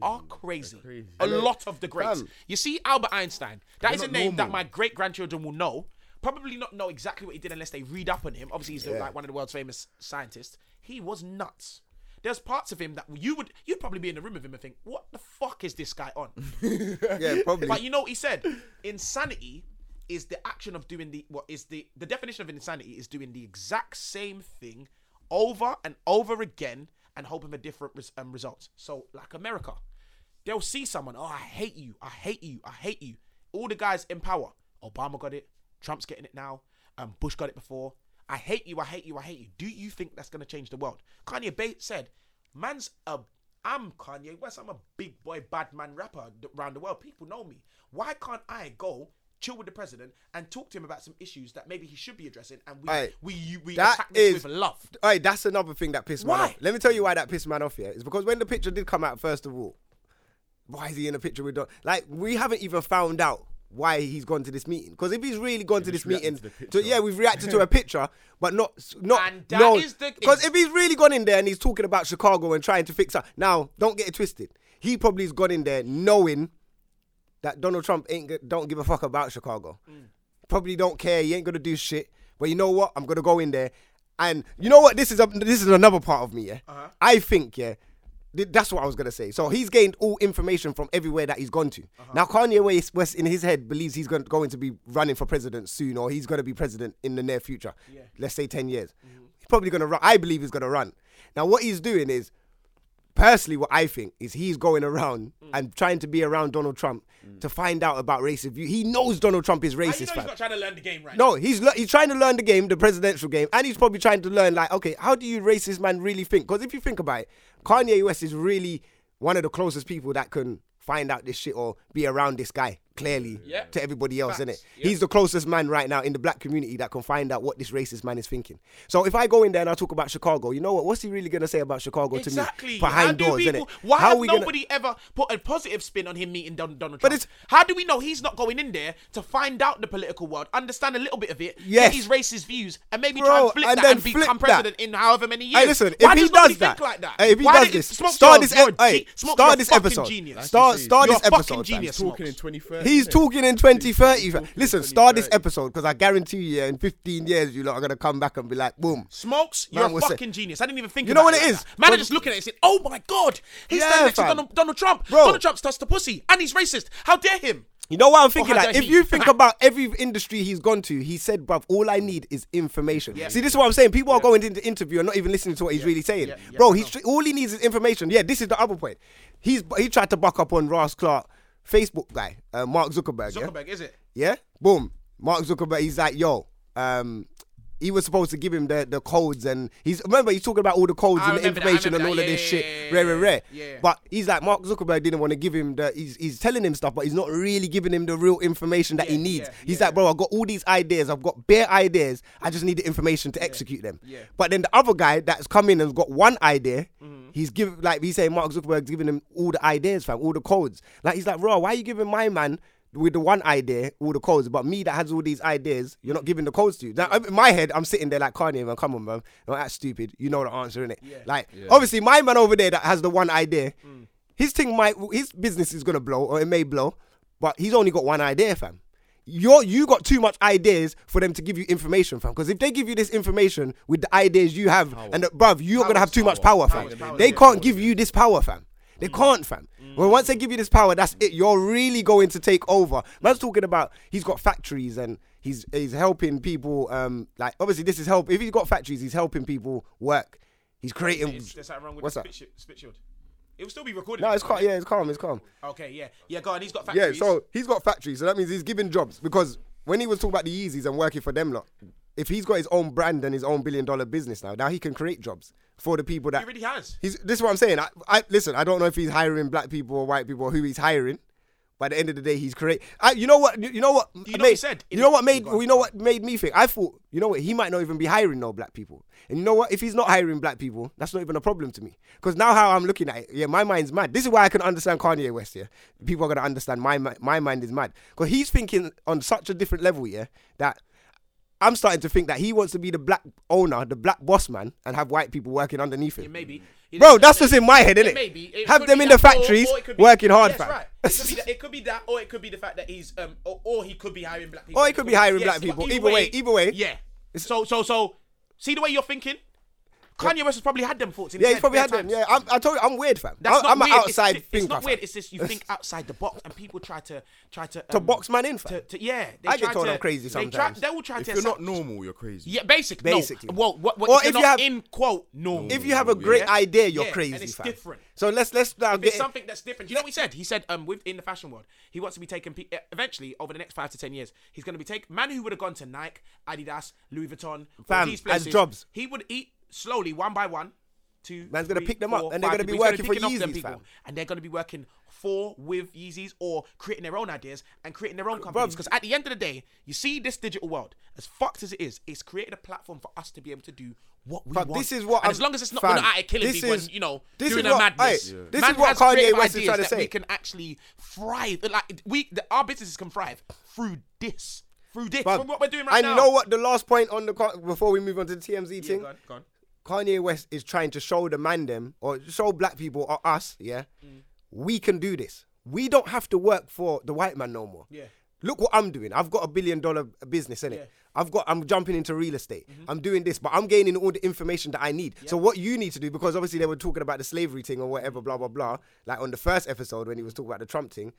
Speaker 3: are crazy. A lot of the greats.
Speaker 2: Fam.
Speaker 3: You see, Albert Einstein. That is a
Speaker 4: not
Speaker 3: name that
Speaker 4: normal.
Speaker 3: my great grandchildren will know. Probably not know exactly what he did unless they read up on him. Obviously, he's the- like one of the world's famous scientists. He was nuts. There's parts of him that you would you'd probably be in the room with him and think, "What the fuck is this guy on?"
Speaker 2: Yeah, probably.
Speaker 3: But you know what he said? Insanity is the action of doing the what is the the definition of insanity is doing the exact same thing over and over again and hoping for different res- um, results. So like America, they'll see someone, oh I hate you, I hate you, I hate you. All the guys in power, Obama got it, Trump's getting it now, um, Bush got it before. I hate you, I hate you, I hate you. Do you think that's gonna change the world? Kanye Bates said, "Man's a I'm Kanye West. I'm a big boy, bad man rapper th- around the world. People know me. Why can't I go chill with the president and talk to him about some issues that maybe he should be addressing? And we
Speaker 2: Aye.
Speaker 3: we you- we
Speaker 2: That
Speaker 3: attack this
Speaker 2: is-
Speaker 3: with love.
Speaker 2: Hey, that's another thing that pissed
Speaker 3: Why?
Speaker 2: man off. Let me tell you why that pissed man off. Yeah, it's because when the picture did come out, first of all, why is he in a picture with Don? Like, we haven't even found out why he's gone to this meeting. Because if he's really gone to this meeting, to- yeah, we've reacted to a picture, but not not
Speaker 3: And that
Speaker 2: no.
Speaker 3: is the-
Speaker 2: Because if he's really gone in there and he's talking about Chicago and trying to fix up, now don't get it twisted. He probably has gone in there knowing that Donald Trump ain't go- don't give a fuck about Chicago. Probably don't care. He ain't gonna do shit. But you know what? I'm gonna go in there, and you know what? This is a, this is another part of me. Yeah, I think yeah. th- That's what I was gonna say. So he's gained all information from everywhere that he's gone to. Now Kanye West- West, in his head, believes he's gon- going to be running for president soon, or he's going to be president in the near future. Let's say ten years. He's probably going to run. I believe he's going to run. Now what he's doing is personally what I think is he's going around and trying to be around Donald Trump to find out about racist view. Mm. He knows Donald Trump is
Speaker 3: And you
Speaker 2: racist.
Speaker 3: know he's
Speaker 2: fam.
Speaker 3: not trying to learn the game right.
Speaker 2: no, he's le- he's trying to learn the game, the presidential game, and he's probably trying to learn like, okay, how do you racist man really think? Because if you think about it, Kanye West is really one of the closest people that can find out this shit or be around this guy clearly
Speaker 3: Yeah.
Speaker 2: to everybody else,
Speaker 3: Facts.
Speaker 2: innit? it?
Speaker 3: Yeah.
Speaker 2: He's the closest man right now in the black community that can find out what this racist man is thinking. So if I go in there and I talk about Chicago, you know what? What's he really gonna say about Chicago to
Speaker 3: Exactly.
Speaker 2: me behind
Speaker 3: How do
Speaker 2: doors,
Speaker 3: people-
Speaker 2: innit?
Speaker 3: Why
Speaker 2: How
Speaker 3: have
Speaker 2: we gonna-
Speaker 3: nobody ever put a positive spin on him meeting Don- Donald Trump?
Speaker 2: But it's-
Speaker 3: How do we know he's not going in there to find out the political world, understand a little bit of it,
Speaker 2: Yes.
Speaker 3: get his racist views, and maybe
Speaker 2: Bro,
Speaker 3: try and flip
Speaker 2: and
Speaker 3: that
Speaker 2: then
Speaker 3: and
Speaker 2: flip
Speaker 3: become
Speaker 2: that.
Speaker 3: president in however many years?
Speaker 2: Hey, listen.
Speaker 3: Why
Speaker 2: if he
Speaker 3: nobody
Speaker 2: does that,
Speaker 3: think like that?
Speaker 2: Hey, if he
Speaker 3: Why
Speaker 2: does
Speaker 3: don't-
Speaker 2: this,
Speaker 3: Smoke,
Speaker 2: start
Speaker 3: you're-
Speaker 2: this.
Speaker 3: you're a
Speaker 2: ep- Hey,
Speaker 3: ge- Smoke,
Speaker 2: start
Speaker 3: you're a
Speaker 2: this
Speaker 3: fucking
Speaker 2: episode.
Speaker 3: Genius.
Speaker 2: Start,
Speaker 4: You're
Speaker 2: start
Speaker 3: a
Speaker 2: this
Speaker 3: fucking
Speaker 2: episode. fam.
Speaker 3: genius.
Speaker 4: talking in
Speaker 3: Smokes.
Speaker 4: 2030.
Speaker 2: He's talking in 2030. fam.
Speaker 4: talking in
Speaker 2: Listen, start this
Speaker 4: 2030.
Speaker 2: episode because I guarantee you, yeah, in 15 years, you lot are gonna come back and be like, boom.
Speaker 3: Smokes,
Speaker 2: Man
Speaker 3: you're a
Speaker 2: will say-
Speaker 3: fucking genius. I didn't even think.
Speaker 2: You know
Speaker 3: about
Speaker 2: what it
Speaker 3: like
Speaker 2: is?
Speaker 3: that. Man, are
Speaker 2: But-
Speaker 3: just looking at it, saying, "Oh my god, he's
Speaker 2: Yeah,
Speaker 3: standing next to
Speaker 2: fam.
Speaker 3: Donald, Donald Trump.
Speaker 2: Bro.
Speaker 3: Donald Trump's touched the pussy, and he's racist. How dare him?"
Speaker 2: You know what I'm thinking?
Speaker 3: how
Speaker 2: Like,
Speaker 3: dare
Speaker 2: if
Speaker 3: he?
Speaker 2: you think about every industry he's gone to, he said, bruv, all I need is information. See, this is what I'm saying. People are going into the interview and not even listening to what he's really saying.
Speaker 3: Yeah, yeah,
Speaker 2: Bro, he's tr- all he needs is information. Yeah, this is the other point. He's He tried to buck up on Ross Clark, Facebook guy, uh, Mark Zuckerberg. yeah?
Speaker 3: Zuckerberg, is it?
Speaker 2: Yeah. Boom. Mark Zuckerberg. He's like, yo. Um, he was supposed to give him the, the codes and he's remember he's talking about all the codes
Speaker 3: I
Speaker 2: and the
Speaker 3: remember that, I
Speaker 2: information and all
Speaker 3: remember
Speaker 2: of
Speaker 3: that.
Speaker 2: this
Speaker 3: Yeah,
Speaker 2: shit.
Speaker 3: yeah, yeah,
Speaker 2: rare, rare, rare.
Speaker 3: yeah, yeah.
Speaker 2: But he's like Mark Zuckerberg didn't want to give him the he's he's telling him stuff, but he's not really giving him the real information that he
Speaker 3: Yeah,
Speaker 2: needs.
Speaker 3: yeah,
Speaker 2: he's
Speaker 3: yeah.
Speaker 2: like, bro, I've got all these ideas, I've got bare ideas, I just need the information to execute them.
Speaker 3: yeah.
Speaker 2: But then the other guy that's come in and's got one idea,
Speaker 3: Mm-hmm.
Speaker 2: he's giving like he's saying Mark Zuckerberg's giving him all the ideas, fam, all the codes. Like he's like, bro, why are you giving my man with the one idea all the codes, but me that has all these ideas, you're not giving the codes to. Now in my head, I'm sitting there like Kanye, man, come on, man, don't act stupid. You know the answer, innit? it. Like obviously, my man over there that has the one idea, his thing might his business is gonna blow or it may blow, but he's only got one idea, fam you're you got too much ideas for them to give you information from. Because if they give you this information with the ideas you have, and the, bruv, you're gonna have too much power, fam. they can't give you this power, fam. They can't, fam. Well, once they give you this power, that's it. You're really going to take over. Man's talking about he's got factories and he's he's helping people. Um, like obviously this is help. If he's got factories, he's helping people work. He's creating.
Speaker 3: Is, there's something wrong with
Speaker 2: What's
Speaker 3: the
Speaker 2: that?
Speaker 3: spit, shi- spit shield. It will still be recorded.
Speaker 2: No, it's calm. Yeah, it's calm. It's calm.
Speaker 3: Okay, yeah, yeah. Go on. He's got
Speaker 2: Yeah,
Speaker 3: factories.
Speaker 2: so he's got factories, so that means he's giving jobs because when he was talking about the Yeezys and working for them lot, if he's got his own brand and his own billion dollar business now, now he can create jobs for the people that
Speaker 3: He already has.
Speaker 2: He's this is what I'm saying. I, I listen. I don't know if he's hiring black people or white people or who he's hiring. By the end of the day, he's create. I, you know what? You, you know what?
Speaker 3: you
Speaker 2: made,
Speaker 3: know what he said?
Speaker 2: You know what made? You know what made me think? I thought. You know what? He might not even be hiring no black people. And you know what? If he's not hiring black people, that's not even a problem to me. Because now how I'm looking at it, yeah, my mind's mad. This is why I can understand Kanye West. Yeah, people are gonna understand my mi- my mind is mad because he's thinking on such a different level. Yeah, that I'm starting to think that he wants to be the black owner, the black boss man, and have white people working underneath him.
Speaker 3: Maybe.
Speaker 2: Bro, that's what's in my head,
Speaker 3: It
Speaker 2: innit?
Speaker 3: may be. It
Speaker 2: Have
Speaker 3: could
Speaker 2: them
Speaker 3: be
Speaker 2: in the
Speaker 3: that, or-
Speaker 2: factories
Speaker 3: or it could be-
Speaker 2: working hard,
Speaker 3: Yes,
Speaker 2: fam.
Speaker 3: right. It could, be that, it could be that, or it could be the fact that he's, um, or, or he could be hiring black people.
Speaker 2: Or he could be hiring
Speaker 3: Yes,
Speaker 2: black
Speaker 3: but
Speaker 2: people. Either way- either way.
Speaker 3: Yeah. So, so, so, see the way you're thinking. Kanye West has probably had them thoughts. In
Speaker 2: yeah,
Speaker 3: his
Speaker 2: he's probably
Speaker 3: head
Speaker 2: had
Speaker 3: fair
Speaker 2: them.
Speaker 3: times.
Speaker 2: Yeah, I'm, I told you, I'm weird, fam.
Speaker 3: That's
Speaker 2: I'm,
Speaker 3: not
Speaker 2: I'm
Speaker 3: weird.
Speaker 2: an
Speaker 3: It's-
Speaker 2: outside
Speaker 3: it's,
Speaker 2: thinker.
Speaker 3: It's not
Speaker 2: fam.
Speaker 3: weird. It's just you think outside the box, and people try to try to
Speaker 2: To
Speaker 3: um,
Speaker 2: box man in, fam.
Speaker 3: To, to- yeah, they
Speaker 2: I get
Speaker 3: try
Speaker 2: told
Speaker 3: to-
Speaker 2: I'm crazy
Speaker 3: they try-
Speaker 2: sometimes.
Speaker 3: They will try
Speaker 4: If
Speaker 3: to.
Speaker 4: you're not
Speaker 3: accept-
Speaker 4: normal, you're crazy.
Speaker 3: Yeah, basically.
Speaker 2: Basically.
Speaker 3: No. Well, what, what,
Speaker 2: Or
Speaker 3: if,
Speaker 2: if
Speaker 3: you're
Speaker 2: you
Speaker 3: not
Speaker 2: have-
Speaker 3: in quote normal.
Speaker 2: if you have a great
Speaker 3: Yeah.
Speaker 2: idea, you're
Speaker 3: Yeah, and
Speaker 2: crazy,
Speaker 3: it's
Speaker 2: fam.
Speaker 3: different.
Speaker 2: So let's let's now
Speaker 3: If it's
Speaker 2: get
Speaker 3: something that's different. You know what he said? He said, um, within the fashion world, he wants to be taken. Pe- uh, eventually, over the next five to ten years, he's going to be taken. Man who would have gone to Nike, Adidas, Louis Vuitton, all
Speaker 2: Fam,
Speaker 3: these
Speaker 2: as
Speaker 3: places,
Speaker 2: jobs.
Speaker 3: He would eat slowly, one by one. Two,
Speaker 2: Man's gonna
Speaker 3: three,
Speaker 2: pick them up,
Speaker 3: four,
Speaker 2: and they're
Speaker 3: five
Speaker 2: gonna be
Speaker 3: people. He's
Speaker 2: working
Speaker 3: gonna
Speaker 2: for
Speaker 3: picking up them
Speaker 2: Yeezys,
Speaker 3: people,
Speaker 2: fam.
Speaker 3: and they're going to be working for with Yeezys or creating their own ideas and creating their own companies. Because at the end of the day, you see this digital world, as fucked as it is, it's created a platform for us to be able to do what we
Speaker 2: Fam,
Speaker 3: want.
Speaker 2: this is what
Speaker 3: and
Speaker 2: I'm-
Speaker 3: as long as it's not
Speaker 2: fam,
Speaker 3: going to killing
Speaker 2: this
Speaker 3: people,
Speaker 2: is-
Speaker 3: and, you know,
Speaker 2: this
Speaker 3: doing
Speaker 2: is
Speaker 3: a
Speaker 2: what-
Speaker 3: madness.
Speaker 2: aye, Yeah. this
Speaker 3: Man
Speaker 2: is what
Speaker 3: has
Speaker 2: Kanye
Speaker 3: creative
Speaker 2: West is trying to
Speaker 3: ideas that
Speaker 2: say.
Speaker 3: We can actually thrive. Like we, the, our businesses can thrive through this, through this,
Speaker 2: Fam,
Speaker 3: from what we're doing right
Speaker 2: and
Speaker 3: now.
Speaker 2: you know what? The last point on the co- before we move on to the TMZ
Speaker 3: Yeah,
Speaker 2: thing,
Speaker 3: go on, go on.
Speaker 2: Kanye West is trying to show the man them or show black people or us, yeah, we can do this. We don't have to work for the white man no more.
Speaker 3: Yeah.
Speaker 2: Look what I'm doing. I've got a billion dollar business in it. I've got. I'm jumping into real estate. I'm doing this, but I'm gaining all the information that I need. So what you need to do, because obviously they were talking about the slavery thing or whatever, blah blah blah. Like on the first episode when he was talking about the Trump thing,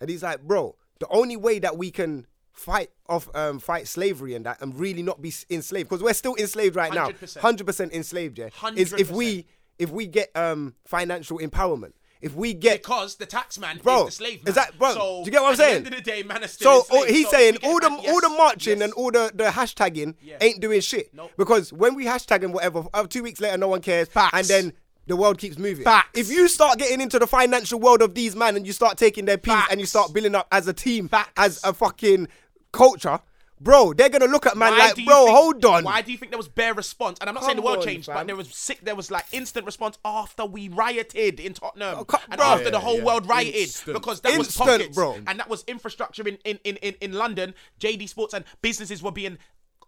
Speaker 2: and he's like, bro, the only way that we can fight off, um, fight slavery and that, and really not be s- enslaved, because we're still enslaved right now,
Speaker 3: 100%.
Speaker 2: hundred percent enslaved. Yeah, is if we if we get um financial empowerment, if we get
Speaker 3: Because the tax man
Speaker 2: Bro,
Speaker 3: is the slave man.
Speaker 2: is that- bro,
Speaker 3: So
Speaker 2: do you get what I'm
Speaker 3: at the
Speaker 2: saying?
Speaker 3: end of the day, man is
Speaker 2: so
Speaker 3: still
Speaker 2: all-
Speaker 3: enslaved.
Speaker 2: he's
Speaker 3: So
Speaker 2: saying
Speaker 3: we get
Speaker 2: all the
Speaker 3: that-
Speaker 2: all the
Speaker 3: yes,
Speaker 2: marching
Speaker 3: yes.
Speaker 2: and all the, the hashtagging
Speaker 3: Yeah.
Speaker 2: ain't doing shit
Speaker 3: Nope.
Speaker 2: because when we hashtag and whatever, uh, two weeks later no one cares,
Speaker 3: Facts.
Speaker 2: and then the world keeps moving.
Speaker 3: Facts.
Speaker 2: If you start getting into the financial world of these men and you start taking their piece and you
Speaker 3: Facts.
Speaker 2: start building up as a team,
Speaker 3: Facts.
Speaker 2: as a fucking culture, bro, they're gonna look at man
Speaker 3: Why do
Speaker 2: like,
Speaker 3: you
Speaker 2: bro,
Speaker 3: think-
Speaker 2: hold on.
Speaker 3: Why do you think there was bare response? And I'm not saying the
Speaker 2: Come
Speaker 3: world
Speaker 2: on,
Speaker 3: changed,
Speaker 2: fam.
Speaker 3: but there was sick. There was like instant response after we rioted in Tottenham,
Speaker 2: co-
Speaker 3: and
Speaker 2: bro.
Speaker 3: after the
Speaker 4: Yeah,
Speaker 3: whole
Speaker 4: yeah.
Speaker 3: world rioted
Speaker 4: Instant.
Speaker 3: because that
Speaker 2: Oh, Instant,
Speaker 3: was pockets,
Speaker 2: bro.
Speaker 3: and that was infrastructure in in in in, in London. JD Sports and businesses were being.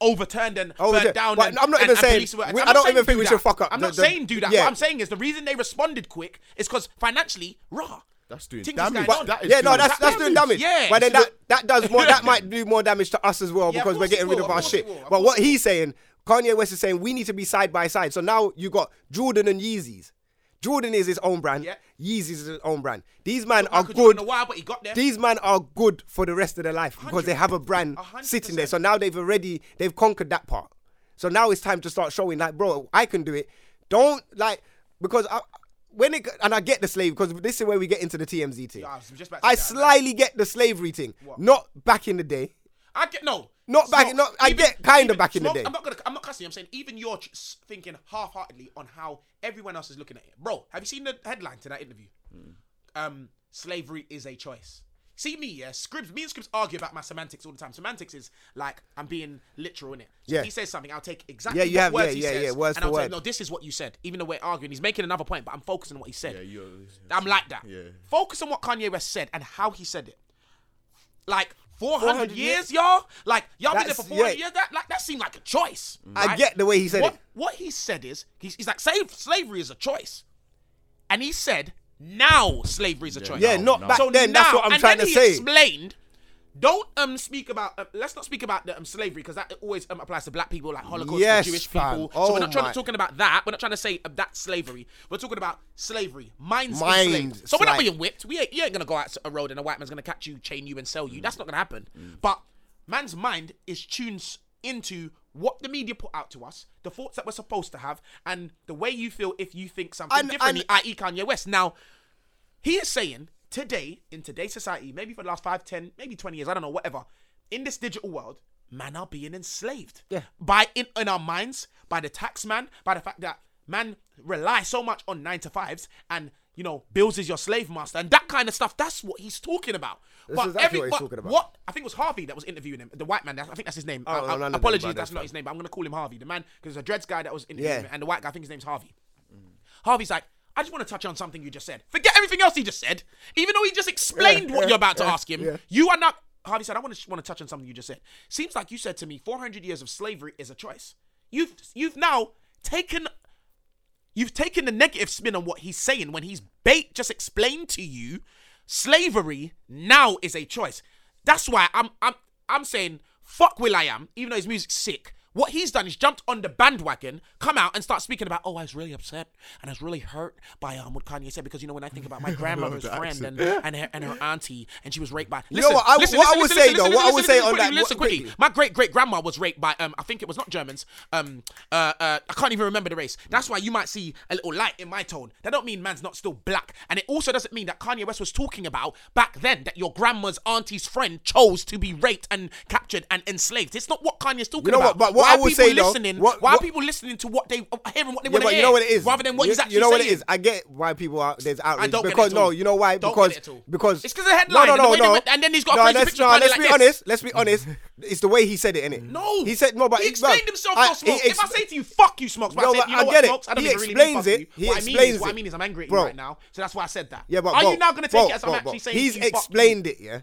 Speaker 3: Overturned and
Speaker 2: Oh, yeah.
Speaker 3: burned down.
Speaker 2: But
Speaker 3: and,
Speaker 2: I'm not
Speaker 3: and-
Speaker 2: even
Speaker 3: and
Speaker 2: saying-
Speaker 3: police were-
Speaker 2: we-
Speaker 3: I'm
Speaker 2: I
Speaker 3: not
Speaker 2: don't
Speaker 3: saying
Speaker 2: even think
Speaker 3: do
Speaker 2: we
Speaker 3: that.
Speaker 2: should fuck up
Speaker 3: I'm
Speaker 2: the-
Speaker 3: not
Speaker 2: the-
Speaker 3: saying do that.
Speaker 2: yeah.
Speaker 3: What I'm saying is the reason they responded quick is because financially, raw.
Speaker 4: That's doing
Speaker 3: Things is
Speaker 4: damage.
Speaker 3: going
Speaker 4: But
Speaker 3: on.
Speaker 4: that is
Speaker 2: yeah, no,
Speaker 4: doing
Speaker 2: that's that's doing damage.
Speaker 3: Yeah,
Speaker 2: but then
Speaker 3: so-
Speaker 2: that, that does more. That might do more damage to us as well
Speaker 3: Yeah, of
Speaker 2: because we're
Speaker 3: course it
Speaker 2: getting rid
Speaker 3: will,
Speaker 2: of
Speaker 3: of
Speaker 2: our
Speaker 3: course
Speaker 2: shit.
Speaker 3: it will, of
Speaker 2: But
Speaker 3: course
Speaker 2: what
Speaker 3: it
Speaker 2: he's saying, Kanye West is saying, we need to be side by side. So now you got Jordan and Yeezys. Jordan is his own brand.
Speaker 3: Yeah.
Speaker 2: Yeezys is his own brand. These man are
Speaker 3: Michael Jordan
Speaker 2: good.
Speaker 3: a while, but he got there.
Speaker 2: These man are good for the rest of their life because they have a brand
Speaker 3: A hundred
Speaker 2: sitting there. So
Speaker 3: percent.
Speaker 2: now they've already they've conquered that part. So now it's time to start showing like, bro, I can do it. Don't like because I when it and I get the slave because this is where we get into the TMZ thing.
Speaker 3: Yeah, I was just about to
Speaker 2: I
Speaker 3: say that.
Speaker 2: slightly get the slavery thing. Not back in the day.
Speaker 3: I get no.
Speaker 2: Not
Speaker 3: It's
Speaker 2: back- not- I get kinda
Speaker 3: even-
Speaker 2: back in the
Speaker 3: Smoke-
Speaker 2: day.
Speaker 3: I'm not gonna. I'm not cussing. I'm saying even you're ch- s- thinking half-heartedly on how everyone else is looking at it, bro. Have you seen the headline to that interview? Um, slavery is a choice. See me, yeah. Scribs, me and Scribs argue about my semantics all the time. Semantics is like I'm being literal in it. So
Speaker 2: Yeah.
Speaker 3: if he says something, I'll take exactly
Speaker 2: Yeah, you
Speaker 3: what
Speaker 2: have-
Speaker 3: words
Speaker 2: yeah,
Speaker 3: he
Speaker 2: yeah,
Speaker 3: says,
Speaker 2: yeah, words
Speaker 3: and
Speaker 2: for
Speaker 3: I'll tell
Speaker 2: word.
Speaker 3: him, no, this is what you said. Even though we're arguing, he's making another point, but I'm focusing on what he said.
Speaker 4: Yeah, you're,
Speaker 3: I'm like that.
Speaker 4: Yeah.
Speaker 3: Focus on what Kanye West said and how he said it. Like 400,
Speaker 2: 400
Speaker 3: years, y'all. Like y'all been there
Speaker 2: That's-
Speaker 3: for 400
Speaker 2: yeah. Mm.
Speaker 3: years. That like that seemed like a choice.
Speaker 2: I
Speaker 3: right?
Speaker 2: get the way he said
Speaker 3: what,
Speaker 2: it.
Speaker 3: What he said is he's, he's like slave, slavery is a choice, and he said now slavery is a choice.
Speaker 2: Yeah,
Speaker 4: No,
Speaker 2: not
Speaker 4: no.
Speaker 2: back
Speaker 3: So
Speaker 2: then.
Speaker 3: now,
Speaker 2: that's what I'm
Speaker 3: and
Speaker 2: trying
Speaker 3: then
Speaker 2: to
Speaker 3: he
Speaker 2: say.
Speaker 3: Explained. Don't um speak about uh, let's not speak about the um, slavery because that always um, applies to black people like Holocaust
Speaker 2: Yes,
Speaker 3: to Jewish
Speaker 2: fam.
Speaker 3: people.
Speaker 2: Oh
Speaker 3: so we're not trying
Speaker 2: my-
Speaker 3: to talking about that. We're not trying to say uh, that's slavery. We're talking about slavery. Minds
Speaker 2: Mind
Speaker 3: enslaved. So we're not
Speaker 2: slight.
Speaker 3: being whipped. We ain't, you ain't gonna go out a road and a white man's gonna catch you, chain you, and sell you. That's not gonna happen. But man's mind is tuned s- into what the media put out to us, the thoughts that we're supposed to have, and the way you feel if you think something
Speaker 2: And-
Speaker 3: differently,
Speaker 2: and-
Speaker 3: i.e., Kanye West. Now, he is saying today, in today's society, maybe for the last five, ten, maybe 20 years, I don't know, whatever, in this digital world, man are being enslaved.
Speaker 2: Yeah.
Speaker 3: By in, in our minds, by the tax man, by the fact that man rely so much on nine to fives and you know, bills is your slave master and that kind of stuff. That's what he's talking about.
Speaker 2: is actually what he's
Speaker 3: but
Speaker 2: talking about.
Speaker 3: what I think it was Harvey that was interviewing him, the white man. that's- I think that's his name. I-
Speaker 2: no,
Speaker 3: I-
Speaker 2: none of them,
Speaker 3: apologies,
Speaker 2: but
Speaker 3: that's
Speaker 2: that's
Speaker 3: not
Speaker 2: fine.
Speaker 3: his name, but I'm gonna call him Harvey. The man, because there's a dreads guy that was interviewing
Speaker 2: Yeah.
Speaker 3: him, and the white guy, I think his name's Harvey. Harvey's like, I just want to touch on something you just said. Forget everything else he just said, even though he just explained what you're about to ask him. You are not. Harvey said, I want to want to touch on something you just said. Seems like you said to me, 400 years of slavery is a choice. You've you've now taken You've taken the negative spin on what he's saying when he's bait just explained to you slavery now is a choice. That's why I'm I'm I'm saying fuck Will I am, even though his music's sick. What he's done is jumped on the bandwagon, come out and start speaking about, oh, I was really upset and I was really hurt by um, what Kanye said because you know when I think about my grandmother's friend and, and her and her auntie and she was raped by. Listen,
Speaker 2: know what I-
Speaker 3: listen,
Speaker 2: what I
Speaker 3: listen,
Speaker 2: would
Speaker 3: listen,
Speaker 2: say,
Speaker 3: listen,
Speaker 2: though,
Speaker 3: listen,
Speaker 2: what I would
Speaker 3: listen,
Speaker 2: say
Speaker 3: listen
Speaker 2: on
Speaker 3: quickly,
Speaker 2: that-
Speaker 3: Listen
Speaker 2: what-
Speaker 3: quickly, my great great grandma was raped by um I think it was not Germans. Um uh, uh I can't even remember the race. That's why you might see a little light in my tone. That don't mean man's not still black. And it also doesn't mean that Kanye West was talking about back then that your grandma's auntie's friend chose to be raped and captured and enslaved. It's not what Kanye's talking
Speaker 2: know
Speaker 3: about.
Speaker 2: what, but what
Speaker 3: why
Speaker 2: I
Speaker 3: are
Speaker 2: will
Speaker 3: people
Speaker 2: say, though,
Speaker 3: listening?
Speaker 2: what-
Speaker 3: why are
Speaker 2: what-
Speaker 3: people listening to what they uh, hearing what they
Speaker 2: Yeah, but
Speaker 3: want to hear?
Speaker 2: you know what it is.
Speaker 3: Rather than what
Speaker 2: you,
Speaker 3: he's actually
Speaker 2: you know what it
Speaker 3: saying.
Speaker 2: is. I get why people are there's outrage.
Speaker 3: don't get it
Speaker 2: because
Speaker 3: at all.
Speaker 2: no, you know why?
Speaker 3: Don't get
Speaker 2: because
Speaker 3: it at all.
Speaker 2: because
Speaker 3: It's 'cause the headline
Speaker 2: No,
Speaker 3: and the
Speaker 2: no,
Speaker 3: way they
Speaker 2: no, no.
Speaker 3: went- and then he's got a
Speaker 2: no,
Speaker 3: crazy
Speaker 2: let's,
Speaker 3: picture
Speaker 2: no,
Speaker 3: of Kanye
Speaker 2: let's
Speaker 3: like
Speaker 2: be
Speaker 3: this.
Speaker 2: honest. Let's be honest. It's the way he said it, innit?
Speaker 3: No,
Speaker 2: he said no, but
Speaker 3: he explained
Speaker 2: bruv,
Speaker 3: himself.
Speaker 2: I-
Speaker 3: to Smokes.
Speaker 2: he
Speaker 3: if I
Speaker 2: ex-
Speaker 3: say to you, "Fuck you, Smokes," but
Speaker 2: No,
Speaker 3: I said,
Speaker 2: but
Speaker 3: "You know
Speaker 2: I
Speaker 3: what,
Speaker 2: get it.
Speaker 3: Smokes? I don't
Speaker 2: He
Speaker 3: even really mean
Speaker 2: explains
Speaker 3: fuck
Speaker 2: it.
Speaker 3: you."
Speaker 2: He
Speaker 3: what I mean is,
Speaker 2: explains
Speaker 3: what I
Speaker 2: it.
Speaker 3: mean is, I'm angry at you
Speaker 2: Bro.
Speaker 3: right now, so that's why I said that.
Speaker 2: Yeah, but
Speaker 3: are
Speaker 2: bro,
Speaker 3: you now going to take
Speaker 2: bro,
Speaker 3: it as I'm
Speaker 2: bro, bro.
Speaker 3: actually saying?
Speaker 2: he's
Speaker 3: to you, fuck you?
Speaker 2: explained it, yeah,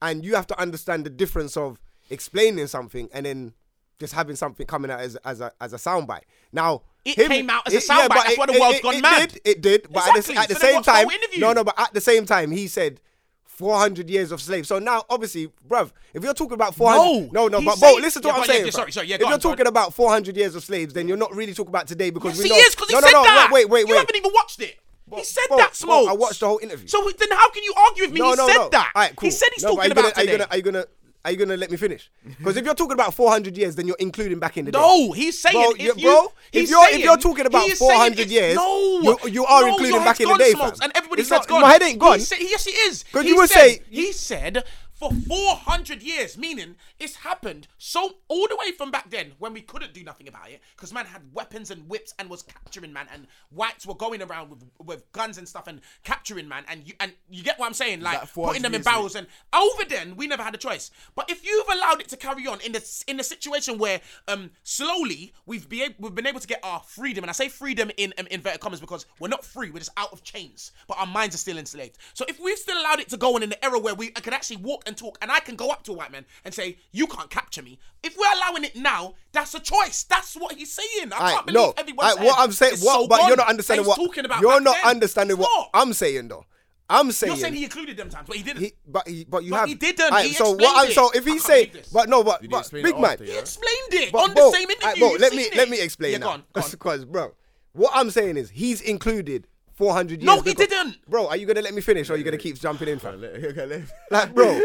Speaker 2: and you have to understand the difference of explaining something and then just having something coming out as as a as a soundbite. Now
Speaker 3: It
Speaker 2: him-
Speaker 3: came out as a
Speaker 2: it- yeah,
Speaker 3: soundbite.
Speaker 2: but
Speaker 3: That's
Speaker 2: it-
Speaker 3: why the
Speaker 2: it-
Speaker 3: world's
Speaker 2: it-
Speaker 3: gone
Speaker 2: it
Speaker 3: mad.
Speaker 2: Did, it did, but
Speaker 3: Exactly.
Speaker 2: at the, at the
Speaker 3: So then
Speaker 2: same
Speaker 3: what's the
Speaker 2: time,
Speaker 3: whole interview?
Speaker 2: no, no, but at the same time, he said. 400 years of slave. So now, obviously, bruv, if you're talking about 400,
Speaker 3: No,
Speaker 2: no, no
Speaker 3: he's
Speaker 2: but bro,
Speaker 3: saying-
Speaker 2: listen to
Speaker 3: Yeah,
Speaker 2: what
Speaker 3: go
Speaker 2: I'm
Speaker 3: on, yeah,
Speaker 2: saying.
Speaker 3: yeah, sorry,
Speaker 2: bruv.
Speaker 3: sorry, yeah,
Speaker 2: if
Speaker 3: go
Speaker 2: you're
Speaker 3: on, go on.
Speaker 2: talking about 400 years of slaves, then you're not really talking about today because
Speaker 3: Yes,
Speaker 2: we
Speaker 3: he
Speaker 2: know.
Speaker 3: is, because he
Speaker 2: no,
Speaker 3: said
Speaker 2: no, no,
Speaker 3: that.
Speaker 2: Wait, wait, wait.
Speaker 3: You haven't even watched it.
Speaker 2: Bro,
Speaker 3: he said
Speaker 2: bro,
Speaker 3: that,
Speaker 2: bro, I
Speaker 3: Smokes.
Speaker 2: watched the whole interview.
Speaker 3: So then how can you argue with me? he said that.
Speaker 2: All right, cool.
Speaker 3: He said he's
Speaker 2: No, but
Speaker 3: talking
Speaker 2: are you gonna,
Speaker 3: about today.
Speaker 2: Are you gonna are you gonna are you gonna let me finish? Because if you're talking about 400 years, then you're including back in the day.
Speaker 3: No, he's saying
Speaker 2: Bro,
Speaker 3: if
Speaker 2: you-
Speaker 3: you,
Speaker 2: bro, if
Speaker 3: he's
Speaker 2: you're- if
Speaker 3: saying-
Speaker 2: you're talking about
Speaker 3: he is saying
Speaker 2: 400
Speaker 3: it's-
Speaker 2: years,
Speaker 3: no,
Speaker 2: you- you are
Speaker 3: no,
Speaker 2: including
Speaker 3: your
Speaker 2: back
Speaker 3: head's
Speaker 2: in the
Speaker 3: gone,
Speaker 2: day,
Speaker 3: Smokes,
Speaker 2: fam.
Speaker 3: and everybody's
Speaker 2: It's
Speaker 3: head's
Speaker 2: not-
Speaker 3: gone.
Speaker 2: my head ain't gone.
Speaker 3: He said, yes, it is.
Speaker 2: 'Cause
Speaker 3: He
Speaker 2: you would
Speaker 3: said,
Speaker 2: say-
Speaker 3: he said for 400 years, meaning it's happened so all the way from back then when we couldn't do nothing about it because man had weapons and whips and was capturing man and whites were going around with with guns and stuff and capturing man and you and you get what I'm saying like
Speaker 4: Like 400
Speaker 3: putting them in
Speaker 4: years, mate.
Speaker 3: barrels and over then we never had a choice. But if you've allowed it to carry on in the in the situation where um slowly we've been we've been able to get our freedom, and I say freedom in um, inverted commas because we're not free, we're just out of chains, but our minds are still enslaved. So if we've still allowed it to go on in the era where we can actually walk and talk, and I can go up to a white man and say, "You can't capture me," if we're allowing it now, that's a choice. That's what he's saying. I
Speaker 2: All
Speaker 3: can't
Speaker 2: right,
Speaker 3: believe
Speaker 2: no,
Speaker 3: everyone's
Speaker 2: all right, what I'm saying,
Speaker 3: It's
Speaker 2: what,
Speaker 3: so
Speaker 2: but
Speaker 3: gone.
Speaker 2: you're not
Speaker 3: And
Speaker 2: understanding
Speaker 3: he's
Speaker 2: what
Speaker 3: talking about
Speaker 2: you're
Speaker 3: back
Speaker 2: not
Speaker 3: then.
Speaker 2: understanding
Speaker 3: It's
Speaker 2: what
Speaker 3: not.
Speaker 2: I'm saying though. I'm saying
Speaker 3: You're saying he included them times, but he didn't.
Speaker 2: he- but he, but you
Speaker 3: But
Speaker 2: have
Speaker 3: he didn't.
Speaker 2: All right,
Speaker 3: He
Speaker 2: so
Speaker 3: explained
Speaker 2: what I'm so
Speaker 3: it.
Speaker 2: if
Speaker 3: I
Speaker 2: he
Speaker 3: can't
Speaker 2: say
Speaker 3: believe this.
Speaker 2: but no but
Speaker 4: Did he
Speaker 2: but
Speaker 4: explain it
Speaker 2: big man,
Speaker 4: after, yeah?
Speaker 3: explained it
Speaker 2: But
Speaker 3: on
Speaker 2: bro,
Speaker 3: the same interview.
Speaker 2: alright, bro,
Speaker 3: You've
Speaker 2: let
Speaker 3: seen
Speaker 2: me
Speaker 3: it.
Speaker 2: let me explain
Speaker 3: Yeah,
Speaker 2: now.
Speaker 3: go on, go on.
Speaker 2: Because bro, what I'm saying is he's included 400 years.
Speaker 3: No, he
Speaker 2: ago.
Speaker 3: didn't.
Speaker 2: Bro, are you gonna let me finish or are you gonna keep jumping in?
Speaker 4: Can't
Speaker 2: Fam?
Speaker 4: let- can't let-
Speaker 2: Like, bro,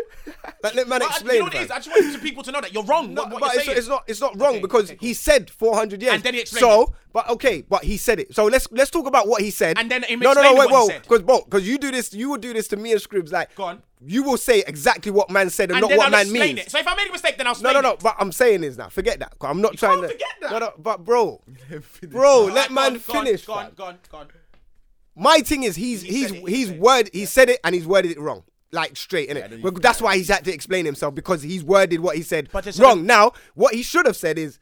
Speaker 2: like let man
Speaker 3: But I-
Speaker 2: explain.
Speaker 3: you know what it
Speaker 2: fam.
Speaker 3: is? I just want people to know that you're wrong.
Speaker 2: No,
Speaker 3: what, what
Speaker 2: but
Speaker 3: you're
Speaker 2: it's,
Speaker 3: saying.
Speaker 2: it's not it's not wrong
Speaker 3: Okay,
Speaker 2: because
Speaker 3: okay,
Speaker 2: he said 400 years.
Speaker 3: And then he explained
Speaker 2: So, but okay, but he said it. So let's let's talk about what he said.
Speaker 3: And then him
Speaker 2: no, no, no,
Speaker 3: explaining
Speaker 2: wait,
Speaker 3: what he
Speaker 2: whoa,
Speaker 3: said.
Speaker 2: because because you do this, you will do this to me and Scribs. Like,
Speaker 3: Go on.
Speaker 2: You will say exactly what man said and,
Speaker 3: and
Speaker 2: not
Speaker 3: then
Speaker 2: what
Speaker 3: I'll
Speaker 2: man
Speaker 3: explain
Speaker 2: means.
Speaker 3: It. So if I made a mistake, then I'll
Speaker 2: No,
Speaker 3: explain
Speaker 2: no, no.
Speaker 3: it.
Speaker 2: But I'm saying is now. Forget that. 'cause I'm not trying
Speaker 3: can't
Speaker 2: to.
Speaker 3: forget that.
Speaker 2: No, no. But bro, bro,
Speaker 3: Alright,
Speaker 2: let
Speaker 3: go
Speaker 2: man
Speaker 3: on, go on,
Speaker 2: finish.
Speaker 3: Go on,
Speaker 2: fam.
Speaker 3: go on, go on.
Speaker 2: My thing is he's
Speaker 3: He
Speaker 2: he's
Speaker 3: said it, he
Speaker 2: he's
Speaker 3: said it.
Speaker 2: word he said it and he's worded it wrong. Like straight in
Speaker 4: then
Speaker 2: it.
Speaker 4: you-
Speaker 2: But that's why he's had to explain himself because he's worded what he said
Speaker 3: But there's
Speaker 2: wrong.
Speaker 3: another-
Speaker 2: Now, what he should have said is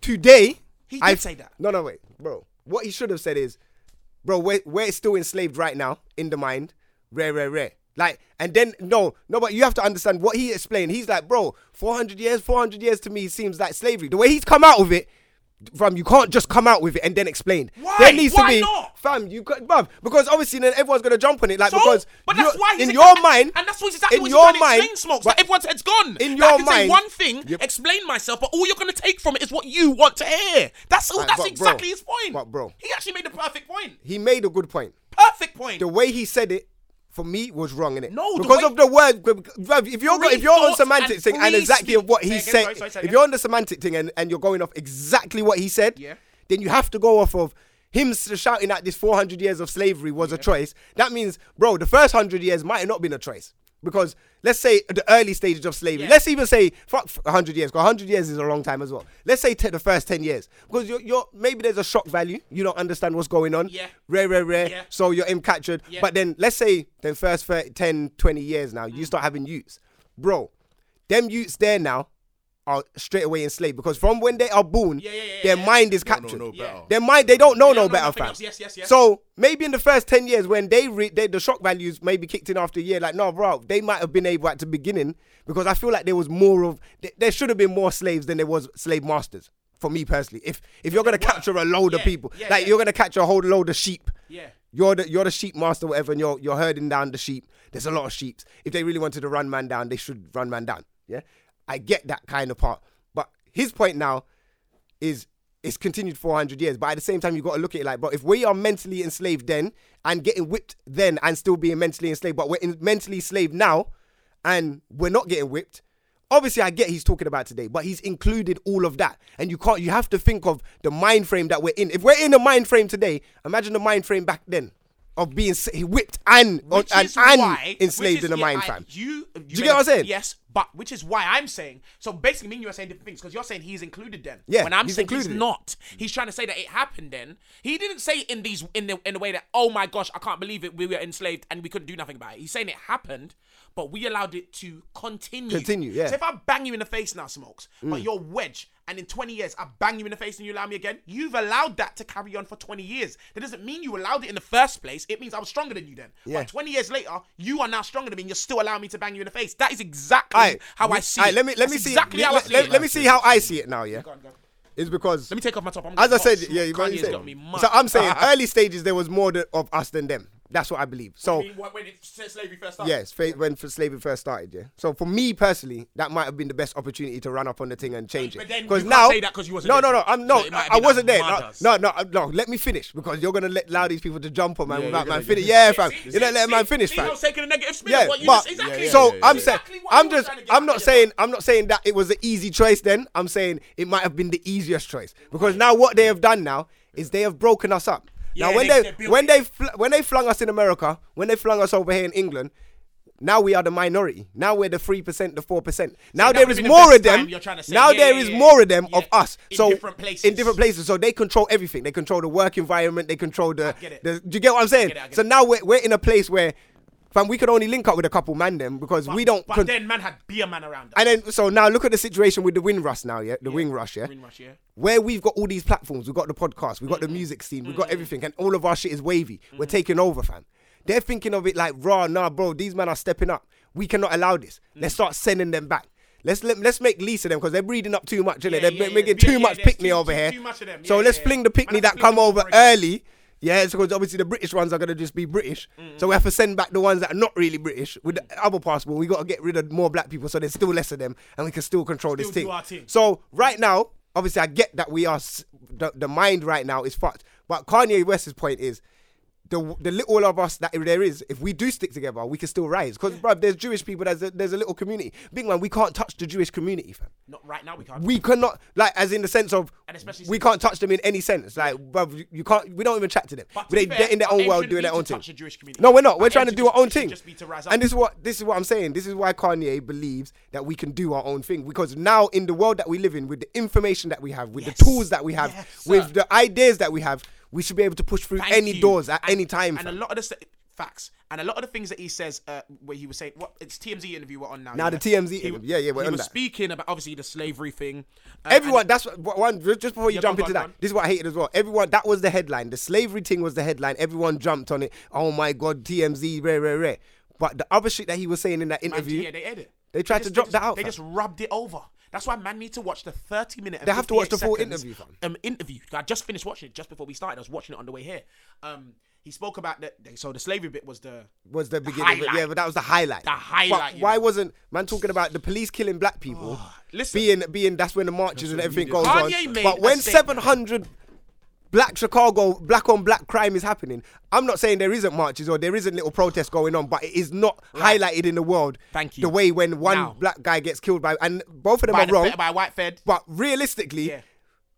Speaker 2: today
Speaker 3: He did
Speaker 2: I've-
Speaker 3: say that.
Speaker 2: No, no, wait, bro. What he should have said is, bro, we're, we're still enslaved right now in the mind. Rare, rare, rare. Like, and then no, no, but you have to understand what he explained. He's like, bro, 400 years, 400 years to me seems like slavery. The way he's come out of it, fam, you can't just come out with it and then explain.
Speaker 3: Why?
Speaker 2: There needs
Speaker 3: Why
Speaker 2: to be,
Speaker 3: not?
Speaker 2: fam, you can't, bruv, because obviously then everyone's gonna jump on it, like
Speaker 3: So,
Speaker 2: because
Speaker 3: but that's
Speaker 2: you're-
Speaker 3: why he's
Speaker 2: in
Speaker 3: exa-
Speaker 2: your mind,
Speaker 3: and that's what he's exactly
Speaker 2: in
Speaker 3: what he's
Speaker 2: your
Speaker 3: trying
Speaker 2: mind,
Speaker 3: to explain, smokes.
Speaker 2: but-
Speaker 3: That everyone's head's gone.
Speaker 2: In
Speaker 3: That I
Speaker 2: your
Speaker 3: can say
Speaker 2: mind-
Speaker 3: one thing,
Speaker 2: Yep.
Speaker 3: explain myself, but all you're going to take from it is what you want to hear. That's all.
Speaker 2: Right,
Speaker 3: that's
Speaker 2: but bro,
Speaker 3: exactly his point.
Speaker 2: but bro.
Speaker 3: he actually made the perfect point.
Speaker 2: he made a good point.
Speaker 3: Perfect point.
Speaker 2: The way he said it, for me was wrong in it.
Speaker 3: No, the
Speaker 2: because
Speaker 3: way-
Speaker 2: of the word. bruv, If you're go-
Speaker 3: Free
Speaker 2: if you're on
Speaker 3: thoughts
Speaker 2: semantic
Speaker 3: and
Speaker 2: thing and
Speaker 3: free
Speaker 2: exactly
Speaker 3: speech.
Speaker 2: what
Speaker 3: Say
Speaker 2: he
Speaker 3: again,
Speaker 2: said,
Speaker 3: sorry, sorry, say
Speaker 2: if
Speaker 3: again.
Speaker 2: you're on the semantic thing and, and you're going off exactly what he said,
Speaker 3: Yeah.
Speaker 2: then you have to go off of him s- shouting at this 400 years of slavery was a choice. That means, bro, the first hundred years might have not been a choice. Because let's say the early stages of slavery.
Speaker 3: Yeah.
Speaker 2: Let's even say fuck f- 100 years. Because 100 years is a long time as well. Let's say t- the first 10 years. Because you're, you're maybe there's a shock value. You don't understand what's going on.
Speaker 3: Yeah.
Speaker 2: Rare, rare, rare.
Speaker 3: Yeah.
Speaker 2: So you're in captured.
Speaker 3: Yeah.
Speaker 2: But then let's say the first 30, 10, 20 years now,
Speaker 3: Mm.
Speaker 2: you start having youths. Bro, them youths there now are straight away enslaved. Because from when they are born,
Speaker 3: Yeah, yeah, yeah,
Speaker 2: their
Speaker 3: yeah.
Speaker 2: mind is
Speaker 4: don't
Speaker 2: captured.
Speaker 4: know no
Speaker 3: Yeah.
Speaker 4: better.
Speaker 2: Their mind, they don't know no
Speaker 3: They don't know
Speaker 2: better,
Speaker 3: nothing
Speaker 2: fam.
Speaker 3: else. Yes, yes, yes.
Speaker 2: So maybe in the first ten years, when they, re- they the shock values maybe kicked in after a year, like no, bro, they might have been able at the beginning because I feel like there was more of th- there should have been more slaves than there was slave masters. For me personally, if if you're gonna capture a load
Speaker 3: Yeah,
Speaker 2: of people,
Speaker 3: yeah,
Speaker 2: like
Speaker 3: yeah.
Speaker 2: you're gonna capture a whole load of sheep,
Speaker 3: Yeah.
Speaker 2: you're the you're the sheep master, whatever, and you're you're herding down the sheep. There's a lot of sheeps. If they really wanted to run man down, they should run man down. Yeah, I get that kind of part, but his point now is it's continued 400 years. But at the same time, you got to look at it like, but if we are mentally enslaved then and getting whipped then and still being mentally enslaved, but we're in, mentally enslaved now and we're not getting whipped. Obviously, I get he's talking about today, but he's included all of that, and you can't. You have to think of the mind frame that we're in. If we're in the mind frame today, imagine the mind frame back then of being s- whipped and
Speaker 3: Which
Speaker 2: and,
Speaker 3: is
Speaker 2: and
Speaker 3: why-
Speaker 2: enslaved
Speaker 3: which is-
Speaker 2: in the
Speaker 3: yeah,
Speaker 2: mind
Speaker 3: I-
Speaker 2: frame.
Speaker 3: You, you,
Speaker 2: you
Speaker 3: made
Speaker 2: get what
Speaker 3: a-
Speaker 2: I'm saying?
Speaker 3: Yes, but which is why I'm saying. So basically, me and you are saying different things because you're saying he's included then.
Speaker 2: Yeah,
Speaker 3: When I'm
Speaker 2: he's
Speaker 3: saying
Speaker 2: included
Speaker 3: he's
Speaker 2: it.
Speaker 3: not, he's trying to say that it happened then. He didn't say in these in the in the way that oh my gosh I can't believe it we were enslaved and we couldn't do nothing about it. He's saying it happened, but we allowed it to continue.
Speaker 2: Continue, yeah.
Speaker 3: So if I bang you in the face now, smokes,
Speaker 2: Mm.
Speaker 3: but you're wedge. And in 20 years, I bang you in the face and you allow me again. You've allowed that to carry on for 20 years. That doesn't mean you allowed it in the first place. It means I was stronger than you then.
Speaker 2: Yeah.
Speaker 3: But 20 years later, you are now stronger than me and you're still allowing me to bang you in the face. That is exactly
Speaker 2: Aight,
Speaker 3: how I
Speaker 2: we-
Speaker 3: see
Speaker 2: aight,
Speaker 3: it.
Speaker 2: let me let me
Speaker 3: That's
Speaker 2: see
Speaker 3: exactly how I
Speaker 2: let,
Speaker 3: see
Speaker 2: let,
Speaker 3: it.
Speaker 2: let me see how I see it now. Yeah,
Speaker 3: Go on, go on.
Speaker 2: it's because
Speaker 3: Let me take off my top. I'm
Speaker 2: as I
Speaker 3: gonna
Speaker 2: said,
Speaker 3: box you.
Speaker 2: yeah, you got
Speaker 3: Kanye's
Speaker 2: said.
Speaker 3: got me mad.
Speaker 2: So I'm saying early stages there was more th- of us than them. That's what I believe. So
Speaker 3: I mean, when when it said slavery first started.
Speaker 2: yes, fa- when f- slavery first started, yeah. So for me personally, that might have been the best opportunity to run up on the thing and change
Speaker 3: But
Speaker 2: it.
Speaker 3: then you can't
Speaker 2: now
Speaker 3: say that 'cause you wasn't
Speaker 2: no,
Speaker 3: there.
Speaker 2: no, no, I'm no,
Speaker 3: So it might have
Speaker 2: I I
Speaker 3: been
Speaker 2: wasn't there.
Speaker 3: like
Speaker 2: No,
Speaker 3: mothers.
Speaker 2: no, no, uh, no, Let me finish because you're gonna let allow these people to jump on man
Speaker 4: you're
Speaker 2: without
Speaker 4: gonna
Speaker 2: man
Speaker 4: get
Speaker 2: finish.
Speaker 4: it.
Speaker 2: Yeah,
Speaker 3: See,
Speaker 2: fam.
Speaker 3: see,
Speaker 2: you don't let a
Speaker 3: see,
Speaker 2: man finish,
Speaker 3: see,
Speaker 2: fam.
Speaker 3: Lino's taking a negative spin.
Speaker 2: Yeah,
Speaker 3: Yeah, what you
Speaker 2: but
Speaker 3: just, exactly,
Speaker 4: yeah,
Speaker 2: so
Speaker 4: yeah, yeah,
Speaker 2: I'm
Speaker 4: yeah.
Speaker 2: saying,
Speaker 3: Exactly what
Speaker 2: I'm
Speaker 3: you were
Speaker 2: just,
Speaker 3: trying to get
Speaker 2: I'm
Speaker 3: at
Speaker 2: not
Speaker 3: here.
Speaker 2: saying, I'm not saying that it was an easy choice. Then I'm saying it might have been the easiest choice because now what they have done now is they have broken us up. now
Speaker 3: Yeah,
Speaker 2: when
Speaker 3: they-
Speaker 2: they,
Speaker 3: they built
Speaker 2: when
Speaker 3: it.
Speaker 2: they fl- when they flung us in America, when they flung us over here in England. Now we are the minority. Now we're the three percent, the four percent. Now
Speaker 3: that
Speaker 2: there
Speaker 3: would've
Speaker 2: is
Speaker 3: been the
Speaker 2: more
Speaker 3: best
Speaker 2: of them.
Speaker 3: time you're trying to say,
Speaker 2: Now
Speaker 3: yeah,
Speaker 2: there
Speaker 3: yeah,
Speaker 2: is
Speaker 3: yeah,
Speaker 2: more of them
Speaker 3: yeah.
Speaker 2: of us.
Speaker 3: In
Speaker 2: So
Speaker 3: different places.
Speaker 2: in different places. So they control everything. They control the work environment. They control the.
Speaker 3: get it.
Speaker 2: the do you get what I'm saying?
Speaker 3: get it, I get
Speaker 2: so
Speaker 3: it.
Speaker 2: now we're, we're in a place where fam, we could only link up with a couple man them because we don't.
Speaker 3: But
Speaker 2: con-
Speaker 3: then man had beer man around us.
Speaker 2: and then so now look at the situation with the Windrush now, yeah, the wing rush, yeah,
Speaker 3: Green Rush, yeah. Mm-hmm.
Speaker 2: where we've got all these platforms, we've got the podcast, we've got the music scene, we've got everything, and all of our shit is wavy. We're taking over, fam. They're thinking of it like, raw, nah, bro, these men are stepping up. We cannot allow this.
Speaker 3: Mm.
Speaker 2: Let's start sending them back. Let's let, let's make least of them because they're breeding up too much, innit?
Speaker 3: Yeah,
Speaker 2: they're
Speaker 3: yeah, yeah.
Speaker 2: making
Speaker 3: Yeah,
Speaker 2: too
Speaker 3: yeah,
Speaker 2: much
Speaker 3: there's
Speaker 2: pick me
Speaker 3: too-
Speaker 2: over
Speaker 3: too-
Speaker 2: here.
Speaker 3: too much of them.
Speaker 2: So
Speaker 3: Yeah,
Speaker 2: let's
Speaker 3: yeah, yeah.
Speaker 2: fling the pick me
Speaker 3: Man, let's
Speaker 2: that
Speaker 3: fling
Speaker 2: come
Speaker 3: them
Speaker 2: over
Speaker 3: over again.
Speaker 2: early. Yeah, it's because obviously the British ones are gonna just be British.
Speaker 3: Mm-hmm.
Speaker 2: So we have to send back the ones that are not really British with the other passport. We gotta get rid of more black people so there's still less of them and we can still control this
Speaker 3: Still do
Speaker 2: thing.
Speaker 3: our thing.
Speaker 2: So right now, obviously I get that we are s- the, the mind right now is fucked. But Kanye West's point is the the little of us that there is, if we do stick together, we can still rise. Because bruv, there's Jewish people, there's a, there's a little community. Big man, we can't touch the Jewish community, fam
Speaker 3: Not right now we can't.
Speaker 2: we cannot like as in the sense of
Speaker 3: And especially
Speaker 2: we
Speaker 3: since-
Speaker 2: can't touch them in any sense. Like, bruv, you, you can't. We don't even chat to them.
Speaker 3: But to
Speaker 2: they
Speaker 3: be fair,
Speaker 2: they're in their
Speaker 3: our
Speaker 2: own
Speaker 3: aim
Speaker 2: world
Speaker 3: shouldn't
Speaker 2: doing
Speaker 3: be
Speaker 2: their
Speaker 3: to
Speaker 2: own thing.
Speaker 3: touch the Jewish community.
Speaker 2: No, we're not. We're
Speaker 3: Our
Speaker 2: trying to
Speaker 3: aim
Speaker 2: do our
Speaker 3: should
Speaker 2: own
Speaker 3: just- should
Speaker 2: thing.
Speaker 3: just be to rise up.
Speaker 2: And this is what this is what I'm saying. This is why Kanye believes that we can do our own thing because now in the world that we live in, with the information that we have, with
Speaker 3: Yes.
Speaker 2: the tools that we have,
Speaker 3: Yes, sir.
Speaker 2: with the ideas that we have, we should be able to push through
Speaker 3: Thank
Speaker 2: any
Speaker 3: you.
Speaker 2: doors at
Speaker 3: And-
Speaker 2: any time.
Speaker 3: And
Speaker 2: fam.
Speaker 3: a lot of the s- facts and a lot of the things that he says, uh, where he was saying, what it's TMZ interview we're on now.
Speaker 2: Now
Speaker 3: yeah.
Speaker 2: the TMZ
Speaker 3: He wa-
Speaker 2: interview. Yeah, yeah, we're
Speaker 3: he
Speaker 2: on
Speaker 3: was
Speaker 2: that.
Speaker 3: speaking about obviously the slavery thing. uh,
Speaker 2: Everyone,
Speaker 3: and-
Speaker 2: that's what what- one. Just just before you
Speaker 3: Yeah, go
Speaker 2: jump
Speaker 3: on,
Speaker 2: into
Speaker 3: go on,
Speaker 2: that,
Speaker 3: go on.
Speaker 2: this is what I hated as well. Everyone, that was the headline. The slavery thing was the headline. Everyone jumped on it. Oh my god, TMZ, rare, rare, rare. But the other shit that he was saying in that interview,
Speaker 3: Yeah, they edit.
Speaker 2: They tried to
Speaker 3: just-
Speaker 2: drop
Speaker 3: just-
Speaker 2: that out,
Speaker 3: They
Speaker 2: fam.
Speaker 3: just rubbed it over. That's why man need to watch the 30 minute. and
Speaker 2: They have to watch the
Speaker 3: 58
Speaker 2: full
Speaker 3: seconds,
Speaker 2: interview, fam.
Speaker 3: Um, interview. I just finished watching it just before we started. I was watching it on the way here. Um, he spoke about that. So the slavery bit was the
Speaker 2: was the beginning. Of it.
Speaker 3: highlight.
Speaker 2: Yeah, but that was the highlight.
Speaker 3: The highlight,
Speaker 2: But
Speaker 3: you
Speaker 2: why
Speaker 3: know. Oh,
Speaker 2: wasn't man talking about the police killing black people?
Speaker 3: listen.
Speaker 2: being being that's when the marches and everything goes
Speaker 3: Kanye
Speaker 2: on.
Speaker 3: made
Speaker 2: But
Speaker 3: a
Speaker 2: when
Speaker 3: statement.
Speaker 2: seven hundred black Chicago, black on black crime is happening. I'm not saying there isn't marches or there isn't little protests going on, but it is not highlighted in the world.
Speaker 3: Thank you.
Speaker 2: The way when one
Speaker 3: Now.
Speaker 2: black guy gets killed by, and both of them
Speaker 3: by,
Speaker 2: are
Speaker 3: the-
Speaker 2: wrong.
Speaker 3: by white fed.
Speaker 2: but realistically,
Speaker 3: Yeah. Oh,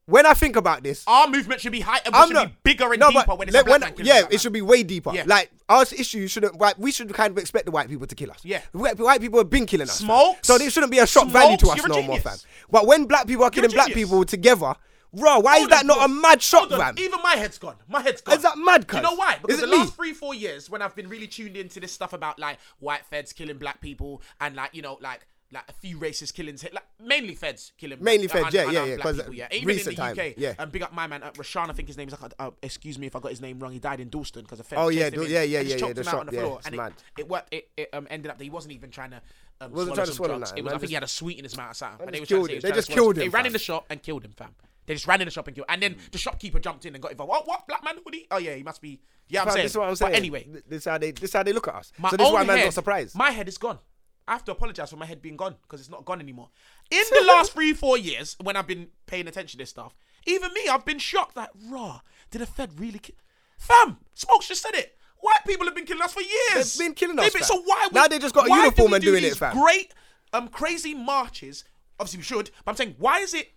Speaker 2: when I think about this,
Speaker 3: Our movement should be higher, but
Speaker 2: I'm
Speaker 3: should
Speaker 2: not
Speaker 3: be bigger and
Speaker 2: no,
Speaker 3: deeper
Speaker 2: but
Speaker 3: when it's
Speaker 2: let-
Speaker 3: a black
Speaker 2: when-
Speaker 3: man killing a
Speaker 2: Yeah,
Speaker 3: black
Speaker 2: it
Speaker 3: man.
Speaker 2: should be way deeper.
Speaker 3: Yeah.
Speaker 2: Like our issue shouldn't. Like, we should kind of expect the white people to kill us.
Speaker 3: Yeah.
Speaker 2: white, white people have been killing us. fam.
Speaker 3: Smokes?
Speaker 2: So there shouldn't be a shock value to
Speaker 3: Smokes,
Speaker 2: us
Speaker 3: you're a
Speaker 2: no more,
Speaker 3: genius.
Speaker 2: fam. But when black people are
Speaker 3: You're a
Speaker 2: killing black
Speaker 3: genius.
Speaker 2: people together, bro, why is
Speaker 3: Hold
Speaker 2: that
Speaker 3: on,
Speaker 2: not a
Speaker 3: pause.
Speaker 2: mad shock,
Speaker 3: Hold on,
Speaker 2: fam?
Speaker 3: Even my head's gone. My head's gone.
Speaker 2: Is that mad,
Speaker 3: Do you
Speaker 2: cuz?
Speaker 3: know why? Because
Speaker 2: Is
Speaker 3: the
Speaker 2: it me?
Speaker 3: last three, four years, when I've been really tuned into this stuff about like white feds killing black people and like you know like like a few racist killings, like mainly feds killing
Speaker 2: Mainly
Speaker 3: uh,
Speaker 2: feds,
Speaker 3: and-
Speaker 2: yeah,
Speaker 3: and
Speaker 2: yeah,
Speaker 3: our
Speaker 2: yeah,
Speaker 3: black
Speaker 2: 'cause,
Speaker 3: people,
Speaker 2: uh,
Speaker 3: yeah. Even
Speaker 2: recent
Speaker 3: in the
Speaker 2: time,
Speaker 3: UK,
Speaker 2: yeah.
Speaker 3: And big up my man, uh, Rashan. I think his name's like, uh, excuse me if I got his name wrong. He died in Dalston because a fed.
Speaker 2: Oh,
Speaker 3: chased
Speaker 2: yeah,
Speaker 3: him
Speaker 2: Dal-
Speaker 3: in
Speaker 2: yeah, yeah,
Speaker 3: and
Speaker 2: yeah, yeah,
Speaker 3: choked
Speaker 2: the
Speaker 3: him out
Speaker 2: shot,
Speaker 3: on the
Speaker 2: yeah,
Speaker 3: floor.
Speaker 2: it's
Speaker 3: and
Speaker 2: mad.
Speaker 3: It, it worked. It, it um, ended up that he wasn't even trying to.
Speaker 2: Wasn't
Speaker 3: Um, swallow
Speaker 2: trying to
Speaker 3: some
Speaker 2: swallow
Speaker 3: drugs.
Speaker 2: nothing,
Speaker 3: It was,
Speaker 2: man,
Speaker 3: I think he
Speaker 2: just-
Speaker 3: had a sweetness amount of something.
Speaker 2: Man,
Speaker 3: And they,
Speaker 2: just
Speaker 3: were
Speaker 2: killed
Speaker 3: trying to
Speaker 2: him. They
Speaker 3: say he was trying to
Speaker 2: just
Speaker 3: swallow-
Speaker 2: killed
Speaker 3: They
Speaker 2: him,
Speaker 3: ran in
Speaker 2: fam.
Speaker 3: the shop and killed him, fam. They just ran in the shop and killed. And then the shopkeeper jumped in and got involved. Oh, what black man hoodie? Oh yeah, he must be. Yeah, I'm
Speaker 2: Fam,
Speaker 3: saying.
Speaker 2: This is what I'm
Speaker 3: But
Speaker 2: saying.
Speaker 3: anyway,
Speaker 2: Th- this is how they this is how they look at us.
Speaker 3: my
Speaker 2: so this is
Speaker 3: own
Speaker 2: why man's
Speaker 3: head,
Speaker 2: not surprised.
Speaker 3: My head is gone. I have to apologize for my head being gone because it's not gone anymore. In the last three, four years, when I've been paying attention to this stuff, even me, I've been shocked. Like, raw, did a Fed really? Ki-? Fam, Smokes just said it. White people have been killing us for years.
Speaker 2: They've been killing
Speaker 3: They've
Speaker 2: us,
Speaker 3: been-
Speaker 2: fam.
Speaker 3: so why?
Speaker 2: Now they just got a
Speaker 3: why do
Speaker 2: uniform
Speaker 3: we
Speaker 2: and
Speaker 3: do
Speaker 2: doing it,
Speaker 3: these
Speaker 2: fam.
Speaker 3: Great, um, crazy marches. Obviously, we should. But I'm saying, why is it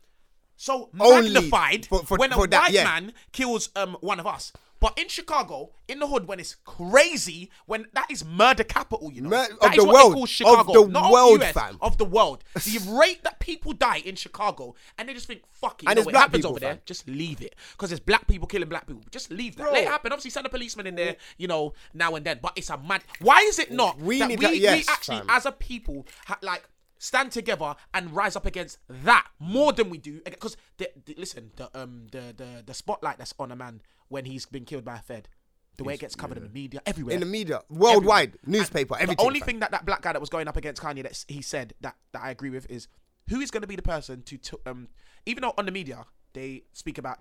Speaker 3: so
Speaker 2: Only
Speaker 3: magnified
Speaker 2: for- for-
Speaker 3: when a
Speaker 2: for that,
Speaker 3: white
Speaker 2: yeah.
Speaker 3: man kills um one of us. But in Chicago, in the hood, when it's crazy, when that is murder capital, you know,
Speaker 2: Mur-
Speaker 3: That
Speaker 2: of
Speaker 3: is
Speaker 2: the
Speaker 3: what
Speaker 2: world.
Speaker 3: they call
Speaker 2: Of
Speaker 3: Chicago,
Speaker 2: the
Speaker 3: not
Speaker 2: world,
Speaker 3: of US,
Speaker 2: fam.
Speaker 3: of the world. The rate that people die in Chicago, and they just think, "Fuck it," you
Speaker 2: And
Speaker 3: know
Speaker 2: it's
Speaker 3: what
Speaker 2: black
Speaker 3: happens
Speaker 2: people,
Speaker 3: over
Speaker 2: fam.
Speaker 3: there, just leave it, because it's black people killing black people. Just leave that.
Speaker 2: Bro.
Speaker 3: Let it happen. Obviously, send a policeman in there, you know, now and then. But it's a mad. Why is it not
Speaker 2: We
Speaker 3: that
Speaker 2: need
Speaker 3: we,
Speaker 2: that- yes,
Speaker 3: we actually,
Speaker 2: fam.
Speaker 3: as a people, ha- like stand together and rise up against that more than we do because the, the- listen the um the, the the spotlight that's on a man when he's been killed by a fed the way it gets covered in the media everywhere
Speaker 2: In the media, worldwide,
Speaker 3: Everywhere.
Speaker 2: newspaper,
Speaker 3: And
Speaker 2: everything.
Speaker 3: the only
Speaker 2: fam.
Speaker 3: thing that that black guy that was going up against kanye that s- he said that that i agree with is who is going to be the person to t- um even though on the media they speak about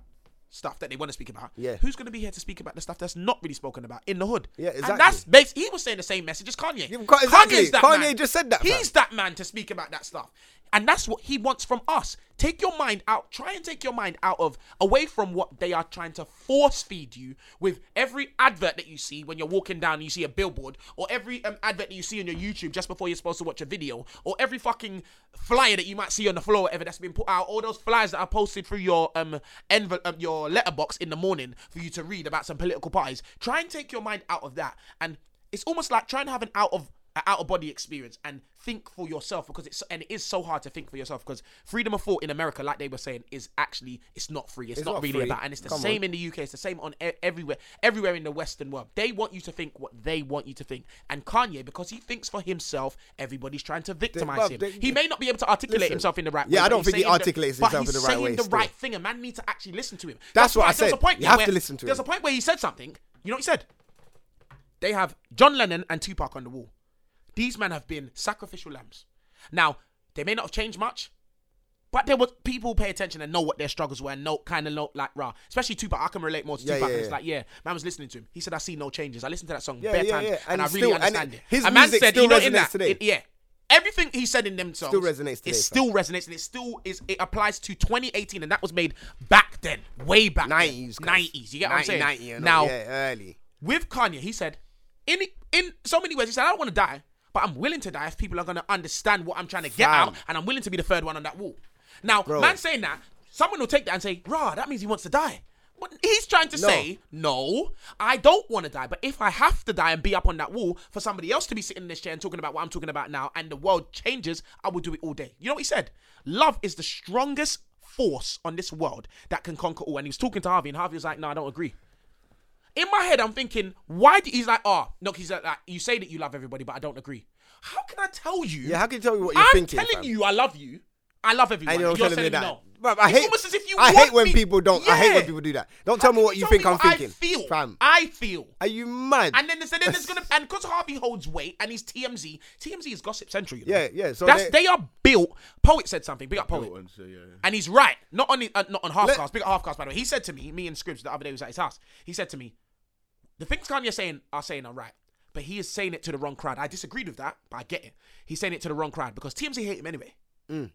Speaker 3: stuff that they want to speak about
Speaker 2: Yeah.
Speaker 3: who's going to be here to speak about the stuff that's not really spoken about in the hood
Speaker 2: Yeah,
Speaker 3: and that's
Speaker 2: exactly.
Speaker 3: basi- he was saying the same message as kanye
Speaker 2: Yeah, ca- exactly.
Speaker 3: Kanye's that
Speaker 2: Kanye
Speaker 3: man.
Speaker 2: just said that,
Speaker 3: He's that man to speak about that stuff. And that's what he wants from us. Take your mind out. Try and take your mind out of away from what they are trying to force feed you with every advert that you see when you're walking down and you see a billboard, or every um, advert that you see on your YouTube just before you're supposed to watch a video, or every fucking flyer that you might see on the floor, or whatever that's been put out, all those flyers that are posted through your um envelope, um, your letterbox in the morning for you to read about some political parties. Try and take your mind out of that and it's almost like trying to have an out of an out of body experience and think for yourself because it's and it is so hard to think for yourself because freedom of thought in America, like they were saying, is actually it's not free. It's, not,
Speaker 2: not
Speaker 3: really
Speaker 2: free.
Speaker 3: about, and it's the
Speaker 2: Come
Speaker 3: same
Speaker 2: on.
Speaker 3: in the UK. It's the same on e- everywhere, everywhere in the Western world. They want you to think what they want you to think, and Kanye because he thinks for himself, everybody's trying to victimize
Speaker 2: bruv,
Speaker 3: him.
Speaker 2: they-
Speaker 3: he may not be able to articulate
Speaker 2: Listen.
Speaker 3: himself in the right way.
Speaker 2: Yeah, I
Speaker 3: but
Speaker 2: don't
Speaker 3: he's
Speaker 2: think he
Speaker 3: saying the-
Speaker 2: articulates
Speaker 3: but
Speaker 2: himself
Speaker 3: he's
Speaker 2: in the right
Speaker 3: saying
Speaker 2: way
Speaker 3: The
Speaker 2: still.
Speaker 3: right thing, and man need to actually listen to him.
Speaker 2: That's what
Speaker 3: why
Speaker 2: I
Speaker 3: there was
Speaker 2: said.
Speaker 3: a point
Speaker 2: You
Speaker 3: there
Speaker 2: have
Speaker 3: where-
Speaker 2: to listen to
Speaker 3: There's
Speaker 2: him.
Speaker 3: a point where he said something. You know what he said? they have John Lennon and Tupac on the wall. These men have been sacrificial lambs. Now, they may not have changed much, but there was people pay attention and know what their struggles were and know kind of know like rah. Especially Tupac, I can relate more to
Speaker 2: Yeah,
Speaker 3: Tupac.
Speaker 2: yeah,
Speaker 3: and it's
Speaker 2: yeah.
Speaker 3: like, yeah, man was listening to him. He said, I see no changes. I listened to that song
Speaker 2: Yeah,
Speaker 3: bare
Speaker 2: yeah,
Speaker 3: times
Speaker 2: yeah.
Speaker 3: and,
Speaker 2: And
Speaker 3: I
Speaker 2: it's
Speaker 3: really
Speaker 2: still- and
Speaker 3: understand
Speaker 2: it-
Speaker 3: it.
Speaker 2: his
Speaker 3: A man
Speaker 2: music
Speaker 3: said,
Speaker 2: still
Speaker 3: you know, in
Speaker 2: resonates
Speaker 3: that,
Speaker 2: today.
Speaker 3: it- yeah. Everything he said in them songs
Speaker 2: resonates today, fam.
Speaker 3: It still resonates and it still is. It applies to 2018 and that was made back then, way back. then.
Speaker 2: 90s,
Speaker 3: 90s. You get what I'm saying?
Speaker 2: 90, you know,
Speaker 3: now,
Speaker 2: yeah, early.
Speaker 3: with Kanye, he said, in in so many ways, he said, I don't want to die, but I'm willing to die if people are gonna understand what I'm trying to get
Speaker 2: Fam.
Speaker 3: out, and I'm willing to be the third one on that wall. Now,
Speaker 2: Bro.
Speaker 3: man saying that, someone will take that and say, rah, that means he wants to die. But he's trying to
Speaker 2: No.
Speaker 3: say, no, I don't want to die. But if I have to die and be up on that wall for somebody else to be sitting in this chair and talking about what I'm talking about now, and the world changes, I will do it all day. You know what he said? Love is the strongest force on this world that can conquer all. And he was talking to Harvey, and Harvey was like, no, I don't agree. In my head, I'm thinking, why do he's like, oh, no, he's like, like, you say that you love everybody, but I don't agree. How can I tell you?
Speaker 2: Yeah, how can you tell me what you're
Speaker 3: I'm
Speaker 2: thinking,
Speaker 3: telling
Speaker 2: fam?
Speaker 3: you, I love you. I love everyone.
Speaker 2: And
Speaker 3: you're,
Speaker 2: you're telling me that.
Speaker 3: no.
Speaker 2: Bruv, I
Speaker 3: It's
Speaker 2: hate.
Speaker 3: almost as if you
Speaker 2: I
Speaker 3: want
Speaker 2: hate when
Speaker 3: me-
Speaker 2: people don't. I hate when
Speaker 3: Yeah.
Speaker 2: people do that. Don't
Speaker 3: How
Speaker 2: tell me
Speaker 3: can
Speaker 2: what
Speaker 3: you
Speaker 2: you
Speaker 3: tell
Speaker 2: think
Speaker 3: me
Speaker 2: I'm
Speaker 3: what I
Speaker 2: thinking,
Speaker 3: feel.
Speaker 2: fam.
Speaker 3: I feel.
Speaker 2: Are you mad?
Speaker 3: And then, so then there's gonna and because Harvey holds weight and he's TMZ. TMZ is gossip central. You know?
Speaker 2: Yeah, yeah, so
Speaker 3: That's
Speaker 2: they-
Speaker 3: they are built. Poet said something. Big up poet.
Speaker 4: And so, yeah, yeah.
Speaker 3: And he's right. Not on the, uh, not on half
Speaker 2: Let-
Speaker 3: cast, big half cast by the way. He said to me, me and Scribs the other day was at his house. He said to me, the things Kanye saying are saying are right, but he is saying it to the wrong crowd. I disagreed with that, but I get it. He's
Speaker 2: Mm.
Speaker 3: saying it to the wrong crowd because TMZ hate him anyway,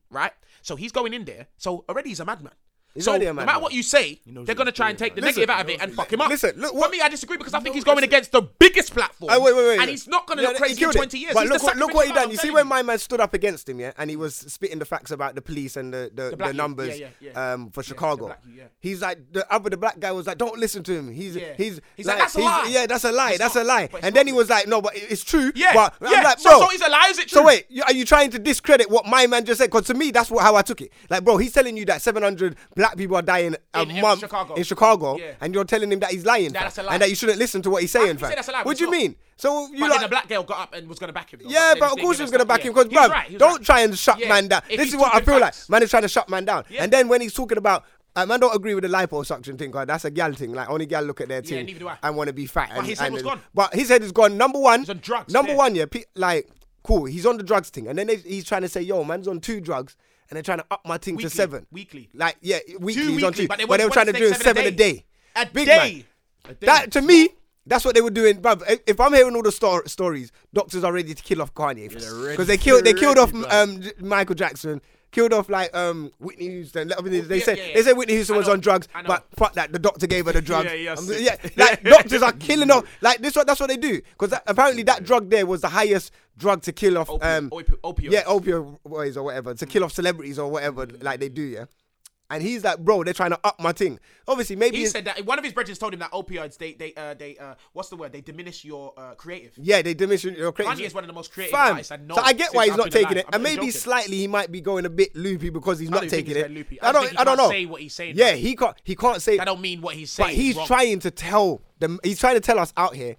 Speaker 3: right? So he's going in there. So already he's a madman.
Speaker 2: He's
Speaker 3: so
Speaker 2: already a
Speaker 3: no
Speaker 2: man,
Speaker 3: matter
Speaker 2: though.
Speaker 3: what you say, they're gonna try and take the
Speaker 2: Listen,
Speaker 3: negative out of it and fuck him up.
Speaker 2: listen, look,
Speaker 3: For
Speaker 2: what-
Speaker 3: me, I disagree because I think
Speaker 2: No,
Speaker 3: he's going
Speaker 2: listen.
Speaker 3: against the biggest platform.
Speaker 2: Ah, wait, wait, wait.
Speaker 3: And he's not gonna
Speaker 2: Yeah,
Speaker 3: look
Speaker 2: he
Speaker 3: crazy in
Speaker 2: killed it.
Speaker 3: twenty years.
Speaker 2: But
Speaker 3: He's
Speaker 2: look,
Speaker 3: the
Speaker 2: what, look what he
Speaker 3: sacrificial
Speaker 2: done. You
Speaker 3: lamb,
Speaker 2: see
Speaker 3: I'm
Speaker 2: when
Speaker 3: telling
Speaker 2: my man stood up against him, yeah, and he was spitting the facts about the police and the the,
Speaker 3: black
Speaker 2: the
Speaker 3: youth,
Speaker 2: numbers
Speaker 3: yeah, yeah, yeah.
Speaker 2: Um, for
Speaker 3: Yeah, the
Speaker 2: Chicago.
Speaker 3: black youth, yeah.
Speaker 2: He's like the other the black guy was like, don't listen to him. He's
Speaker 3: Yeah.
Speaker 2: he's
Speaker 3: He's like, "That's a lie."
Speaker 2: Yeah, that's a lie.
Speaker 3: It's
Speaker 2: that's
Speaker 3: not,
Speaker 2: a lie.
Speaker 3: but it's
Speaker 2: And then
Speaker 3: not.
Speaker 2: he was like, no, but it- it's true.
Speaker 3: Yeah,
Speaker 2: but
Speaker 3: yeah.
Speaker 2: I'm like,
Speaker 3: So-
Speaker 2: bro.
Speaker 3: so it's a lie, is it
Speaker 2: So
Speaker 3: true?
Speaker 2: wait, you- are you trying to discredit what my man just said? Because to me, that's what, how I took it. Like, bro, he's telling you that 700 black people are dying a
Speaker 3: In- in
Speaker 2: month
Speaker 3: Chicago.
Speaker 2: in Chicago,
Speaker 3: Yeah.
Speaker 2: and you're telling him that he's lying,
Speaker 3: Nah,
Speaker 2: fam,
Speaker 3: that's a lie.
Speaker 2: and that you shouldn't listen to what he's saying,
Speaker 3: you
Speaker 2: fam.
Speaker 3: said that's a lie, but
Speaker 2: What
Speaker 3: it's
Speaker 2: do you
Speaker 3: not.
Speaker 2: mean? So you
Speaker 3: But
Speaker 2: like,
Speaker 3: then the black girl got up and was gonna back him. though,
Speaker 2: yeah,
Speaker 3: they
Speaker 2: but
Speaker 3: just
Speaker 2: of
Speaker 3: didn't
Speaker 2: course
Speaker 3: give
Speaker 2: he was
Speaker 3: us
Speaker 2: gonna
Speaker 3: that-
Speaker 2: back
Speaker 3: yeah.
Speaker 2: him because,
Speaker 3: He was
Speaker 2: bruv,
Speaker 3: right, he was
Speaker 2: don't
Speaker 3: right.
Speaker 2: try and shut
Speaker 3: Yeah,
Speaker 2: man down.
Speaker 3: if
Speaker 2: This
Speaker 3: he's
Speaker 2: is what I
Speaker 3: talking
Speaker 2: feel like.
Speaker 3: facts.
Speaker 2: Man is trying to shut man down.
Speaker 3: Yeah.
Speaker 2: And then when he's talking about, uh, man don't agree with the liposuction thing, cause that's a gal thing. Like only gal look at their team
Speaker 3: neither do I.
Speaker 2: and want to be fat. and,
Speaker 3: his head
Speaker 2: and-
Speaker 3: was gone.
Speaker 2: But his head is gone. Number one,
Speaker 3: He's on drugs,
Speaker 2: Number
Speaker 3: yeah.
Speaker 2: one, yeah, pe- like cool. He's on the drugs thing, and then they, he's trying to say, yo, man's on two drugs, and they're trying to up my thing
Speaker 3: Weekly,
Speaker 2: to seven
Speaker 3: weekly.
Speaker 2: Like yeah, weekly.
Speaker 3: Two
Speaker 2: he's on
Speaker 3: weekly,
Speaker 2: two,
Speaker 3: but they
Speaker 2: were
Speaker 3: want
Speaker 2: trying to do
Speaker 3: Wednesday,
Speaker 2: seven a day.
Speaker 3: A
Speaker 2: Big
Speaker 3: day.
Speaker 2: man. That to me. That's what they were doing, bruv. If- If I'm hearing all the stor- stories, doctors are ready to kill off Kanye
Speaker 4: ready.
Speaker 2: because they killed they killed off
Speaker 4: Ready, bruv.
Speaker 2: um, J- Michael Jackson, killed off like um, Whitney Houston. I mean, they
Speaker 3: Oh, yeah,
Speaker 2: said
Speaker 3: yeah, yeah.
Speaker 2: they said Whitney Houston
Speaker 3: I
Speaker 2: was
Speaker 3: know,
Speaker 2: on drugs,
Speaker 3: I know.
Speaker 2: but fuck that, the doctor gave her the drugs.
Speaker 5: Yeah, yeah,
Speaker 2: I'm-
Speaker 5: sick.
Speaker 2: yeah, like doctors are killing off like this. What that's what they do because apparently that drug there was the highest drug to kill off
Speaker 3: Opi-
Speaker 2: um,
Speaker 3: opi- opioids. Mm.
Speaker 2: yeah, opioids or whatever to kill off celebrities or whatever like they do, yeah. And he's like, bro, they're trying to up my thing. Obviously, maybe
Speaker 3: He
Speaker 2: it's-
Speaker 3: said that one of his brethren told him that opioids they they uh they uh what's the word they diminish your uh creative.
Speaker 2: Yeah, they dimension your crazy.
Speaker 3: Kanye is one of the most creative
Speaker 2: Fam.
Speaker 3: artists I know
Speaker 2: So I get
Speaker 3: since
Speaker 2: why he's
Speaker 3: I've
Speaker 2: not
Speaker 3: been
Speaker 2: taking
Speaker 3: alive.
Speaker 2: it,
Speaker 3: I'm
Speaker 2: and
Speaker 3: not
Speaker 2: maybe
Speaker 3: joking.
Speaker 2: slightly he might be going a bit loopy because he's not
Speaker 3: don't think
Speaker 2: taking
Speaker 3: he's
Speaker 2: it.
Speaker 3: going loopy. I
Speaker 2: I
Speaker 3: don't
Speaker 2: don't.
Speaker 3: think he
Speaker 2: I don't
Speaker 3: can't
Speaker 2: know.
Speaker 3: say what he's saying,
Speaker 2: Yeah,
Speaker 3: man.
Speaker 2: he can't. He can't say.
Speaker 3: I don't mean what he's saying.
Speaker 2: But he's
Speaker 3: wrong.
Speaker 2: trying to tell them. He's trying to tell us out here.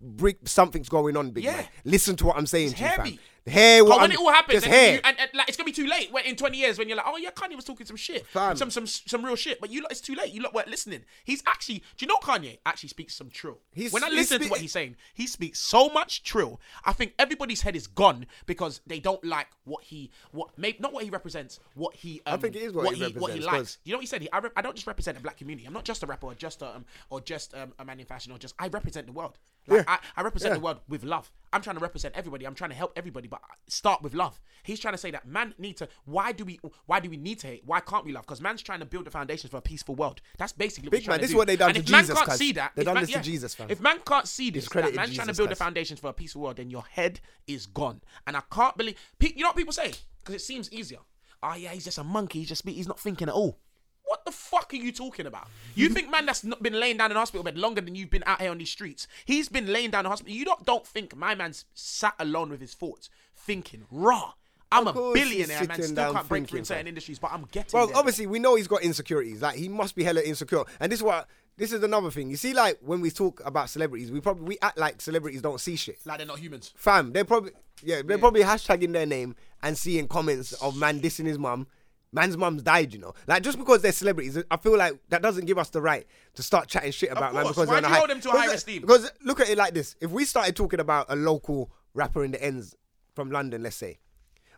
Speaker 2: Brick, something's going on, big
Speaker 3: Yeah.
Speaker 2: man. Listen to what I'm saying. to you,
Speaker 3: heavy.
Speaker 2: fam. Hear what
Speaker 3: But when
Speaker 2: I'm-
Speaker 3: it all happens,
Speaker 2: just
Speaker 3: and
Speaker 2: hear.
Speaker 3: you, and, and, like, it's gonna be too late. When in twenty years, when you're like, oh yeah, Kanye was talking some shit,
Speaker 2: Fam.
Speaker 3: some some some real shit, but you lot, it's too late. You lot weren't listening. He's actually, do you know Kanye actually speaks some trill.
Speaker 2: He's-
Speaker 3: when I
Speaker 2: he
Speaker 3: listen
Speaker 2: spe-
Speaker 3: to what he's saying, he speaks so much trill. I think everybody's head is gone because they don't like what he what maybe not what he represents, what he um, I
Speaker 2: think it is what he
Speaker 3: what he
Speaker 2: represents,
Speaker 3: likes.
Speaker 2: 'cause-
Speaker 3: You know what he said? He, I, rep- I don't just represent the black community. I'm not just a rapper or just a, um, or just um, a man in fashion or just I represent the world. Like,
Speaker 2: Yeah.
Speaker 3: I, I represent
Speaker 2: Yeah.
Speaker 3: the world with love. I'm trying to represent everybody. I'm trying to help everybody, but start with love. He's trying to say that man need to. Why do we? Why do we need to hate? Why can't we love? Because man's trying to build the foundations for a peaceful world. That's basically what
Speaker 2: Big
Speaker 3: he's trying
Speaker 2: man,
Speaker 3: to
Speaker 2: this is
Speaker 3: do.
Speaker 2: what they done
Speaker 3: And
Speaker 2: to
Speaker 3: if man
Speaker 2: Jesus,
Speaker 3: can't
Speaker 2: cuz.
Speaker 3: see that.
Speaker 2: They
Speaker 3: if
Speaker 2: done
Speaker 3: man-
Speaker 2: this to
Speaker 3: yeah,
Speaker 2: Jesus, fam.
Speaker 3: If man can't see this, that
Speaker 2: credited
Speaker 3: man's trying to
Speaker 2: Jesus,
Speaker 3: build the
Speaker 2: cuz.
Speaker 3: foundations for a peaceful world, then your head is gone. And I can't believe. Pe- you know what people say? Because it seems easier. Oh yeah, he's just a monkey. He's just be- he's not thinking at all. What the fuck are you talking about? You think man that's not been laying down in hospital bed longer than you've been out here on these streets? He's been laying down in hospital. You don't don't think my man's sat alone with his thoughts, thinking raw. I'm a
Speaker 2: course he's
Speaker 3: billionaire, man.
Speaker 2: sitting
Speaker 3: Still
Speaker 2: down
Speaker 3: can't break through in
Speaker 2: thinking, fam.
Speaker 3: certain industries, but I'm getting.
Speaker 2: Well,
Speaker 3: there.
Speaker 2: obviously we know he's got insecurities. Like he must be hella insecure. And this is what this is another thing. You see, like when we talk about celebrities, we probably we act like celebrities don't see shit.
Speaker 3: like they're not humans.
Speaker 2: Fam, they're probably yeah, they're probably hashtagging their name and seeing comments of man dissing his mum. Man's mum's died, you know. Like just because they're celebrities, I feel like that doesn't give us the right to start chatting shit about man
Speaker 3: course.
Speaker 2: because
Speaker 3: Why
Speaker 2: they're on
Speaker 3: do
Speaker 2: a
Speaker 3: you
Speaker 2: high-
Speaker 3: hold them to a
Speaker 2: because-
Speaker 3: higher esteem?
Speaker 2: Because look at it like this: if we started talking about a local rapper in the ends from London, let's say,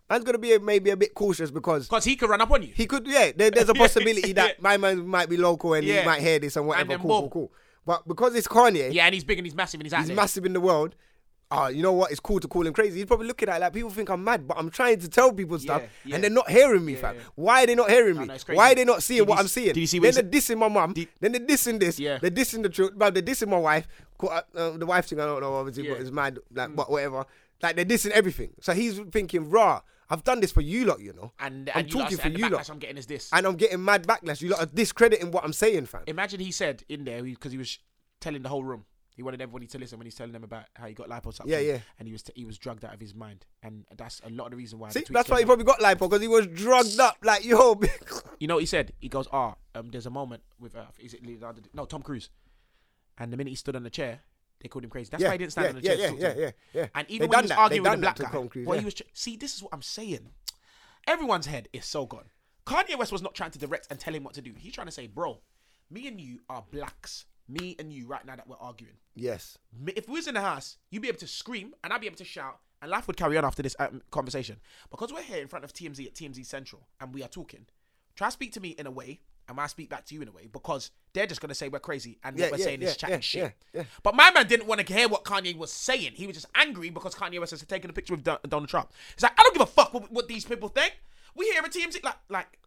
Speaker 2: man's gonna be maybe a bit cautious because
Speaker 3: Because he could run up on you.
Speaker 2: he could, yeah. There, there's a possibility that
Speaker 3: Yeah.
Speaker 2: my man might be local and
Speaker 3: Yeah.
Speaker 2: he might hear this and whatever.
Speaker 3: then
Speaker 2: cool,
Speaker 3: boom.
Speaker 2: cool, cool. But because it's Kanye,
Speaker 3: yeah, and he's big and he's massive and he's out
Speaker 2: he's
Speaker 3: there.
Speaker 2: massive in the world. Ah, you know what? It's cool to call him crazy. He's probably looking at it like people think I'm mad, but I'm trying to tell people stuff,
Speaker 3: yeah.
Speaker 2: and they're not hearing me, fam. Why are they not hearing me?
Speaker 3: no, it's crazy.
Speaker 2: Why are they not seeing
Speaker 3: Did
Speaker 2: what
Speaker 3: you
Speaker 2: I'm
Speaker 3: s-
Speaker 2: seeing?
Speaker 3: did you see what
Speaker 2: then
Speaker 3: he
Speaker 2: they're dissing my mum. Then they're dissing this.
Speaker 3: Yeah.
Speaker 2: They're dissing the truth, but they're dissing my wife. Co- uh, uh, the wife thing I don't know, obviously,
Speaker 3: Yeah. Mm.
Speaker 2: but it's mad. Like, but whatever. Like they're dissing everything. So he's thinking, rah, I've done this for you lot, you know.
Speaker 3: and,
Speaker 2: I'm
Speaker 3: and you lot are
Speaker 2: talking
Speaker 3: saying,
Speaker 2: for
Speaker 3: and
Speaker 2: you
Speaker 3: the
Speaker 2: lot
Speaker 3: backlash I'm getting is this.
Speaker 2: and I'm getting mad backlash. You lot are discrediting what I'm saying, fam.
Speaker 3: Imagine he said in there because he was telling the whole room. He wanted everybody to listen when he's telling them about how he got liposuction.
Speaker 2: Yeah, yeah.
Speaker 3: And he was he was drugged out of his mind, and that's a lot of the reason why. the
Speaker 2: See,
Speaker 3: tweets
Speaker 2: that's why he
Speaker 3: came out.
Speaker 2: probably got lipo because he was drugged up. Like yo, big-
Speaker 3: You know what he said? He goes, "Ah, um, there's a moment with uh, is it Leonardo? Di- No, Tom Cruise." And the minute he stood on the chair, they called him crazy. That's
Speaker 2: Yeah,
Speaker 3: why he didn't stand
Speaker 2: yeah,
Speaker 3: on the
Speaker 2: yeah,
Speaker 3: chair.
Speaker 2: yeah,
Speaker 3: to talk to
Speaker 2: yeah,
Speaker 3: him.
Speaker 2: yeah, yeah.
Speaker 3: And
Speaker 2: They
Speaker 3: even when
Speaker 2: done
Speaker 3: he was
Speaker 2: that. They
Speaker 3: arguing with
Speaker 2: done
Speaker 3: the
Speaker 2: that
Speaker 3: black
Speaker 2: to
Speaker 3: guy,
Speaker 2: Tom Cruise,
Speaker 3: well, he
Speaker 2: yeah.
Speaker 3: was. Tr- See, this is what I'm saying. Everyone's head is so gone. Kanye West was not trying to direct and tell him what to do. He's trying to say, "Bro, me and you are blacks. Me and you right now that we're arguing."
Speaker 2: yes.
Speaker 3: M- if we was in the house, you'd be able to scream and I'd be able to shout, and life would carry on after this um, conversation. Because we're here in front of TMZ at TMZ Central and we are talking. Try to speak to me in a way, and I speak back to you in a way, because they're just gonna say we're crazy and
Speaker 2: Yeah,
Speaker 3: what we're
Speaker 2: yeah,
Speaker 3: saying
Speaker 2: yeah,
Speaker 3: is chat
Speaker 2: yeah,
Speaker 3: and shit.
Speaker 2: yeah, yeah.
Speaker 3: But my man didn't want to hear what Kanye was saying. He was just angry because Kanye West has taken a picture of Don- Donald Trump. He's like, I don't give a fuck what, what these people think. We here at TMZ, like, like,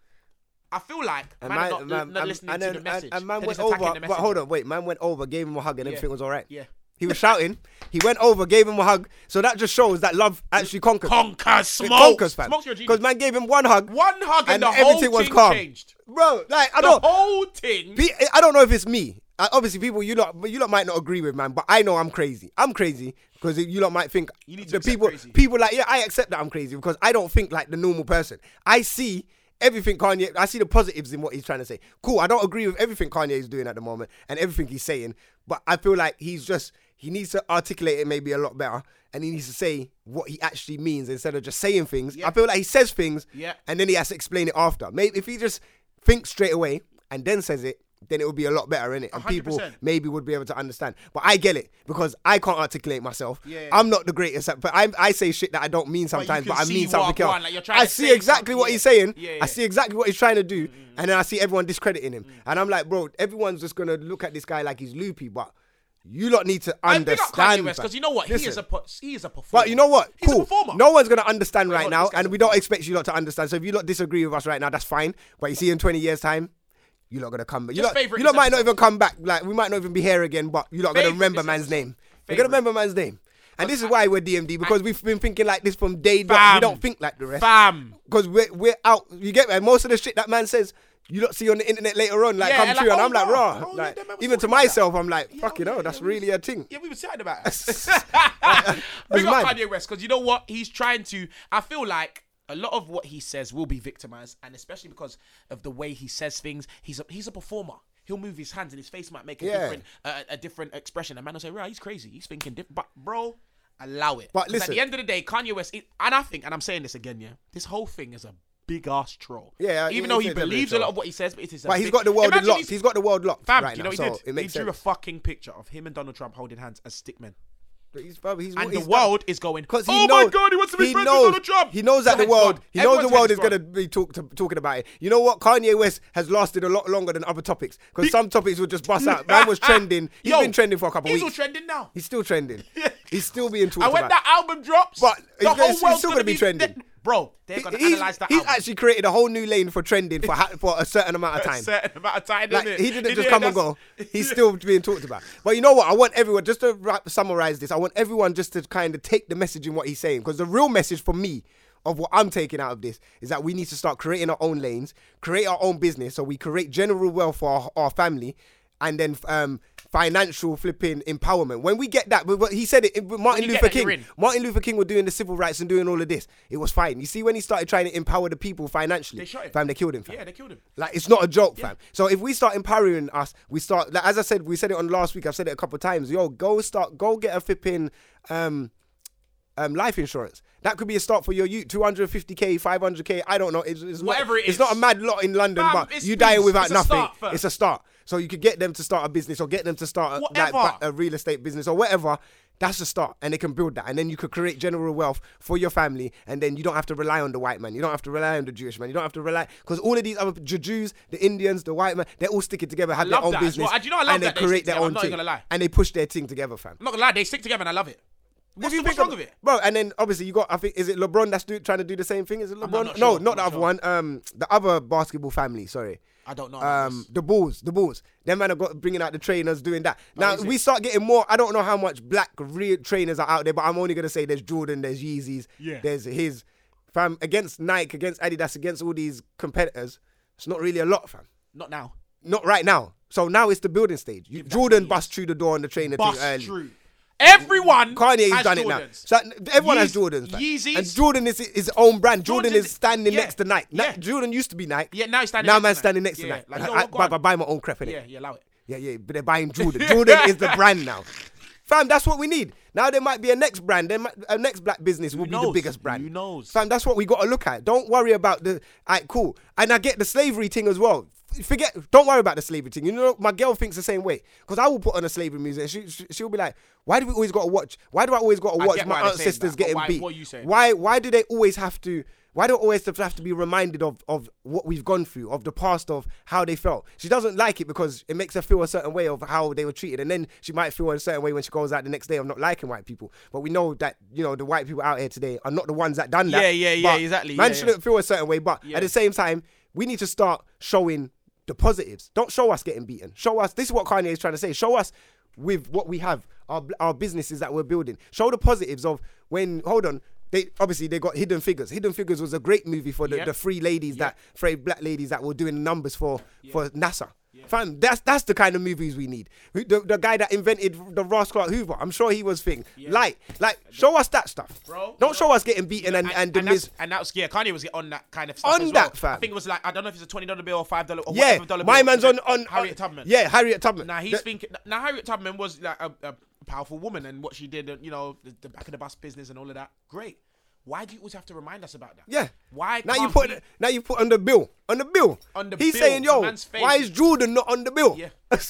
Speaker 3: I feel like
Speaker 2: And
Speaker 3: man, are not,
Speaker 2: man-
Speaker 3: not
Speaker 2: and-
Speaker 3: listening
Speaker 2: and
Speaker 3: to
Speaker 2: then-
Speaker 3: the message.
Speaker 2: And, and man
Speaker 3: They're
Speaker 2: went
Speaker 3: just attacking
Speaker 2: over.
Speaker 3: the
Speaker 2: But hold
Speaker 3: message.
Speaker 2: on, wait. Man went over, gave him a hug, and everything was all right.
Speaker 3: Yeah.
Speaker 2: He was shouting. He went over, gave him a hug. So that just shows that love actually conquers.
Speaker 3: Conquer
Speaker 2: It
Speaker 3: smoke.
Speaker 2: conquers, fam.
Speaker 3: Smoke's your genius.
Speaker 2: Because man gave him one hug.
Speaker 3: One hug and,
Speaker 2: and
Speaker 3: the whole
Speaker 2: everything
Speaker 3: thing
Speaker 2: was calm.
Speaker 3: changed.
Speaker 2: Bro, like I
Speaker 3: The
Speaker 2: don't.
Speaker 3: whole thing.
Speaker 2: Pe- I don't know if it's me. Uh, obviously, people you lot, you lot might not agree with, man. But I know I'm crazy. I'm crazy because you lot might think
Speaker 3: You need to
Speaker 2: the
Speaker 3: accept
Speaker 2: people,
Speaker 3: crazy.
Speaker 2: people like yeah, I accept that I'm crazy because I don't think like the normal person. I see everything Kanye. I see the positives in what he's trying to say. Cool. I don't agree with everything Kanye is doing at the moment and everything he's saying, but I feel like he's just he needs to articulate it maybe a lot better. And he needs to say what he actually means instead of just saying things. I feel like he says things
Speaker 3: Yeah.
Speaker 2: and then he has to explain it after. Maybe if he just thinks straight away and then says it, then it would be a lot better, innit? And people
Speaker 3: 100%.
Speaker 2: maybe would be able to understand. But I get it because I can't articulate myself.
Speaker 3: Yeah, yeah.
Speaker 2: I'm not the greatest, at- but I, I say shit that I don't mean
Speaker 3: you
Speaker 2: sometimes,
Speaker 3: can
Speaker 2: but, I
Speaker 3: see
Speaker 2: mean
Speaker 3: what
Speaker 2: something
Speaker 3: I'm
Speaker 2: else.
Speaker 3: on, like you're trying
Speaker 2: I
Speaker 3: to
Speaker 2: see
Speaker 3: say
Speaker 2: exactly
Speaker 3: something,
Speaker 2: what
Speaker 3: yeah.
Speaker 2: he's saying.
Speaker 3: Yeah, Mm-hmm,
Speaker 2: I
Speaker 3: yeah.
Speaker 2: see exactly what he's trying to do, and then I see everyone discrediting him.
Speaker 3: Mm-hmm.
Speaker 2: And I'm like, bro, everyone's just gonna look at this guy like he's loopy, but you lot need to
Speaker 3: And big up Kanye
Speaker 2: understand.
Speaker 3: West
Speaker 2: fam.
Speaker 3: because you know what? he is
Speaker 2: Listen.
Speaker 3: a per- he is a performer.
Speaker 2: But you know what?
Speaker 3: He's
Speaker 2: cool.
Speaker 3: a performer.
Speaker 2: No one's gonna understand right
Speaker 3: on,
Speaker 2: now,
Speaker 3: this guy's
Speaker 2: and
Speaker 3: a
Speaker 2: we don't expect you lot to understand. So if you lot disagree with us right now, that's fine. But you see, in twenty years' time, you lot gonna come back. You
Speaker 3: Just
Speaker 2: lot,
Speaker 3: favourite
Speaker 2: you lot
Speaker 3: this
Speaker 2: might not
Speaker 3: episode.
Speaker 2: even come back. Like we might not even be here again. But you lot gonna
Speaker 3: Favourite
Speaker 2: remember
Speaker 3: this
Speaker 2: man's
Speaker 3: episode.
Speaker 2: name. You're gonna
Speaker 3: Favourite.
Speaker 2: remember man's name. And this is why we're DMD because we've been thinking like this from day one. We
Speaker 3: Fam.
Speaker 2: don't think like the rest.
Speaker 3: Fam.
Speaker 2: Because we're we're out. You get me? And most of the shit that man says. You lot see on the internet later on, like
Speaker 3: Yeah,
Speaker 2: come
Speaker 3: and
Speaker 2: true,
Speaker 3: like,
Speaker 2: and
Speaker 3: oh,
Speaker 2: I'm like,
Speaker 3: no.
Speaker 2: raw.
Speaker 3: Oh, yeah,
Speaker 2: like,
Speaker 3: them man was
Speaker 2: even to
Speaker 3: talking about that.
Speaker 2: myself, I'm like,
Speaker 3: Yeah,
Speaker 2: fucking
Speaker 3: yeah,
Speaker 2: hell,
Speaker 3: yeah,
Speaker 2: that's
Speaker 3: we
Speaker 2: really
Speaker 3: was-
Speaker 2: a thing.
Speaker 3: Yeah, we were chatting about it.
Speaker 2: That's
Speaker 3: Big up
Speaker 2: mad.
Speaker 3: Kanye West because you know what? He's trying to. I feel like a lot of what he says will be victimized, and especially because of the way he says things. He's a he's a performer. He'll move his hands, and his face might make a
Speaker 2: Yeah.
Speaker 3: different uh, a different expression. And man will say, "Right, he's crazy. He's thinking different." But bro. Allow it.
Speaker 2: But
Speaker 3: 'Cause at
Speaker 2: listen-
Speaker 3: the end of the day, Kanye West, is- and I think, and I'm saying this again, yeah, this whole thing is a big ass troll.
Speaker 2: Yeah, yeah,
Speaker 3: even
Speaker 2: it-
Speaker 3: though
Speaker 2: it's definitely
Speaker 3: he
Speaker 2: a
Speaker 3: believes a
Speaker 2: troll.
Speaker 3: lot of what he says, but it is. a
Speaker 2: But he's
Speaker 3: big-
Speaker 2: got the world in
Speaker 3: Imagine
Speaker 2: locked.
Speaker 3: he's-
Speaker 2: He's got the world locked
Speaker 3: Fam,
Speaker 2: right
Speaker 3: do
Speaker 2: now,
Speaker 3: you know what
Speaker 2: so
Speaker 3: he did?
Speaker 2: it makes
Speaker 3: he drew
Speaker 2: sense.
Speaker 3: a fucking picture of him and Donald Trump holding hands as stickmen.
Speaker 2: But he's, probably- he's,
Speaker 3: And
Speaker 2: he's
Speaker 3: the world is going,
Speaker 2: Because
Speaker 3: "Oh my God, he wants to be friends with
Speaker 2: knows,
Speaker 3: Donald Trump."
Speaker 2: He knows that
Speaker 3: His
Speaker 2: the
Speaker 3: head's
Speaker 2: world,
Speaker 3: gone.
Speaker 2: he knows the
Speaker 3: Everyone's
Speaker 2: world is
Speaker 3: head's
Speaker 2: going to
Speaker 3: gone.
Speaker 2: be talk to, talking about it. You know what? Kanye West has lasted a lot longer than other topics because some topics would just bust out. Man was trending. He's
Speaker 3: Yo,
Speaker 2: been trending for a couple
Speaker 3: he's
Speaker 2: weeks.
Speaker 3: all trending now.
Speaker 2: he's still trending. he's still being talked
Speaker 3: And when
Speaker 2: about.
Speaker 3: that album drops,
Speaker 2: But it's-
Speaker 3: the whole
Speaker 2: it's- it's
Speaker 3: world's
Speaker 2: still
Speaker 3: going to
Speaker 2: gonna be
Speaker 3: be
Speaker 2: trending.
Speaker 3: dead- Bro, they're
Speaker 2: He-
Speaker 3: going to
Speaker 2: he's
Speaker 3: analyze that
Speaker 2: he's
Speaker 3: album.
Speaker 2: actually created a whole new lane for trending for ha- for a certain amount of time.
Speaker 3: a certain amount of time.
Speaker 2: Like
Speaker 3: innit?
Speaker 2: he didn't just
Speaker 3: Yeah,
Speaker 2: come and
Speaker 3: that's-
Speaker 2: go. He's still being talked about. But you know what? I want everyone just to wrap, summarize this. I want everyone just to kind of take the message in what he's saying because the real message for me of what I'm taking out of this is that we need to start creating our own lanes, create our own business, so we create general wealth for our, our family, and then um, financial flipping empowerment. When we get that, but what he said it. it- Martin
Speaker 3: you
Speaker 2: Luther
Speaker 3: get that, you're
Speaker 2: King.
Speaker 3: in.
Speaker 2: Martin Luther King was doing the civil rights and doing all of this. It was fine. You see, when he started trying to empower the people financially,
Speaker 3: They shot him.
Speaker 2: fam, they killed him. Fam.
Speaker 3: Yeah, they killed him.
Speaker 2: Like it's not a joke, fam. So if we start empowering us, we start. Like, as I said, we said it on last week. I've said it a couple of times. Yo, go start. Go get a flipping um, um, life insurance. That could be a start for your youth. 250k, 500k. I don't know. It's, it's
Speaker 3: Whatever
Speaker 2: not,
Speaker 3: it
Speaker 2: It's not a
Speaker 3: is.
Speaker 2: mad lot in London,
Speaker 3: Fam,
Speaker 2: but
Speaker 3: it's
Speaker 2: you dying
Speaker 3: peace.
Speaker 2: without
Speaker 3: It's a
Speaker 2: nothing.
Speaker 3: start, fam.
Speaker 2: it's a start. So you could get them to start a business or get them to start a, like, ba-
Speaker 3: Whatever.
Speaker 2: a real estate business or whatever. That's a start, and they can build that, and then you could create general wealth for your family, and then you don't have to rely on the white man, you don't have to rely on the Jewish man, you don't have to rely because all of these other the Jews, the Indians, the white man, they're all sticking together, have
Speaker 3: love
Speaker 2: their own
Speaker 3: that as
Speaker 2: business,
Speaker 3: well. Do you know I love
Speaker 2: and
Speaker 3: that
Speaker 2: they
Speaker 3: they
Speaker 2: create
Speaker 3: stick
Speaker 2: their
Speaker 3: together?
Speaker 2: own
Speaker 3: I'm not
Speaker 2: thing,
Speaker 3: even gonna lie.
Speaker 2: and they push their thing together, fam.
Speaker 3: I'm not going to lie, they stick together and I love it. What's,
Speaker 2: If
Speaker 3: the,
Speaker 2: you
Speaker 3: what's
Speaker 2: think
Speaker 3: wrong
Speaker 2: of-
Speaker 3: with it?
Speaker 2: bro? And then obviously you got, I think, is it LeBron that's do, trying to do the same thing? Is it LeBron?
Speaker 3: not
Speaker 2: no, not
Speaker 3: sure.
Speaker 2: the
Speaker 3: I'm not
Speaker 2: other
Speaker 3: sure.
Speaker 2: one. Um, the other basketball family. Sorry.
Speaker 3: I don't know about
Speaker 2: Um,
Speaker 3: this.
Speaker 2: the Bulls, the Bulls. Them man have got bringing out the trainers, doing that. Now
Speaker 3: is it?
Speaker 2: we start getting more. I don't know how much black real trainers are out there, but I'm only gonna say there's Jordan, there's Yeezys,
Speaker 3: Yeah.
Speaker 2: there's his. Fam, against Nike, against Adidas, against all these competitors, it's not really a lot, fam
Speaker 3: Not now.
Speaker 2: not right now. So now it's the building stage. You- Jordan bust through the door on the trainer too
Speaker 3: Bust
Speaker 2: early.
Speaker 3: true. Everyone
Speaker 2: Kanye has
Speaker 3: has
Speaker 2: done it now.
Speaker 3: Jordans.
Speaker 2: So everyone has
Speaker 3: Yeez-
Speaker 2: Jordans. man.
Speaker 3: Yeezys.
Speaker 2: And Jordan is his own brand. Jordan,
Speaker 3: Jordan-
Speaker 2: is standing
Speaker 3: yeah,
Speaker 2: next to Nike. Na-
Speaker 3: yeah.
Speaker 2: Jordan used to be Nike.
Speaker 3: Yeah, now he's standing
Speaker 2: Now
Speaker 3: next to
Speaker 2: man's
Speaker 3: Nike.
Speaker 2: standing next to
Speaker 3: Yeah,
Speaker 2: Nike.
Speaker 3: like,
Speaker 2: I,
Speaker 3: yo,
Speaker 2: I,
Speaker 3: what God?
Speaker 2: I buy my own crap in it.
Speaker 3: Yeah, you allow it.
Speaker 2: Yeah, yeah, but they're buying Jordan. Jordan is the brand now. Fam, that's what we need. Now there might be a next brand. There might, a next black business will be the
Speaker 3: knows?
Speaker 2: biggest brand.
Speaker 3: Who knows?
Speaker 2: Fam, that's what we got to look at. Don't worry about the. Alright, cool. And I get the slavery thing as well. F- Forget. Don't worry about the slavery thing. You know, my girl thinks the same way. Cause I will put on a slavery music. And she, she will be like, "Why do we always got to watch? Why do I always got to
Speaker 3: I
Speaker 2: watch
Speaker 3: get
Speaker 2: my
Speaker 3: why they're saying
Speaker 2: ancestors
Speaker 3: that, but
Speaker 2: getting
Speaker 3: why-
Speaker 2: beat?
Speaker 3: what are you saying?
Speaker 2: Why? Why do they always have to? Why do I always have to be reminded of of what we've gone through, of the past, of how they felt? She doesn't like it because it makes her feel a certain way of how they were treated, and then she might feel a certain way when she goes out the next day of not liking white people. But we know that you know the white people out here today are not the ones that done that.
Speaker 3: Yeah, yeah, yeah,
Speaker 2: But
Speaker 3: exactly,
Speaker 2: Man
Speaker 3: yeah,
Speaker 2: shouldn't feel a certain way, but at the same time, we need to start showing the positives. Don't show us getting beaten. Show us. This is what Kanye is trying to say. Show us with what we have, our our businesses that we're building. Show the positives of when. Hold on. They obviously they got Hidden Figures. Hidden Figures was a great movie for the,
Speaker 3: Yeah.
Speaker 2: the three ladies that three black ladies that were doing numbers for for NASA. Fam, that's that's the kind of movies we need. Who- The, the guy that invented the Ross Clark Hoover, I'm sure he was thing. Light, like show us that stuff.
Speaker 3: Bro,
Speaker 2: don't
Speaker 3: you
Speaker 2: show
Speaker 3: know-
Speaker 2: us getting beaten and and, the
Speaker 3: that's,
Speaker 2: mis-
Speaker 3: and that's yeah. Kanye was on that kind of stuff
Speaker 2: On
Speaker 3: as
Speaker 2: that,
Speaker 3: well. I
Speaker 2: fam.
Speaker 3: think it was like I don't know if it's a twenty dollar bill or five dollar or
Speaker 2: yeah.
Speaker 3: whatever dollar
Speaker 2: My
Speaker 3: bill.
Speaker 2: man's on on
Speaker 3: Harriet
Speaker 2: on-
Speaker 3: Tubman.
Speaker 2: Yeah, Harriet Tubman.
Speaker 3: Now he's
Speaker 2: The-
Speaker 3: thinking. Now Harriet Tubman was like a, a powerful woman, and what she did, uh, you know, the, the back of the bus business and all of that. Great. Why do you always have to remind us about that?
Speaker 2: Yeah.
Speaker 3: Why
Speaker 2: now you
Speaker 3: can't
Speaker 2: put
Speaker 3: we-
Speaker 2: now you put on the bill on the bill.
Speaker 3: On the
Speaker 2: He's
Speaker 3: bill,
Speaker 2: saying,
Speaker 3: the
Speaker 2: yo,
Speaker 3: man's face.
Speaker 2: why is Jordan not on the bill?
Speaker 3: Yeah.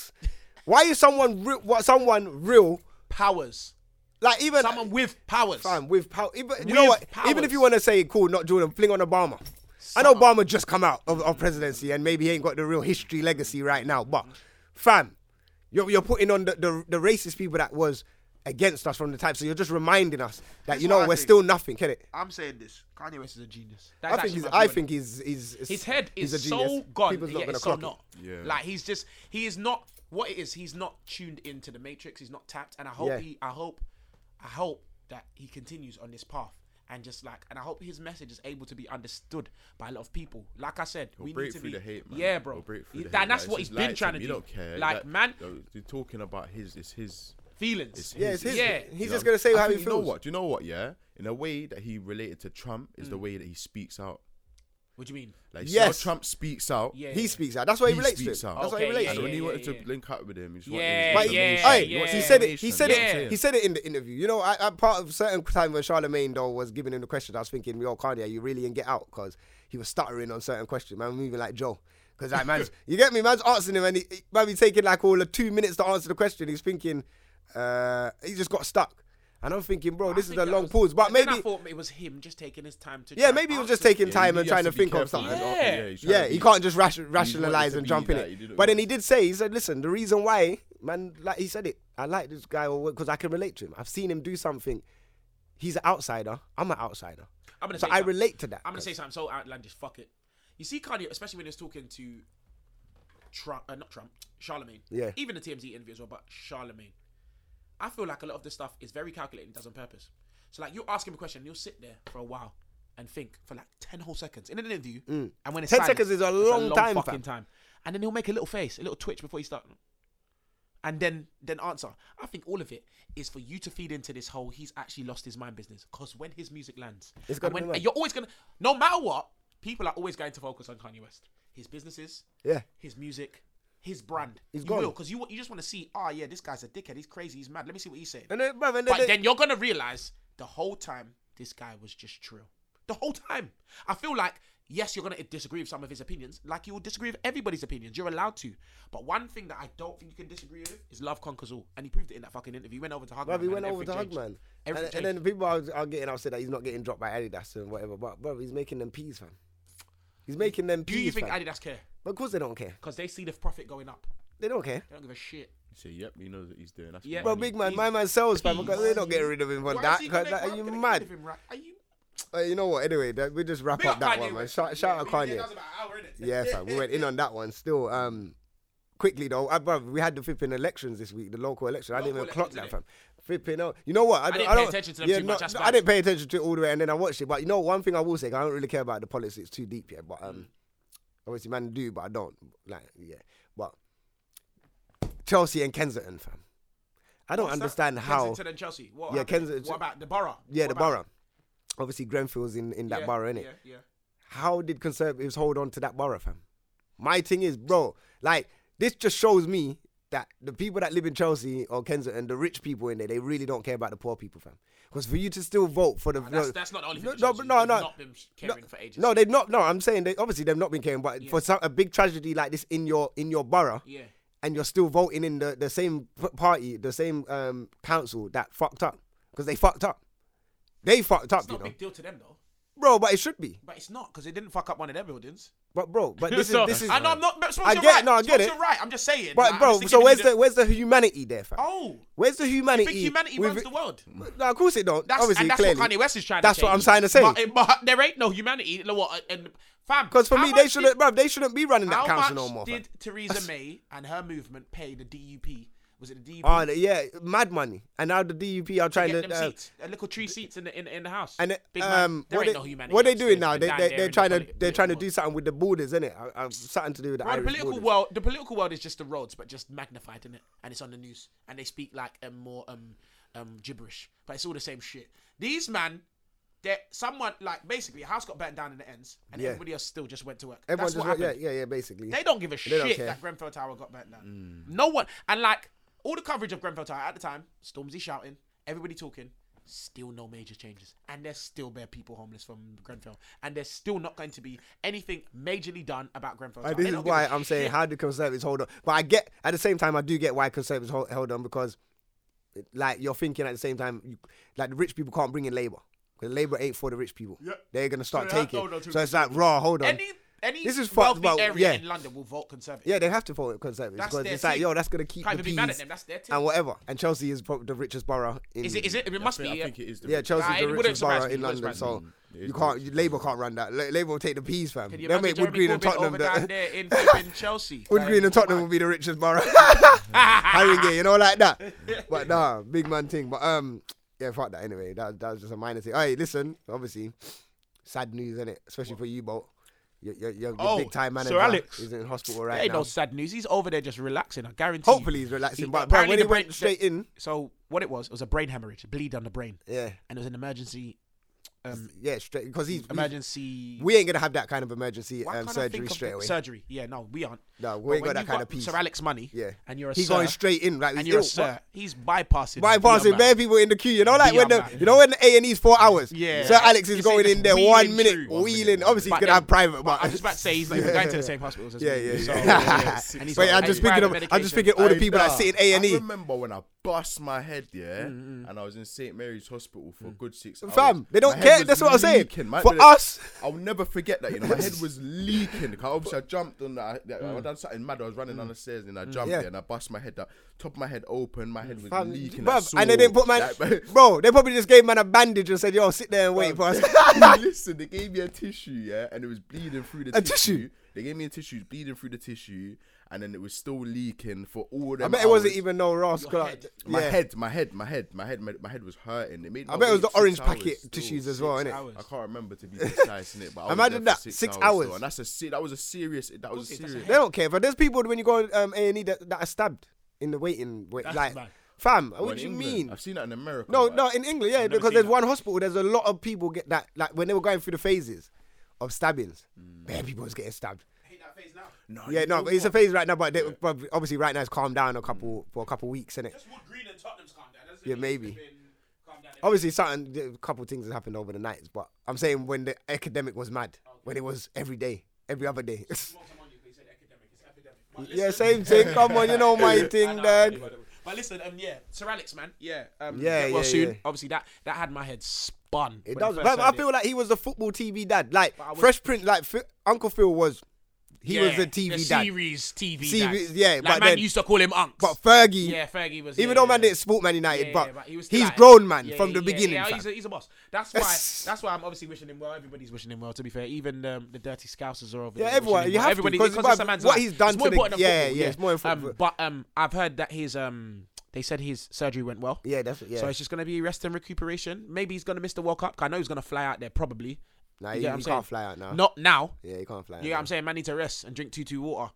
Speaker 2: why is someone real? What someone real?
Speaker 3: powers?
Speaker 2: Like even
Speaker 3: Someone with powers.
Speaker 2: Fam, with power. Even, you
Speaker 3: With
Speaker 2: know what? Even
Speaker 3: powers.
Speaker 2: if you want to say cool, not Jordan, fling on Obama. I know Obama just come out of, of presidency and maybe he ain't got the real history legacy right now, but fam, you're, you're putting on the, the, the racist people that was against us from the time. So you're just reminding us that you
Speaker 5: what
Speaker 2: know
Speaker 5: I
Speaker 2: we're
Speaker 5: think.
Speaker 2: still nothing, can it?
Speaker 5: I'm saying this. Kanye West is a genius.
Speaker 3: That's
Speaker 2: I think
Speaker 3: actually
Speaker 2: he's. I
Speaker 3: my view on it.
Speaker 2: think he's. he's, he's
Speaker 3: His head
Speaker 2: he's
Speaker 3: is
Speaker 2: a genius.
Speaker 3: so gone.
Speaker 2: People's not
Speaker 3: yet
Speaker 2: gonna
Speaker 3: it's so
Speaker 2: clock it.
Speaker 3: not.
Speaker 4: Yeah.
Speaker 3: Like he's just he is not what it is. He's not tuned into the matrix. He's not tapped. And I hope
Speaker 2: Yeah.
Speaker 3: he. I hope. I hope that he continues on this path. And just like, and I hope his message is able to be understood by a lot of people. Like I said, we
Speaker 4: break
Speaker 3: need to
Speaker 4: through
Speaker 3: be,
Speaker 4: the hate, man.
Speaker 3: yeah, bro.
Speaker 4: He'll break through
Speaker 3: He-
Speaker 4: the
Speaker 3: that-
Speaker 4: hate,
Speaker 3: that's
Speaker 4: like,
Speaker 3: what he's
Speaker 4: it's his
Speaker 3: been
Speaker 4: light
Speaker 3: trying to
Speaker 4: him,
Speaker 3: do.
Speaker 4: He don't care.
Speaker 3: Like, man,
Speaker 4: yo, you're talking about his. It's his.
Speaker 3: feelings.
Speaker 4: It's his.
Speaker 2: Yeah, it's his.
Speaker 3: Yeah.
Speaker 2: He's
Speaker 4: You
Speaker 2: just
Speaker 4: know?
Speaker 2: gonna say
Speaker 4: I
Speaker 2: how he
Speaker 4: think- You know
Speaker 2: feels.
Speaker 4: what? Do you know what? Yeah, in a way that he related to Trump is the
Speaker 3: Mm.
Speaker 4: way that he speaks out.
Speaker 3: What do you mean?
Speaker 4: Like, you see how
Speaker 2: Yes.
Speaker 4: Trump speaks out.
Speaker 3: Yeah.
Speaker 2: He speaks out. That's why he, relates to.
Speaker 4: speaks
Speaker 2: Him.
Speaker 4: out.
Speaker 2: That's why he
Speaker 3: Okay,
Speaker 2: relates
Speaker 3: yeah,
Speaker 2: to.
Speaker 4: And
Speaker 2: him.
Speaker 4: when he
Speaker 3: yeah,
Speaker 4: wanted
Speaker 3: yeah.
Speaker 4: to link up with him, he just
Speaker 3: Yeah,
Speaker 4: wanted
Speaker 2: But
Speaker 4: his
Speaker 3: yeah,
Speaker 4: information.
Speaker 2: hey,
Speaker 4: He wanted
Speaker 2: he
Speaker 4: his
Speaker 2: said it.
Speaker 4: information,
Speaker 2: He said
Speaker 4: you know what I'm
Speaker 2: it.
Speaker 4: saying?
Speaker 2: He said it in the interview. You know, I, I part of certain time when Charlemagne though was giving him the question, I was thinking, "Yo, Kanye, you really in get out?" Because he was stuttering on certain questions. Man, moving like Joe. Because like man's, you get me? Man's answering him, and he, he man be taking like all of two minutes to answer the question. He's thinking, uh, he just got stuck. And I'm thinking, bro, this is a long pause. But
Speaker 3: then
Speaker 2: maybe,
Speaker 3: I thought it was him just taking his time to.
Speaker 2: yeah,
Speaker 3: try
Speaker 2: maybe he
Speaker 3: and
Speaker 2: was just
Speaker 3: answer.
Speaker 2: taking time and
Speaker 4: he has
Speaker 2: trying
Speaker 4: to
Speaker 2: to
Speaker 4: be
Speaker 2: think of
Speaker 4: careful.
Speaker 2: something.
Speaker 3: Yeah.
Speaker 4: he's trying
Speaker 2: Yeah,
Speaker 4: to
Speaker 2: he
Speaker 4: be-
Speaker 2: can't just rash-
Speaker 4: wanted
Speaker 2: rationalize
Speaker 4: to
Speaker 2: and
Speaker 4: be
Speaker 2: jump
Speaker 4: that, he
Speaker 2: in it.
Speaker 4: didn't
Speaker 2: But then
Speaker 4: want-
Speaker 2: he did say, he said, listen, the reason why, man, like he said it, I like this guy because I can relate to him. I've seen him do something. He's an outsider. I'm an outsider.
Speaker 3: I'm gonna
Speaker 2: so
Speaker 3: say
Speaker 2: I
Speaker 3: something.
Speaker 2: relate to that.
Speaker 3: I'm gonna say something so outlandish. Fuck it. You see Kanye, especially when he's talking to Trump, uh, not Trump, Charlemagne.
Speaker 2: Yeah.
Speaker 3: Even the TMZ interview as well, but Charlemagne. I feel like a lot of this stuff is very calculated and does on purpose. So like you ask him a question, you'll sit there for a while and think for like ten whole seconds in an interview, and when it's
Speaker 2: 10
Speaker 3: silent,
Speaker 2: Mm. seconds is a
Speaker 3: it's
Speaker 2: long time,
Speaker 3: fucking
Speaker 2: fam.
Speaker 3: time, and then he'll make a little face, a little twitch before he starts and then then answer. I think all of it is for you to feed into this whole he's actually lost his mind business. Because when his music lands,
Speaker 2: It's
Speaker 3: and
Speaker 2: gonna be
Speaker 3: when,
Speaker 2: mad.
Speaker 3: you're always gonna, no matter what, people are always going to focus on Kanye West, his businesses,
Speaker 2: Yeah.
Speaker 3: his music, his brand.
Speaker 2: He's
Speaker 3: you
Speaker 2: gone.
Speaker 3: because you you just want to see, oh yeah, this guy's a dickhead, he's crazy, he's mad. Let me see what he's saying.
Speaker 2: And then, bruv, and then,
Speaker 3: But
Speaker 2: they-
Speaker 3: then you're gonna realize the whole time this guy was just true. The whole time. I feel like yes, you're gonna disagree with some of his opinions, like you will disagree with everybody's opinions. You're allowed to. But one thing that I don't think you can disagree with is love conquers all, and he proved it in that fucking interview. He went over to Hugman.
Speaker 2: bruv, he
Speaker 3: man,
Speaker 2: went
Speaker 3: and
Speaker 2: over to
Speaker 3: everything
Speaker 2: Hugman. And,
Speaker 3: changed. Everything
Speaker 2: and
Speaker 3: changed.
Speaker 2: then people are, are getting upset that he's not getting dropped by Adidas and whatever. But, bro, he's making them peas, fam. He's making them peas.
Speaker 3: do you think
Speaker 2: fam.
Speaker 3: Adidas care?
Speaker 2: But of course they don't care.
Speaker 3: Because they see the profit going up.
Speaker 2: They don't care.
Speaker 3: They don't give a shit.
Speaker 4: He said, "Yep, he knows what he's doing." That's
Speaker 3: Yeah.
Speaker 4: yeah,
Speaker 2: Bro,
Speaker 3: Well,
Speaker 2: big man, my man sells, fam. Because they're not getting rid of him for
Speaker 3: Why
Speaker 2: that.
Speaker 3: is he
Speaker 2: 'cause,
Speaker 3: gonna-
Speaker 2: like,
Speaker 3: why
Speaker 2: are you
Speaker 3: gonna get
Speaker 2: mad?
Speaker 3: rid of him, right? Are you?
Speaker 2: Uh, you know what? Anyway, that, we just wrap
Speaker 3: Big
Speaker 2: up
Speaker 3: up
Speaker 2: that
Speaker 3: Kanye
Speaker 2: one, man.
Speaker 3: West.
Speaker 2: Shout, shout out
Speaker 3: Yeah, we did
Speaker 2: Kanye.
Speaker 3: that about an hour, innit?
Speaker 2: Yeah, fam, we went in on that one. Still, um, quickly though, I, bruv, we had the flipping elections this week, the local election. I didn't
Speaker 3: Local
Speaker 2: even clock that,
Speaker 3: elections,
Speaker 2: fam. Flipping out. You know what?
Speaker 3: didn't pay attention to them too much, that's
Speaker 2: I
Speaker 3: bad.
Speaker 2: didn't pay attention to it all the way, and then I watched it. But you know, one thing I will say, 'cause I don't really care about the politics too deep yet. But um, obviously, man, do, but I don't. Like, yeah, but Chelsea and Kensington, fam. I don't
Speaker 3: What's that?
Speaker 2: understand how.
Speaker 3: Kensington and Chelsea. What
Speaker 2: Yeah,
Speaker 3: happened?
Speaker 2: Kensington-
Speaker 3: What about the borough?
Speaker 2: Yeah,
Speaker 3: What
Speaker 2: the
Speaker 3: about-
Speaker 2: borough. Obviously, Grenfell's in, in that
Speaker 3: Yeah,
Speaker 2: borough, innit?
Speaker 3: Yeah, yeah.
Speaker 2: How did Conservatives hold on to that borough, fam? My thing is, bro, like, this just shows me that the people that live in Chelsea or Kensington, the rich people in there, they really don't care about the poor people, fam. Because for you to still vote for the.
Speaker 3: That's, that's not the only
Speaker 2: No,
Speaker 3: thing. that
Speaker 2: no,
Speaker 3: shows
Speaker 2: but
Speaker 3: you.
Speaker 2: no,
Speaker 3: They've
Speaker 2: no.
Speaker 3: Not been caring for ages.
Speaker 2: No, they've not. No, I'm saying they obviously they've not been caring, but for some, a big tragedy like this in your in your borough,
Speaker 3: Yeah.
Speaker 2: and you're still voting in the, the same p- party, the same um, council that fucked up because they fucked up. They fucked up,
Speaker 3: It's
Speaker 2: you
Speaker 3: not a
Speaker 2: know.
Speaker 3: big deal to them though.
Speaker 2: bro, but it should be.
Speaker 3: But it's not because it didn't fuck up one of their buildings.
Speaker 2: But bro, but this
Speaker 3: So-
Speaker 2: is this is.
Speaker 3: I know I'm not. Sponsor
Speaker 2: I get-
Speaker 3: right.
Speaker 2: no, I get
Speaker 3: Sponsor
Speaker 2: it.
Speaker 3: Right, I'm just saying. like,
Speaker 2: But
Speaker 3: I'm
Speaker 2: bro,
Speaker 3: just
Speaker 2: so
Speaker 3: giving
Speaker 2: where's
Speaker 3: you
Speaker 2: the where's the humanity there, fam?
Speaker 3: Oh,
Speaker 2: Where's the
Speaker 3: you
Speaker 2: humanity?
Speaker 3: think humanity
Speaker 2: with-
Speaker 3: runs the world?
Speaker 2: No, of course it don't.
Speaker 3: That's
Speaker 2: Obviously,
Speaker 3: and that's
Speaker 2: clearly.
Speaker 3: what Kanye West is trying.
Speaker 2: That's
Speaker 3: to
Speaker 2: what
Speaker 3: change.
Speaker 2: I'm trying to say.
Speaker 3: But, but there ain't no humanity. Like, what? And fam,
Speaker 2: Because for
Speaker 3: how
Speaker 2: me, they
Speaker 3: much
Speaker 2: shouldn't,
Speaker 3: did-
Speaker 2: bruv, They shouldn't be running that
Speaker 3: How
Speaker 2: council
Speaker 3: much
Speaker 2: no more. fam.
Speaker 3: did Theresa May and her movement pay the DUP? Was it the DUP?
Speaker 2: Oh, the- yeah, mad money. And now the DUP are trying
Speaker 3: get
Speaker 2: to.
Speaker 3: them
Speaker 2: uh,
Speaker 3: seats, a little tree seats in the in, in the house.
Speaker 2: and
Speaker 3: Big man.
Speaker 2: um,
Speaker 3: there
Speaker 2: what,
Speaker 3: ain't
Speaker 2: they,
Speaker 3: no humanity.
Speaker 2: what they
Speaker 3: upstairs,
Speaker 2: doing now?
Speaker 3: man.
Speaker 2: They,
Speaker 3: Down
Speaker 2: they
Speaker 3: there
Speaker 2: they're
Speaker 3: in the
Speaker 2: trying to
Speaker 3: polit-
Speaker 2: they're trying to
Speaker 3: political
Speaker 2: do something with the borders, innit? I, I've something to do with the
Speaker 3: Bro, the
Speaker 2: Irish
Speaker 3: political
Speaker 2: borders.
Speaker 3: world, the political world is just the roads, but just magnified in it, and it's on the news, and they speak like um, more um um gibberish, but it's all the same shit. These man, they someone like basically a house got burnt down in the ends, and
Speaker 2: Yeah.
Speaker 3: everybody else still just went to work.
Speaker 2: Everyone
Speaker 3: That's
Speaker 2: just
Speaker 3: what
Speaker 2: went-
Speaker 3: happened.
Speaker 2: yeah, yeah, yeah, basically.
Speaker 3: They don't give a
Speaker 2: don't
Speaker 3: shit
Speaker 2: care. Mm.
Speaker 3: that Grenfell Tower got burnt down. No one, and like all the coverage of Grenfell Tower at the time, Stormzy shouting, everybody talking. Still no major changes, and there's still bare people homeless from Grenfell, and there's still not going to be anything majorly done about Grenfell. Tower.
Speaker 2: And this
Speaker 3: They
Speaker 2: is
Speaker 3: don't give a
Speaker 2: why I'm saying
Speaker 3: shit.
Speaker 2: how do conservatives hold on? But I get at the same time I do get why conservatives hold, held on because like you're thinking at the same time you, like the rich people can't bring in labor because labor ain't for the rich people.
Speaker 4: Yeah.
Speaker 2: They're gonna start
Speaker 4: they have to
Speaker 2: taking.
Speaker 4: hold on to
Speaker 2: So it's like raw. Hold on.
Speaker 3: any any
Speaker 2: This is fucked,
Speaker 3: wealthy
Speaker 2: but-
Speaker 3: area
Speaker 2: yeah.
Speaker 3: in London will vote conservative.
Speaker 2: yeah, they have to vote conservatives
Speaker 3: That's
Speaker 2: because
Speaker 3: their
Speaker 2: it's like
Speaker 3: thing.
Speaker 2: yo, that's gonna keep
Speaker 3: Can't
Speaker 2: the
Speaker 3: even be mad at
Speaker 2: peas
Speaker 3: them, that's their thing.
Speaker 2: and whatever. And Chelsea is probably the richest borough. In,
Speaker 3: Is it? Is it? It
Speaker 4: I
Speaker 3: must
Speaker 4: think,
Speaker 3: be.
Speaker 4: I
Speaker 3: yeah.
Speaker 4: think it is. the-
Speaker 2: Yeah, Chelsea's
Speaker 3: Nah, it
Speaker 2: the
Speaker 3: wouldn't
Speaker 2: richest
Speaker 3: surprise
Speaker 2: borough
Speaker 3: me,
Speaker 2: in
Speaker 3: it wouldn't
Speaker 2: London,
Speaker 3: surprise
Speaker 2: so
Speaker 4: Mm, It is
Speaker 2: you can't. You, Labour can't run that. La- Labour will take the peas, fam.
Speaker 3: Can you
Speaker 2: They'll
Speaker 3: imagine
Speaker 2: make
Speaker 3: Jeremy
Speaker 2: Wood Green and
Speaker 3: Corbyn
Speaker 2: Tottenham.
Speaker 3: over down
Speaker 2: The,
Speaker 3: there in flipping Chelsea?
Speaker 2: Wood
Speaker 3: Like,
Speaker 2: Green and Tottenham will be the richest borough. Harringay, you know, like that. But nah, big man thing. But um, yeah, fuck that. Anyway, that that was just a minor thing. Hey, listen, obviously, sad news, isn't it? Especially for you, Bolt. Your, your, your, your
Speaker 3: Oh,
Speaker 2: big time
Speaker 3: Sir
Speaker 2: manager
Speaker 3: Alex.
Speaker 2: is in hospital
Speaker 3: That
Speaker 2: right
Speaker 3: ain't
Speaker 2: now.
Speaker 3: no sad news. He's over there just relaxing. I guarantee. you.
Speaker 2: Hopefully he's relaxing,
Speaker 3: He-
Speaker 2: but but
Speaker 3: apparently
Speaker 2: when
Speaker 3: the
Speaker 2: he went
Speaker 3: brain-
Speaker 2: straight in,
Speaker 3: So what it was? It was a brain hemorrhage, a bleed on the brain,
Speaker 2: yeah,
Speaker 3: and it was an emergency. Um,
Speaker 2: yeah, straight because he's he's-
Speaker 3: emergency.
Speaker 2: We ain't gonna have that kind of emergency
Speaker 3: Why
Speaker 2: um,
Speaker 3: can't I think
Speaker 2: surgery
Speaker 3: of
Speaker 2: straight
Speaker 3: the-
Speaker 2: away.
Speaker 3: Surgery. Yeah, no, we aren't.
Speaker 2: No, we
Speaker 3: But
Speaker 2: ain't got
Speaker 3: when
Speaker 2: that kind
Speaker 3: you got
Speaker 2: of peace.
Speaker 3: Sir Alex money.
Speaker 2: Yeah.
Speaker 3: And you're a
Speaker 2: He's
Speaker 3: sir,
Speaker 2: going straight in, right?
Speaker 3: And
Speaker 2: He's
Speaker 3: you're a
Speaker 2: ill.
Speaker 3: sir. He's bypassing.
Speaker 2: bypassing bare people in the queue. You know, like when
Speaker 3: Be
Speaker 2: the
Speaker 3: our man.
Speaker 2: you know when the A and E's four hours.
Speaker 3: Yeah.
Speaker 2: Sir Alex is
Speaker 3: He's
Speaker 2: going
Speaker 3: saying
Speaker 2: in there
Speaker 3: wheeling
Speaker 2: one minute,
Speaker 3: through.
Speaker 2: wheeling. Obviously, he's
Speaker 3: But
Speaker 2: gonna have
Speaker 3: then-
Speaker 2: private. But
Speaker 3: I was just about to say he's like we're going to the same hospitals as
Speaker 2: Yeah,
Speaker 3: me,
Speaker 2: yeah,
Speaker 3: so-
Speaker 2: yeah.
Speaker 3: And he's
Speaker 2: Wait,
Speaker 3: got-
Speaker 2: I'm
Speaker 3: and
Speaker 2: just
Speaker 3: private
Speaker 2: thinking of I'm just
Speaker 3: medication.
Speaker 2: thinking all the
Speaker 4: Hey,
Speaker 2: people that
Speaker 4: nah,
Speaker 2: sit in A and
Speaker 4: I
Speaker 2: E. Mm,
Speaker 4: remember when I bust my head, yeah, and I was in St Mary's Hospital for a good six hours.
Speaker 2: Fam, they don't
Speaker 4: My head
Speaker 2: care.
Speaker 4: was
Speaker 2: That's what I'm saying.
Speaker 4: leaking, my-
Speaker 2: For
Speaker 4: but it-
Speaker 2: us-
Speaker 4: I'll never forget that. You know, my head was leaking. 'cause obviously, I jumped on that. I, I done something mad. I was running down the stairs and I jumped
Speaker 2: Mm. Yeah.
Speaker 4: there and I bust my head. That top of my head open. My head was
Speaker 2: Fam,
Speaker 4: leaking. I
Speaker 2: bruv, and they didn't
Speaker 4: saw,
Speaker 2: put man,
Speaker 4: like,
Speaker 2: bro. They probably just gave man a bandage and said, "Yo, sit there and wait for us."
Speaker 4: us. Listen, they gave me a tissue, yeah, and it was bleeding through the
Speaker 2: A
Speaker 4: tissue.
Speaker 2: tissue?
Speaker 4: They gave me a tissue, it's bleeding through the tissue, and then it was still leaking for all them
Speaker 2: I bet it wasn't
Speaker 4: hours.
Speaker 2: even no Ross. Clark.
Speaker 3: head.
Speaker 4: My
Speaker 2: Yeah.
Speaker 4: head, my head, my head, my head, my, my head was hurting. It made.
Speaker 2: I
Speaker 4: my
Speaker 2: bet it was
Speaker 4: wait
Speaker 2: the
Speaker 4: six
Speaker 2: orange
Speaker 4: hours
Speaker 2: packet
Speaker 4: still.
Speaker 2: tissues as well, innit?
Speaker 3: hours.
Speaker 4: I can't remember to be precise, innit? But I was
Speaker 2: Imagine
Speaker 4: there for
Speaker 2: that,
Speaker 4: six,
Speaker 2: six
Speaker 4: hours,
Speaker 2: hours.
Speaker 4: still, and that's a se- that was a serious. That was
Speaker 3: course
Speaker 4: a
Speaker 3: it is, that's a
Speaker 4: serious.
Speaker 2: They don't care. But there's people when you go um A and E that, that are stabbed in the waiting wait,
Speaker 3: That's
Speaker 2: like
Speaker 3: mad.
Speaker 2: fam.
Speaker 4: Well,
Speaker 2: What
Speaker 4: in
Speaker 2: do you
Speaker 4: England,
Speaker 2: mean?
Speaker 4: I've seen that in America.
Speaker 2: No,
Speaker 4: but-
Speaker 2: no, in England, yeah, because
Speaker 3: seen
Speaker 2: there's
Speaker 3: that.
Speaker 2: one hospital. There's a lot of people get that like when they were going through the phases of stabbings.
Speaker 3: Mm.
Speaker 2: Bare people was getting stabbed.
Speaker 4: no,
Speaker 2: Yeah,
Speaker 4: you
Speaker 2: no,
Speaker 4: know
Speaker 2: but it's a
Speaker 4: what?
Speaker 2: phase right now, but, they, but obviously right now it's calmed down a couple
Speaker 3: Mm.
Speaker 2: for a couple weeks, isn't it? Yeah, maybe. Oh. Obviously, certain a couple things has happened over the nights, but I'm saying when the academic was mad, when it was every day, every other day. yeah, same thing. Come on, you know my thing, dad.
Speaker 3: But listen, um, yeah, Sir Alex, man, yeah, um,
Speaker 2: Yeah,
Speaker 3: yeah, well,
Speaker 2: yeah,
Speaker 3: soon,
Speaker 2: yeah.
Speaker 3: obviously that that had my head spun.
Speaker 2: It does. But I feel like he was the football TV dad, like
Speaker 3: I was-
Speaker 2: Fresh Prince, like Fi- Uncle Phil was. He was the TV dad.
Speaker 3: series TV
Speaker 2: Series,
Speaker 3: dad.
Speaker 2: yeah,
Speaker 3: like,
Speaker 2: but
Speaker 3: man
Speaker 2: then-
Speaker 3: used to call him Unks.
Speaker 2: But Fergie,
Speaker 3: yeah, Fergie was
Speaker 2: even
Speaker 3: yeah,
Speaker 2: though
Speaker 3: yeah,
Speaker 2: man
Speaker 3: yeah.
Speaker 2: didn't support Man United,
Speaker 3: Yeah,
Speaker 2: but,
Speaker 3: yeah, he was
Speaker 2: he's
Speaker 3: still like-
Speaker 2: grown man
Speaker 3: yeah,
Speaker 2: from the
Speaker 3: yeah,
Speaker 2: beginning.
Speaker 3: Yeah,
Speaker 2: fam.
Speaker 3: he's, a, he's a boss. That's why. that's why I'm obviously wishing him well. Everybody's wishing him well. To be fair, even um, the dirty scousers are over.
Speaker 2: Yeah,
Speaker 3: there
Speaker 2: everyone-
Speaker 3: wishing him
Speaker 2: you
Speaker 3: well.
Speaker 2: have to,
Speaker 3: Everybody,
Speaker 2: 'cause
Speaker 3: because
Speaker 2: what-
Speaker 3: it's a man's
Speaker 2: what
Speaker 3: life.
Speaker 2: he's done
Speaker 3: It's
Speaker 2: to
Speaker 3: more
Speaker 2: the-
Speaker 3: important than
Speaker 2: yeah,
Speaker 3: football,
Speaker 2: yeah, it's more important
Speaker 3: Um,
Speaker 2: for-
Speaker 3: but um, I've heard that his um, they said his surgery went well.
Speaker 2: Yeah, that's yeah.
Speaker 3: So it's just gonna be rest and recuperation. Maybe he's gonna miss the World Cup. 'cause I know he's gonna fly out there probably.
Speaker 2: nah,
Speaker 3: You
Speaker 2: you,
Speaker 3: get
Speaker 2: you
Speaker 3: what I'm
Speaker 2: can't
Speaker 3: saying?
Speaker 2: fly out now.
Speaker 3: Not now.
Speaker 2: Yeah, you can't fly out.
Speaker 3: You know what I'm saying? Man need to rest and drink two two water.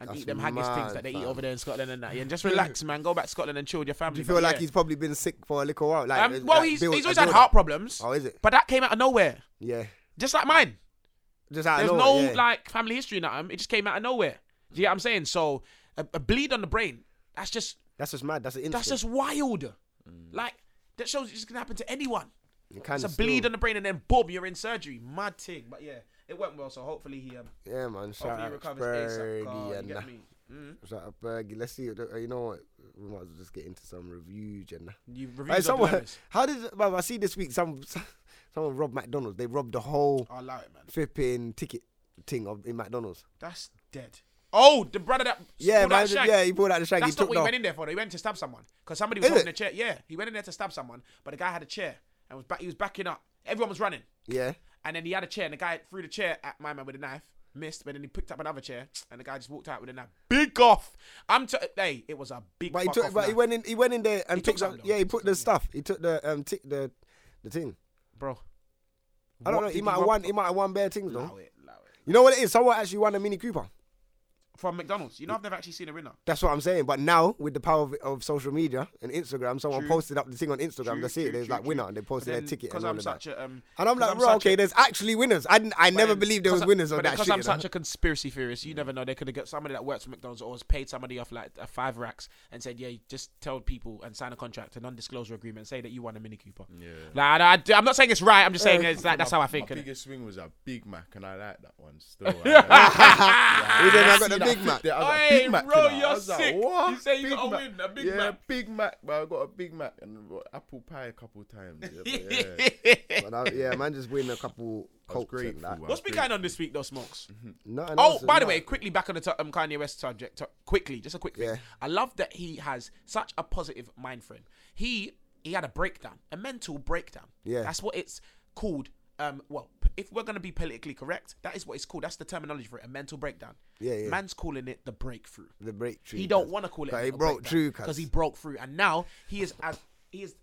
Speaker 3: And
Speaker 2: That's
Speaker 3: eat them haggis things
Speaker 2: mad,
Speaker 3: that they eat
Speaker 2: fam.
Speaker 3: over there in Scotland and that. Yeah, and just relax, man. Go back to Scotland and chill with your family.
Speaker 2: Do you feel
Speaker 3: But
Speaker 2: like
Speaker 3: yeah.
Speaker 2: he's probably been sick for a little while? Like,
Speaker 3: Um,
Speaker 2: it's
Speaker 3: well,
Speaker 2: like
Speaker 3: he's,
Speaker 2: build-
Speaker 3: he's
Speaker 2: a
Speaker 3: always had
Speaker 2: build-up.
Speaker 3: heart problems.
Speaker 2: Oh, is it?
Speaker 3: But that came out of nowhere,
Speaker 2: Yeah,
Speaker 3: just like mine.
Speaker 2: just out
Speaker 3: There's
Speaker 2: of
Speaker 3: no
Speaker 2: nowhere, yeah.
Speaker 3: like family history, nothing. It just came out of nowhere. Do you get what I'm saying? So a, a bleed on the brain. That's just
Speaker 2: That's just mad. That's an
Speaker 3: that's
Speaker 2: instant.
Speaker 3: just wild.
Speaker 2: Mm.
Speaker 3: Like that shows it's gonna happen to anyone.
Speaker 2: You can
Speaker 3: It's a
Speaker 2: still-
Speaker 3: bleed on the brain, and then boom, you're in surgery. Mad thing. But yeah, it went well. So hopefully he um
Speaker 2: Yeah, man. Shout
Speaker 3: hopefully he
Speaker 2: out to
Speaker 3: recovers ASAP.
Speaker 2: Fergie
Speaker 3: Carl, you
Speaker 2: and
Speaker 3: get
Speaker 2: that.
Speaker 3: me? Mm.
Speaker 2: Shout out Fergie. Let's see. uh, You know what? We might as well just get into some reviews and. that.
Speaker 3: You
Speaker 2: Hey,
Speaker 3: reviews or
Speaker 2: someone,
Speaker 3: dilemmas?
Speaker 2: how did? bruv, I see this week some Someone robbed McDonald's. They robbed the whole
Speaker 3: I'll allow it, man.
Speaker 2: flipping ticket thing of in McDonald's.
Speaker 3: That's dead. Oh, the brother that
Speaker 2: Yeah,
Speaker 3: pulled out
Speaker 2: man,
Speaker 3: the shank.
Speaker 2: yeah, he pulled out the shank.
Speaker 3: That's
Speaker 2: he
Speaker 3: not
Speaker 2: took
Speaker 3: what he
Speaker 2: the-
Speaker 3: went in there for. Though. He went to stab someone because somebody was
Speaker 2: Is
Speaker 3: holding
Speaker 2: it?
Speaker 3: a chair. Yeah, he went in there to stab someone, but the guy had a chair and was back. He was backing up. Everyone was running,
Speaker 2: Yeah.
Speaker 3: and then he had a chair, and the guy threw the chair at my man with a knife, missed, but then he picked up another chair, and the guy just walked out with a knife. Big off. I'm. T- hey, it was a big.
Speaker 2: But he
Speaker 3: fuck
Speaker 2: took.
Speaker 3: off
Speaker 2: But he
Speaker 3: knife.
Speaker 2: went in. He went in there and
Speaker 3: took
Speaker 2: picked up.
Speaker 3: something, though.
Speaker 2: Yeah, he put the stuff. He took the um tick the the thing.
Speaker 3: bro.
Speaker 2: I don't
Speaker 3: What
Speaker 2: know.
Speaker 3: did
Speaker 2: He might have
Speaker 3: rob
Speaker 2: won. He might have won bare things
Speaker 3: Allow
Speaker 2: though.
Speaker 3: it, allow it.
Speaker 2: You know what it is? Someone actually won a Mini Cooper.
Speaker 3: From McDonald's, you know I've never actually seen a winner.
Speaker 2: That's what I'm saying. But now with the power of, of social media and Instagram, someone
Speaker 3: True.
Speaker 2: posted up the thing on Instagram.
Speaker 3: True,
Speaker 2: That's it.
Speaker 3: true,
Speaker 2: There's
Speaker 3: true,
Speaker 2: like
Speaker 3: true.
Speaker 2: winner, and they posted their
Speaker 3: Then,
Speaker 2: ticket and
Speaker 3: Because
Speaker 2: all
Speaker 3: I'm
Speaker 2: of that.
Speaker 3: such a um,
Speaker 2: And I'm
Speaker 3: 'cause
Speaker 2: like, bro,
Speaker 3: such
Speaker 2: okay,
Speaker 3: a-
Speaker 2: there's actually winners. I didn't, I
Speaker 3: but
Speaker 2: never
Speaker 3: then-
Speaker 2: believed there was
Speaker 3: 'cause I-
Speaker 2: winners on
Speaker 3: but
Speaker 2: that
Speaker 3: Because
Speaker 2: shit.
Speaker 3: I'm
Speaker 2: you know?
Speaker 3: such a conspiracy theorist, you never know. They could have got somebody that works for McDonald's or has paid somebody off like uh, five racks and said, "Yeah, just tell people and sign a contract, a non-disclosure agreement, say that you won a Mini Cooper." Yeah. Like, I, I, am not saying it's right. I'm just saying it's like that's how I think.
Speaker 4: My
Speaker 3: innit?
Speaker 4: biggest swing was a Big Mac, and I like that one still. I
Speaker 2: We then I got
Speaker 4: see
Speaker 2: the
Speaker 4: that
Speaker 2: Big
Speaker 4: fit
Speaker 2: Mac.
Speaker 4: there, I was like,
Speaker 3: Oi,
Speaker 4: Big Mac,
Speaker 3: bro,
Speaker 4: you know? I
Speaker 3: you're
Speaker 4: was like,
Speaker 3: sick.
Speaker 4: what?
Speaker 3: You say you
Speaker 4: Big
Speaker 3: gotta
Speaker 4: Mac.
Speaker 3: win a Big
Speaker 4: yeah,
Speaker 3: Mac.
Speaker 4: Big Mac, but I got a Big Mac and what, apple pie a couple times. Yeah, but yeah.
Speaker 2: But I- yeah, man, just win a couple
Speaker 4: I was
Speaker 2: coats and
Speaker 4: grateful.
Speaker 2: that.
Speaker 4: I was
Speaker 3: What's been
Speaker 4: grateful.
Speaker 3: going on this week, though, Smokes?
Speaker 2: Nothing
Speaker 3: Oh,
Speaker 2: else
Speaker 3: by
Speaker 2: than
Speaker 3: the way,
Speaker 2: that.
Speaker 3: quickly back on the t- um, Kanye West subject. t- quickly, just a quick thing.
Speaker 2: Yeah.
Speaker 3: I love that he has such a positive mind frame. He he had a breakdown, a mental breakdown.
Speaker 2: Yeah.
Speaker 3: that's what it's called. Um, well, p- if we're gonna be politically correct, that is what it's called. That's the terminology for it. A mental breakdown.
Speaker 2: Yeah, yeah.
Speaker 3: Man's calling it the breakthrough.
Speaker 2: the breakthrough.
Speaker 3: He don't
Speaker 2: cuz.
Speaker 3: want to call it.
Speaker 2: Cuz He broke through
Speaker 3: because he broke through, and now he is as he is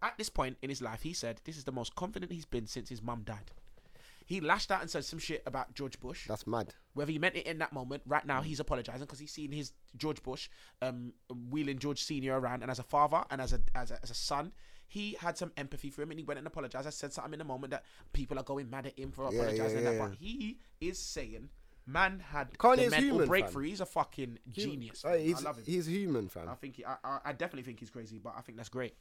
Speaker 3: at this point in his life. He said this is the most confident he's been since his mum died. He lashed out and said some shit about George Bush.
Speaker 2: That's mad.
Speaker 3: Whether he meant it in that moment, right now he's apologizing because he's seen his George Bush um, wheeling George Senior around, and as a father and as a, as a as a son, he had some empathy for him, and he went and apologized. I said something in the moment that people are going mad at him for
Speaker 2: yeah,
Speaker 3: apologizing, and
Speaker 2: yeah,
Speaker 3: that, but he is saying, "Man had
Speaker 2: Kanye's
Speaker 3: the mental
Speaker 2: human, fam.
Speaker 3: breakthrough. He's a fucking genius.
Speaker 2: Hey,
Speaker 3: I
Speaker 2: he's,
Speaker 3: love him.
Speaker 2: he's human, fam.
Speaker 3: I think he, I, I, I definitely think he's crazy, but I think that's great.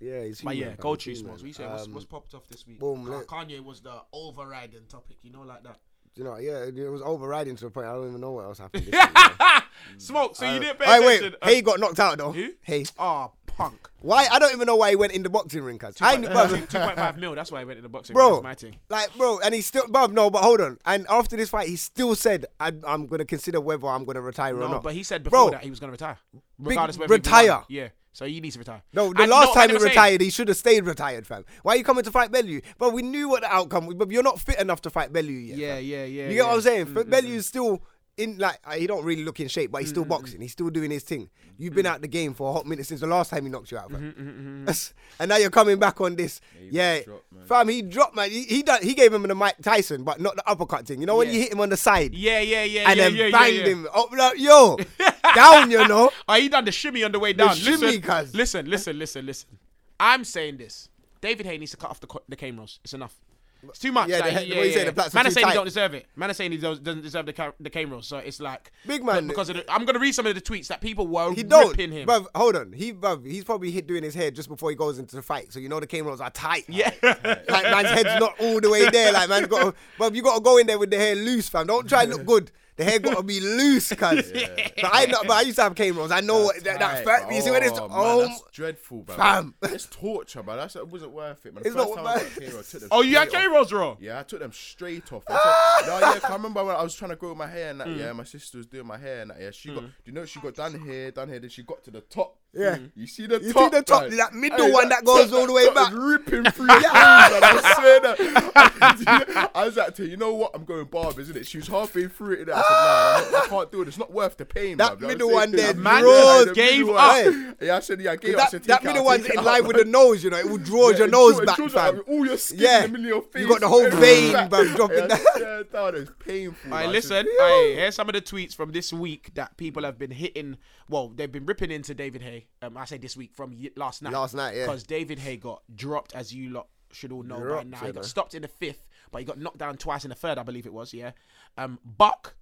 Speaker 2: Yeah, he's
Speaker 3: But
Speaker 2: human.
Speaker 3: yeah,
Speaker 2: fam.
Speaker 3: go
Speaker 2: He's
Speaker 3: to
Speaker 2: human.
Speaker 3: Smokes. What you say? What's,
Speaker 2: Um,
Speaker 3: what's popped off this week?
Speaker 2: boom,
Speaker 3: Ka-
Speaker 2: let-
Speaker 3: Kanye was the overriding topic, you know, like that.
Speaker 2: you know, yeah, it was overriding to the point I don't even know what else happened. this week.
Speaker 3: Yeah, smoke. So you didn't pay
Speaker 2: Hey,
Speaker 3: attention.
Speaker 2: wait, Hey got knocked out though.
Speaker 3: Who?
Speaker 2: Hey,
Speaker 3: Oh, punk.
Speaker 2: why? I don't even know why he went in the boxing ring, cuz. I, bruv,
Speaker 3: Two point five mil. That's why I went in the boxing.
Speaker 2: Bro.
Speaker 3: That's my thing.
Speaker 2: Like, bro, and he still, bro, no, but hold on. And after this fight, he still said, I, I'm going to consider whether I'm going to retire or
Speaker 3: No,
Speaker 2: not.
Speaker 3: but he said
Speaker 2: Bro,
Speaker 3: before that he was going to retire, regardless whether he
Speaker 2: retire.
Speaker 3: won. Yeah. So he needs to retire.
Speaker 2: No, the
Speaker 3: And
Speaker 2: last
Speaker 3: no,
Speaker 2: time he
Speaker 3: I'm saying-
Speaker 2: retired, he should have stayed retired, fam. Why are you coming to fight Bellew? But we knew what the outcome was, but you're not fit enough to fight Bellew yet.
Speaker 3: Yeah,
Speaker 2: fam.
Speaker 3: yeah, yeah,
Speaker 2: You get what
Speaker 3: yeah. Mm-hmm.
Speaker 2: I'm saying? But Bellew's still in, like, uh, he don't really look in shape, but he's still boxing. He's still doing his thing. You've
Speaker 3: Mm-hmm.
Speaker 2: been out the game for a hot minute since the last time he knocked you out, fam.
Speaker 3: mm-hmm.
Speaker 2: That's- and now you're coming back on this. Yeah,
Speaker 4: dropped, man.
Speaker 2: fam, he dropped, man. He, he, done, he gave him the Mike Tyson, but not the uppercut thing. You know when
Speaker 3: Yeah.
Speaker 2: you hit him on the side?
Speaker 3: Yeah, yeah, yeah.
Speaker 2: and
Speaker 3: yeah,
Speaker 2: then
Speaker 3: yeah, yeah,
Speaker 2: banged
Speaker 3: yeah.
Speaker 2: him. Oh, no, yo, down, you know.
Speaker 3: Oh, he done the shimmy on the way down.
Speaker 2: shimmy,
Speaker 3: listen,
Speaker 2: cuz.
Speaker 3: listen, listen, listen, listen. I'm saying this. David Hay needs to cut off the co- the cameras. It's enough. It's too much.
Speaker 2: Yeah, the
Speaker 3: like,
Speaker 2: he- the way you say the plaits are
Speaker 3: Man
Speaker 2: too
Speaker 3: is saying
Speaker 2: tight.
Speaker 3: he don't deserve it. Man is saying he don't- doesn't deserve the ca- the cameras. So it's like
Speaker 2: Big man-
Speaker 3: because of the, I'm gonna read some of the tweets that people were
Speaker 2: He don't,
Speaker 3: ripping him.
Speaker 2: bruv. Hold on, he bruv, He's probably hit doing his hair just before he goes into the fight, so you know the cameras are tight.
Speaker 3: yeah.
Speaker 2: like man's head's not all the way there. Like man's got, bruv, you got to go in there with the hair loose, fam. Don't try and look good. The hair got to be loose, cuz. But I, know, but I used to have cameras. I know that, that
Speaker 4: Right,
Speaker 2: fat. You see when it's
Speaker 4: man,
Speaker 2: oh,
Speaker 4: that's dreadful, bro.
Speaker 2: fam.
Speaker 4: It's torture, bro. That's, it wasn't worth it, man. The
Speaker 2: It's
Speaker 4: first
Speaker 2: not
Speaker 4: time I got
Speaker 2: worth-
Speaker 4: a K-Roll, I took them
Speaker 3: Oh, you had
Speaker 4: straight off.
Speaker 3: cameras, bro.
Speaker 4: Yeah, I took them straight off. I took- no, yeah, 'cause I remember when I was trying to grow my hair and that.
Speaker 2: Hmm.
Speaker 4: Yeah, my sister was doing my hair and that. Yeah, she got. Do you know she got down here, down here, then she got to the top. Hmm.
Speaker 2: Yeah.
Speaker 4: you see the
Speaker 2: You see
Speaker 4: top,
Speaker 2: the top,
Speaker 4: man?
Speaker 2: that middle one that goes
Speaker 4: top-
Speaker 2: all the way
Speaker 4: top
Speaker 2: back.
Speaker 4: is ripping through. your yeah, I swear that. I was like, to her, you know what? I'm going barb, isn't it? She was halfway through it. And I said, nah, I'm not- I can't do it. It's not worth the pain.
Speaker 2: That
Speaker 4: bruv. You know what I'm
Speaker 2: middle one
Speaker 4: saying?
Speaker 2: there
Speaker 4: The
Speaker 3: man
Speaker 4: middle one,
Speaker 2: draws
Speaker 4: the
Speaker 3: gave
Speaker 4: middle one.
Speaker 2: up.
Speaker 4: Yeah, I said, yeah, I gave up. I
Speaker 2: that,
Speaker 4: said,
Speaker 2: that
Speaker 4: "Take it
Speaker 2: middle
Speaker 4: out,
Speaker 2: one's
Speaker 4: take it
Speaker 2: in
Speaker 4: out."
Speaker 2: line with the nose. You know, it will draw your
Speaker 4: it
Speaker 2: nose
Speaker 4: draws- it
Speaker 2: back,
Speaker 4: draws out
Speaker 2: fam.
Speaker 4: All your skin
Speaker 2: Yeah.
Speaker 4: in the middle of your
Speaker 2: You got
Speaker 4: face.
Speaker 2: the whole vein, bruv, dropping
Speaker 4: yeah,
Speaker 2: down.
Speaker 4: Yeah, that was painful.
Speaker 3: All
Speaker 4: man.
Speaker 3: right,
Speaker 4: I
Speaker 3: listen.
Speaker 4: said,
Speaker 3: Hey, here's some of the tweets from this week that people have been hitting. Well, they've been ripping into David Hay. Um, I say this week from y- last night.
Speaker 2: Last night, yeah.
Speaker 3: Because David Hay got dropped, as you lot should all know by
Speaker 2: Dropped,
Speaker 3: now. He
Speaker 2: you
Speaker 3: got
Speaker 2: know.
Speaker 3: stopped in the fifth, but he got knocked down twice in the third, I believe it was. Yeah. Um, Buck,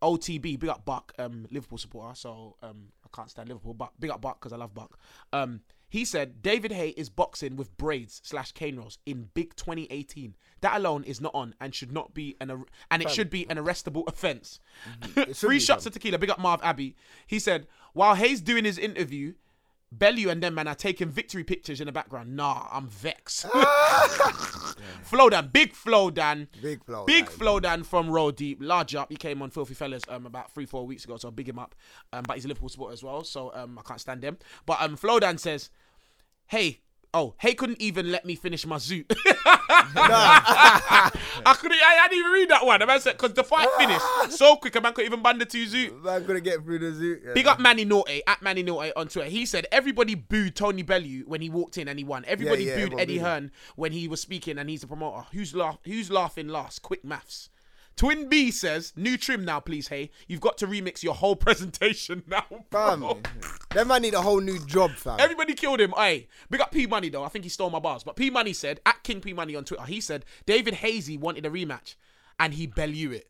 Speaker 3: OTB, big up Buck, um, Liverpool supporter. So um, I can't stand Liverpool, but big up Buck because I love Buck. Um, he said David Hay is boxing with braids slash cane rolls in Big 2018. That alone is not on and should not be an ar- and it should be an arrestable offense. Three
Speaker 2: be,
Speaker 3: shots of tequila. Big up Marv Abbey. He said while Hay's doing his interview. Bellew and them man are taking victory pictures in the background. Nah, I'm vexed. Flow Dan, big Flow Dan,
Speaker 2: Big Flow
Speaker 3: big
Speaker 2: Dan.
Speaker 3: Flow Dan from Roll Deep, large up. He came on Filthy Fellas um about three four weeks ago, so big him up. Um, but he's a Liverpool supporter as well, so um I can't stand him. But um Flow Dan says, hey. Oh, hey! Couldn't even let me finish my zoo. I couldn't. I hadn't even read that one. The man said because the fight finished so quick, a man couldn't even band the two zoo.
Speaker 2: Man gonna get through the zoo. Yeah.
Speaker 3: Big up Manny Norte at Manny Norte on Twitter. He said everybody booed Tony Bellew when he walked in and he won. Everybody
Speaker 2: yeah,
Speaker 3: booed
Speaker 2: everyone
Speaker 3: Eddie
Speaker 2: booed him.
Speaker 3: Hearn when he was speaking and he's the promoter. Who's laugh? Who's laughing last? Quick maths. Twin B says, "New trim now, please. Hey, you've got to remix your whole presentation now." bro."
Speaker 2: Fam, that man need a whole new job, fam.
Speaker 3: Everybody killed him. Hey, big up P Money though. I think he stole my bars. But P Money said at King P Money on Twitter, he said David Hazy wanted a rematch, and he Bellew it.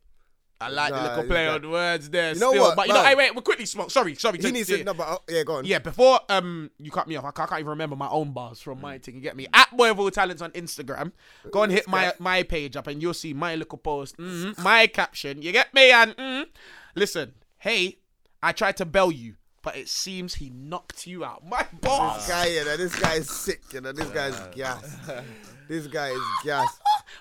Speaker 3: I like
Speaker 2: Nah,
Speaker 3: the little
Speaker 2: he's
Speaker 3: play
Speaker 2: got-
Speaker 3: on words there.
Speaker 2: You know
Speaker 3: still.
Speaker 2: what,
Speaker 3: But you know,
Speaker 2: man?
Speaker 3: hey, wait, we're quickly smoke. Sorry, sorry.
Speaker 2: he needs to.
Speaker 3: yeah.
Speaker 2: No, but, uh, yeah, go on.
Speaker 3: Yeah, before um you cut me off, I can't, I can't even remember my own bars from my
Speaker 2: Mm.
Speaker 3: thing. You get me? At Boy of All Talents on Instagram. Go and hit my my page up, and you'll see my little post, mhm, my caption. You get me? And mhm. listen, hey, I tried to bell you, but it seems he knocked you out. My
Speaker 2: This
Speaker 3: bars.
Speaker 2: guy, you know, this guy is sick, you know, this guy's gas. This guy is gas.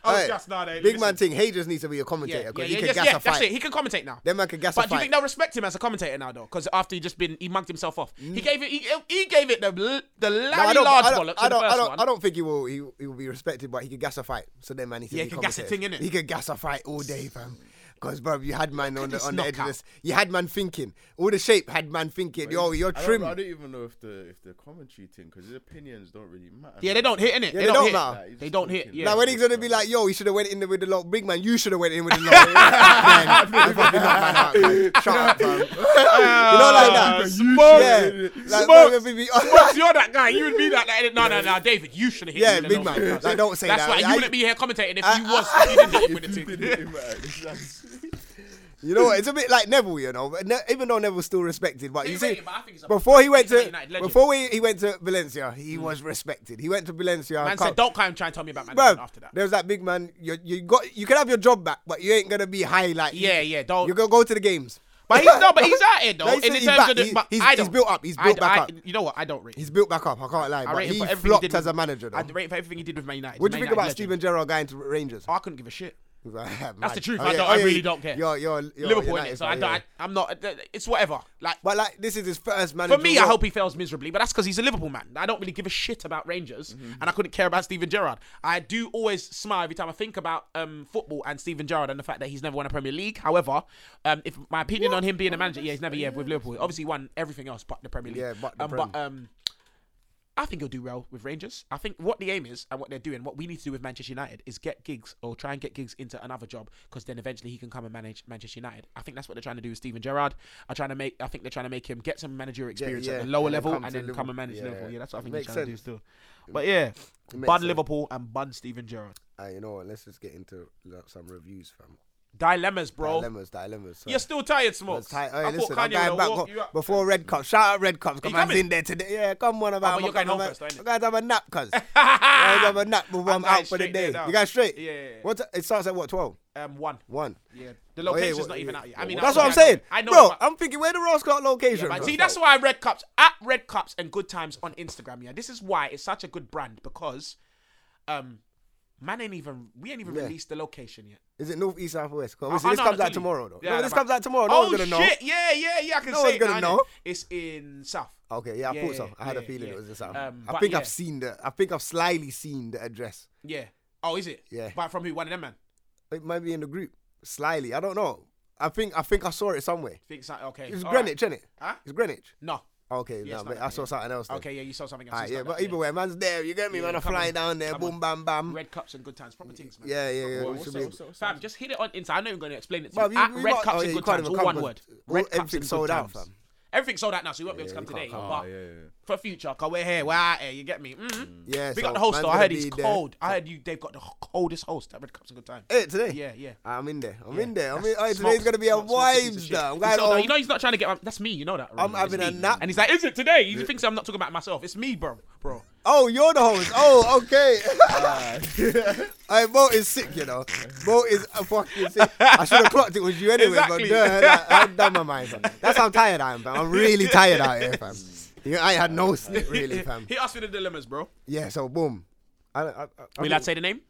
Speaker 3: I was
Speaker 2: Alright,
Speaker 3: gassed Oh, now, though.
Speaker 2: Big man
Speaker 3: Listen.
Speaker 2: thing, Hay just needs to be a commentator
Speaker 3: Yeah, yeah,
Speaker 2: because
Speaker 3: yeah,
Speaker 2: he
Speaker 3: yes,
Speaker 2: can
Speaker 3: yeah,
Speaker 2: gas a
Speaker 3: that's it.
Speaker 2: fight.
Speaker 3: He can commentate now.
Speaker 2: That man can gas a
Speaker 3: But do you think
Speaker 2: fight.
Speaker 3: they'll respect him as a commentator now, though? Because after he just been, he mugged himself off. He gave it. He, he gave it the the
Speaker 2: Mm. No, I
Speaker 3: Larry
Speaker 2: don't,
Speaker 3: Large
Speaker 2: I don't,
Speaker 3: bollocks
Speaker 2: I
Speaker 3: in the
Speaker 2: don't,
Speaker 3: first
Speaker 2: I don't,
Speaker 3: one.
Speaker 2: I don't think he will, he, he will be respected, but he can gas a fight. So then, man, he
Speaker 3: Yeah,
Speaker 2: be
Speaker 3: he can gas a
Speaker 2: commentating.
Speaker 3: thing, innit?
Speaker 2: He can gas a fight all day, fam. Because, bro, you had man on the,
Speaker 3: this
Speaker 2: on the edge of
Speaker 3: knockout.
Speaker 2: this. You had man thinking. All the shape had man thinking. Yo, Oh, you're
Speaker 4: I
Speaker 2: trim.
Speaker 4: Don't, I don't even know if the if the commentary thing because his opinions don't really matter.
Speaker 3: Yeah, they don't hit in it.
Speaker 2: they don't
Speaker 3: hit.
Speaker 2: now.
Speaker 4: Like, he's
Speaker 3: They
Speaker 4: just
Speaker 3: don't hit.
Speaker 4: talking.
Speaker 3: Yeah.
Speaker 2: Now when he's gonna be like, yo, he should have went in there with the low big man, you should have went in with the low. man, you fucking knocked man out, man. Shut up, man. you know, like that.
Speaker 3: Smoke.
Speaker 2: Yeah, like,
Speaker 3: Smokes.
Speaker 2: man, we be- oh,
Speaker 3: Smokes, you're that guy. You would be that. that no, no, no, David. You should have hit.
Speaker 2: Yeah,
Speaker 3: me with
Speaker 2: big
Speaker 3: a
Speaker 2: man.
Speaker 3: no-hitter.
Speaker 2: Like, don't say
Speaker 3: That's
Speaker 2: that.
Speaker 3: why
Speaker 2: I-
Speaker 3: you wouldn't be here commentating if
Speaker 2: I-
Speaker 3: you was. if you didn't hit him with
Speaker 4: It
Speaker 3: the
Speaker 4: didn't
Speaker 3: tick.
Speaker 4: even matter. It's like-
Speaker 2: you know, what, it's a bit like Neville, you know. But ne- even though Neville's still respected, but
Speaker 3: He
Speaker 2: you see,
Speaker 3: rated, but I think he's a-
Speaker 2: before he went
Speaker 3: he's a
Speaker 2: to
Speaker 3: United legend. Hmm.
Speaker 2: before he, he went to Valencia, he was respected. He went to Valencia.
Speaker 3: Man
Speaker 2: come-
Speaker 3: said, don't come and try and tell me about my
Speaker 2: Bro,
Speaker 3: name after that.
Speaker 2: there was that big man. You, you got you can have your job back, but you ain't gonna be high like
Speaker 3: Yeah, yeah, don't-
Speaker 2: You're gonna go to the games.
Speaker 3: But he's no, but he's out here though.
Speaker 2: No, he
Speaker 3: in
Speaker 2: said
Speaker 3: the
Speaker 2: he's
Speaker 3: terms
Speaker 2: back.
Speaker 3: of the,
Speaker 2: He-
Speaker 3: but
Speaker 2: he's-
Speaker 3: I
Speaker 2: he's
Speaker 3: don't-
Speaker 2: built up. He's
Speaker 3: I-
Speaker 2: built back
Speaker 3: I-
Speaker 2: up.
Speaker 3: You know what? I don't rate. him.
Speaker 2: He's built back up. I can't lie.
Speaker 3: I
Speaker 2: But
Speaker 3: rate him
Speaker 2: he
Speaker 3: for everything
Speaker 2: flopped
Speaker 3: he did.
Speaker 2: as a manager. Though.
Speaker 3: I rate him for everything he did with Man United.
Speaker 2: what do
Speaker 3: Man
Speaker 2: you think
Speaker 3: United
Speaker 2: about
Speaker 3: legend.
Speaker 2: Steven Gerrard going to Rangers?
Speaker 3: I couldn't give a shit.
Speaker 2: That's
Speaker 3: the truth, I don't- I really don't care.
Speaker 2: oh, You're, you're, you're
Speaker 3: Liverpool,
Speaker 2: United
Speaker 3: innit? So
Speaker 2: fan,
Speaker 3: I don't.
Speaker 2: yeah.
Speaker 3: I, I'm not. It's whatever. Like
Speaker 2: But like, this is his first manager.
Speaker 3: For me, I
Speaker 2: role.
Speaker 3: hope he fails miserably, but that's because he's a Liverpool man. I don't really give a shit about Rangers, and I couldn't care about Steven Gerrard. I do always smile every time I think about um, football and Steven Gerrard and the fact that he's never won a Premier League. However, um, if my opinion on him being a manager, yeah, he's never yeah with Liverpool. Obviously, he won everything else but the Premier League.
Speaker 2: Oh, Yeah, but the
Speaker 3: um, but
Speaker 2: Prem.
Speaker 3: um, I think he'll do well with Rangers. I think what the aim is and what they're doing, what we need to do with Manchester United is get gigs or try and get gigs into another job because then eventually he can come and manage Manchester United. I think that's what they're trying to do with Steven Gerrard. Are trying to make. I think they're trying to make him get some managerial experience
Speaker 2: yeah,
Speaker 3: at the lower
Speaker 2: and then
Speaker 3: level
Speaker 2: come
Speaker 3: and then
Speaker 2: to
Speaker 3: come and
Speaker 2: Liverpool.
Speaker 3: manage
Speaker 2: Yeah,
Speaker 3: Liverpool.
Speaker 2: yeah.
Speaker 3: Yeah, that's what I think
Speaker 2: Makes
Speaker 3: he's trying
Speaker 2: sense.
Speaker 3: to do still. But yeah,
Speaker 2: makes
Speaker 3: bun
Speaker 2: sense.
Speaker 3: Liverpool and bun Steven Gerrard.
Speaker 2: Ah, you know what? Let's just get into like, some reviews, fam.
Speaker 3: Dilemmas, bro.
Speaker 2: Dilemmas, dilemmas. So.
Speaker 3: You're still tired,
Speaker 2: I
Speaker 3: Smokes.
Speaker 2: was tight. Hey,
Speaker 3: I
Speaker 2: listen, I'm
Speaker 3: thought Kanye
Speaker 2: going
Speaker 3: would
Speaker 2: back
Speaker 3: have walked
Speaker 2: go-
Speaker 3: you out.
Speaker 2: before Red Cup. Shout out Red Cup. Come man's
Speaker 3: coming? Oh,
Speaker 2: in there today. Yeah, come on
Speaker 3: but
Speaker 2: about.
Speaker 3: you're going home first, though, innit?
Speaker 2: I gotta have a nap, cuz. I gotta have a nap before I'm
Speaker 3: going
Speaker 2: out for the
Speaker 3: straight there
Speaker 2: day.
Speaker 3: now.
Speaker 2: You guys straight?
Speaker 3: Yeah, yeah, yeah.
Speaker 2: What? ti- It starts at what? Twelve.
Speaker 3: Um, one.
Speaker 2: One.
Speaker 3: Yeah, the
Speaker 2: Oh, yeah,
Speaker 3: location's
Speaker 2: what-
Speaker 3: not even
Speaker 2: yeah.
Speaker 3: out yet. I mean,
Speaker 2: that's
Speaker 3: I-
Speaker 2: what I'm saying,
Speaker 3: I know,
Speaker 2: bro.
Speaker 3: but-
Speaker 2: I'm thinking, where the Ross Clark location?
Speaker 3: But
Speaker 2: bro?
Speaker 3: see, that's why Red Cups at Red Cups and Good Times on Instagram. Yeah, this is why it's such a good brand because, um, man ain't even we ain't even
Speaker 2: Yeah.
Speaker 3: released the location yet.
Speaker 2: Is it north, east, south, west?
Speaker 3: I-
Speaker 2: Obviously,
Speaker 3: I
Speaker 2: this
Speaker 3: know,
Speaker 2: comes
Speaker 3: I'll
Speaker 2: out
Speaker 3: tell you.
Speaker 2: tomorrow, though.
Speaker 3: Yeah,
Speaker 2: no,
Speaker 3: no,
Speaker 2: this
Speaker 3: but-
Speaker 2: comes out tomorrow. No
Speaker 3: oh
Speaker 2: one's gonna know.
Speaker 3: shit! Yeah, yeah, yeah. I can
Speaker 2: No
Speaker 3: say
Speaker 2: one's
Speaker 3: it
Speaker 2: gonna
Speaker 3: now, innit?
Speaker 2: know. Oh.
Speaker 3: It's in South.
Speaker 2: Okay, yeah, I
Speaker 3: Yeah,
Speaker 2: thought so.
Speaker 3: yeah,
Speaker 2: I had a
Speaker 3: yeah,
Speaker 2: feeling
Speaker 3: yeah.
Speaker 2: it was this. Um,
Speaker 3: Um,
Speaker 2: I
Speaker 3: but
Speaker 2: think
Speaker 3: yeah.
Speaker 2: I've seen the. I think I've slyly seen the address.
Speaker 3: Yeah. Oh, is it?
Speaker 2: Yeah.
Speaker 3: But from who? One of them man.
Speaker 2: It might be in the group. Slyly, I don't know. I think I think I saw it somewhere.
Speaker 3: Think so. Okay.
Speaker 2: It's
Speaker 3: all right.
Speaker 2: Greenwich, innit?
Speaker 3: Huh?
Speaker 2: It's Greenwich.
Speaker 3: No.
Speaker 2: Okay,
Speaker 3: Yeah,
Speaker 2: nah,
Speaker 3: it's not
Speaker 2: but I
Speaker 3: that,
Speaker 2: saw
Speaker 3: yeah.
Speaker 2: something else. then.
Speaker 3: Okay. Yeah, you saw something else.
Speaker 2: Alright,
Speaker 3: it's
Speaker 2: yeah,
Speaker 3: not
Speaker 2: but
Speaker 3: that,
Speaker 2: either way, man's there. You get me, man? I'm
Speaker 3: come
Speaker 2: flying
Speaker 3: on,
Speaker 2: down there.
Speaker 3: come
Speaker 2: Boom,
Speaker 3: on.
Speaker 2: bam, bam.
Speaker 3: Red cups and good times, proper things, man.
Speaker 2: Yeah, yeah, yeah.
Speaker 4: Well,
Speaker 2: we
Speaker 4: what's
Speaker 2: should
Speaker 4: up,
Speaker 2: be-
Speaker 4: what's up, what's up?
Speaker 3: Fam, just hit it on Insta. I know I'm going to explain it. To
Speaker 2: Bro,
Speaker 3: you.
Speaker 2: you-
Speaker 3: At
Speaker 2: we
Speaker 3: Red
Speaker 2: might-
Speaker 3: Cups
Speaker 2: oh, yeah,
Speaker 3: and
Speaker 2: you
Speaker 3: Good
Speaker 2: can't
Speaker 3: Times,
Speaker 2: even
Speaker 3: all
Speaker 2: come
Speaker 3: one
Speaker 2: 'cause
Speaker 3: word.
Speaker 2: all-
Speaker 3: Red Cups
Speaker 2: everything's
Speaker 3: and Good
Speaker 2: sold out,
Speaker 3: Times.
Speaker 2: fam.
Speaker 3: Everything's sold out now, so you won't be able to come today.
Speaker 4: Oh,
Speaker 3: But
Speaker 4: yeah, yeah.
Speaker 3: for future, cause we're here, we're out here. You get me? Mm-hmm.
Speaker 2: Mm. Yeah,
Speaker 3: Big
Speaker 2: so
Speaker 3: up the host.
Speaker 2: man's
Speaker 3: Though. I
Speaker 2: gonna
Speaker 3: heard he's
Speaker 2: be there.
Speaker 3: cold. I heard you. They've got the coldest host at Red Cups and Good Times.
Speaker 2: Hey, today?
Speaker 3: Yeah, yeah.
Speaker 2: I'm in there. I'm
Speaker 3: Yeah,
Speaker 2: in there. I'm in,
Speaker 3: that's-
Speaker 2: alright,
Speaker 3: smokes,
Speaker 2: today's gonna be a
Speaker 3: smokes, smokes, piece of
Speaker 2: vibes,
Speaker 3: shit.
Speaker 2: though. I'm
Speaker 3: He's
Speaker 2: going
Speaker 3: so- no,
Speaker 2: home.
Speaker 3: you know he's not trying to get. my- That's me. You know that. already.
Speaker 2: I'm having
Speaker 3: It's
Speaker 2: a
Speaker 3: me.
Speaker 2: nap.
Speaker 3: And he's like, "Is it today?" He thinks I'm not talking about myself. It's me, bro, bro.
Speaker 2: Oh, you're the host. Oh, okay. I Mo is sick, you know. Mo is a fucking sick. I should have clocked it was you anyway,
Speaker 3: Exactly.
Speaker 2: but duh, like, I'm done my mind. Fam. That's how tired I am, fam. I'm really tired out here, fam. Yeah, I had no sleep really, fam.
Speaker 3: He asked for the dilemmas, bro.
Speaker 2: Yeah, so boom. I, I, I, I
Speaker 3: We
Speaker 2: think-
Speaker 3: allowed to say the name?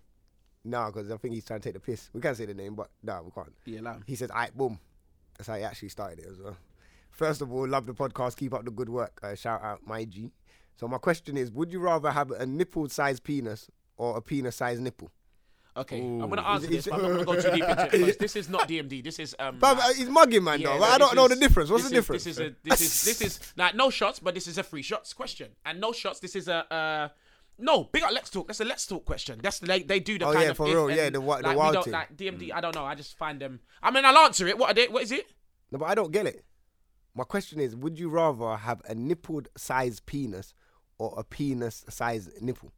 Speaker 2: No, because I think he's trying to take the piss. We can't say the name, but no, we can't.
Speaker 3: Yeah, allow him.
Speaker 2: He says, "Aight, boom." That's how he actually started it as well. First of all, love the podcast. Keep up the good work. Uh, shout out my G. So my question is, would you rather have a nipple-sized penis or a penis-sized nipple?
Speaker 3: Okay, I'm gonna answer this, but I'm not gonna go too deep into it. 'cause This is not DMD. This is um.
Speaker 2: But
Speaker 3: like-
Speaker 2: uh, he's mugging, man.
Speaker 3: yeah,
Speaker 2: though.
Speaker 3: no,
Speaker 2: I don't
Speaker 3: this
Speaker 2: know the
Speaker 3: is-
Speaker 2: difference. What's
Speaker 3: this
Speaker 2: the
Speaker 3: is-
Speaker 2: difference?
Speaker 3: This is a this is this is like no shots, but this is a free shots question, and no shots. This is a uh. No, big up. Let's talk. That's a let's talk question. That's the, they they do the
Speaker 2: Oh,
Speaker 3: kind
Speaker 2: yeah,
Speaker 3: of
Speaker 2: for
Speaker 3: if
Speaker 2: real.
Speaker 3: and
Speaker 2: Yeah, the wa- the
Speaker 3: like, we
Speaker 2: wild
Speaker 3: don't,
Speaker 2: thing. Mm.
Speaker 3: like DMD. I don't know. I just find them. I mean, I'll answer it. What are they, What is it?
Speaker 2: No, but I don't get it. My question is, would you rather have a nipple-sized penis or a penis-sized nipple?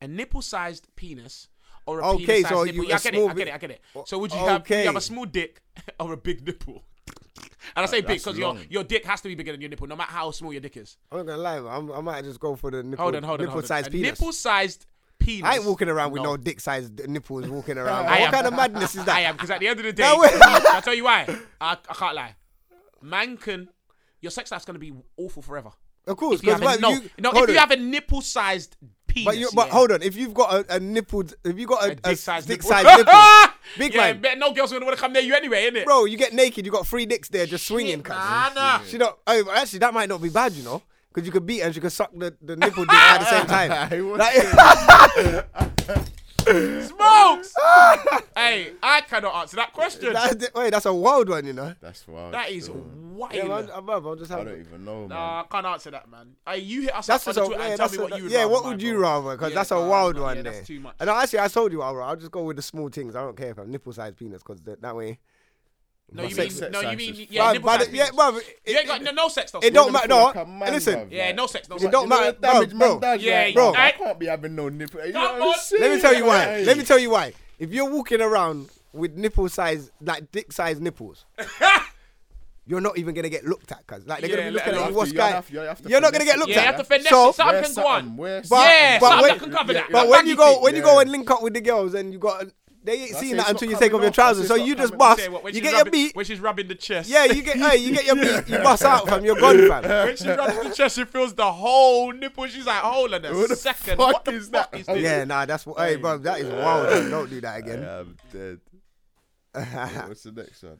Speaker 3: a nipple-sized penis or a
Speaker 2: Okay,
Speaker 3: penis-sized
Speaker 2: so
Speaker 3: nipple.
Speaker 2: you-
Speaker 3: yeah,
Speaker 2: a
Speaker 3: I get it.
Speaker 2: small
Speaker 3: I get it.
Speaker 2: bit-
Speaker 3: I get it.
Speaker 2: O-
Speaker 3: So would you have would you
Speaker 2: okay.
Speaker 3: have a small dick or a big nipple? and I say big
Speaker 4: that's
Speaker 3: because your
Speaker 4: long.
Speaker 3: your dick has to be bigger than your nipple, no matter how small your dick is.
Speaker 2: I'm not gonna lie, man. I'm, I might just go for the nipple,
Speaker 3: Hold on, hold on, hold on.
Speaker 2: nipple-sized
Speaker 3: a
Speaker 2: penis.
Speaker 3: Nipple-sized penis.
Speaker 2: I ain't walking around with no, dick-sized d- nipples walking around.
Speaker 3: I
Speaker 2: what
Speaker 3: am.
Speaker 2: kind of madness is that?
Speaker 3: I am because at the end of the day,
Speaker 2: No way.
Speaker 3: I tell you why. I, I can't lie. Man can. Your sex life's gonna be awful forever.
Speaker 2: Of course,
Speaker 3: If you have
Speaker 2: 'cause,
Speaker 3: a,
Speaker 2: man,
Speaker 3: no,
Speaker 2: you-
Speaker 3: no,
Speaker 2: hold
Speaker 3: if you
Speaker 2: on.
Speaker 3: have a nipple-sized penis,
Speaker 2: But, you, but
Speaker 3: yeah.
Speaker 2: hold on, if you've got a, a nippled, if you got a,
Speaker 3: dick sized
Speaker 2: dick
Speaker 3: nipple.
Speaker 2: sized nipple, big
Speaker 3: yeah,
Speaker 2: man,
Speaker 3: bet no girls gonna wanna come near you anyway, innit?
Speaker 2: bro, you get naked, you got three dicks there just swinging. cuz.
Speaker 3: Nah,
Speaker 2: She not, oh, but actually, that might not be bad, you know, because you could beat her and she could suck the, the nipple dick at the same time. Like-
Speaker 3: smokes. hey, I cannot answer that question. That,
Speaker 2: that's, wait, that's a wild one, you know.
Speaker 4: That's wild.
Speaker 3: that is
Speaker 4: still.
Speaker 3: wild.
Speaker 2: Yeah, man, uh, I'm, I'm just
Speaker 4: I
Speaker 2: having.
Speaker 4: don't even know, man.
Speaker 3: Nah, I can't answer that, man. Hey, you hit us
Speaker 2: That's
Speaker 3: up
Speaker 2: just
Speaker 3: on
Speaker 2: a,
Speaker 3: the Twitter
Speaker 2: yeah,
Speaker 3: and tell
Speaker 2: that's
Speaker 3: me
Speaker 2: a,
Speaker 3: what you would
Speaker 2: yeah,
Speaker 3: rather,
Speaker 2: what
Speaker 3: my
Speaker 2: would you
Speaker 3: bro.
Speaker 2: rather? Because
Speaker 3: Yeah,
Speaker 2: that's a
Speaker 3: nah,
Speaker 2: wild
Speaker 3: nah,
Speaker 2: one
Speaker 3: yeah,
Speaker 2: there.
Speaker 3: That's too much.
Speaker 2: And actually, I told you, I'll, I'll just go with the small things. I don't care if I'm nipple sized penis, because that, that way.
Speaker 3: No, you
Speaker 4: sex-
Speaker 3: mean
Speaker 4: sex
Speaker 3: no, you
Speaker 4: size
Speaker 3: mean
Speaker 4: is
Speaker 3: yeah,
Speaker 2: Bruv,
Speaker 3: nipple
Speaker 2: but
Speaker 3: size
Speaker 2: it- yeah,
Speaker 3: penis.
Speaker 2: bruv, it-
Speaker 3: You ain't got no, no sex though.
Speaker 2: It don't
Speaker 4: You're
Speaker 2: matter.
Speaker 4: gonna
Speaker 2: No,
Speaker 4: feel like a man,
Speaker 2: listen.
Speaker 4: bruv.
Speaker 3: Yeah, no sex, no
Speaker 2: It
Speaker 3: sex.
Speaker 2: don't
Speaker 4: You know
Speaker 2: matter,
Speaker 4: the damage
Speaker 2: bro,
Speaker 4: man
Speaker 2: bro.
Speaker 4: does,
Speaker 3: Yeah,
Speaker 4: like,
Speaker 3: bro.
Speaker 4: I can't be having no nipple. You know
Speaker 3: Come
Speaker 4: what I'm
Speaker 3: on.
Speaker 4: saying?
Speaker 2: Let me tell you why.
Speaker 4: Hey.
Speaker 2: Let me tell you why. If you're walking around with nipple size, like dick size nipples, you're not even gonna get looked at, cause like they're
Speaker 3: Yeah,
Speaker 2: gonna be looking
Speaker 3: let
Speaker 4: alone.
Speaker 2: at you. What's
Speaker 4: You have
Speaker 2: guy?
Speaker 4: to- you have to
Speaker 2: You're not gonna
Speaker 4: finesse
Speaker 2: get
Speaker 4: it.
Speaker 2: looked
Speaker 3: yeah,
Speaker 2: at.
Speaker 3: you have to finesse
Speaker 2: so,
Speaker 3: it. Something
Speaker 4: Wear
Speaker 3: can go on.
Speaker 4: something, wear
Speaker 2: But-
Speaker 3: yeah,
Speaker 2: but
Speaker 3: something
Speaker 2: wait-
Speaker 3: can cover that.
Speaker 2: But
Speaker 3: That
Speaker 2: when you
Speaker 3: baggy
Speaker 2: go,
Speaker 3: thing.
Speaker 2: when you
Speaker 4: yeah.
Speaker 2: go and link up with the girls, and you got, they ain't
Speaker 4: That's
Speaker 2: seen
Speaker 4: it,
Speaker 2: that
Speaker 4: it's
Speaker 2: until
Speaker 4: not
Speaker 2: you take
Speaker 4: coming
Speaker 2: off your
Speaker 4: off, that's
Speaker 2: trousers.
Speaker 4: it,
Speaker 2: So
Speaker 4: it's
Speaker 2: you
Speaker 4: not
Speaker 2: just
Speaker 4: coming off.
Speaker 2: bust.
Speaker 3: Yeah, what, when
Speaker 2: You
Speaker 3: she's
Speaker 2: get your
Speaker 3: rubbing-
Speaker 2: beat.
Speaker 3: when she's rubbing the chest.
Speaker 2: Yeah, you get, hey, you get your beat. You bust out, fam. You're gone, fam.
Speaker 3: When she rubs the chest, she feels the whole nipple. She's like, hold on a
Speaker 4: Who the
Speaker 3: second.
Speaker 4: fuck
Speaker 3: what the
Speaker 4: is
Speaker 3: fuck
Speaker 4: that?
Speaker 3: is this?
Speaker 2: Yeah, nah, that's what. Hey, bro, that is wild. man. Don't do that again.
Speaker 4: I am dead. What's the next one?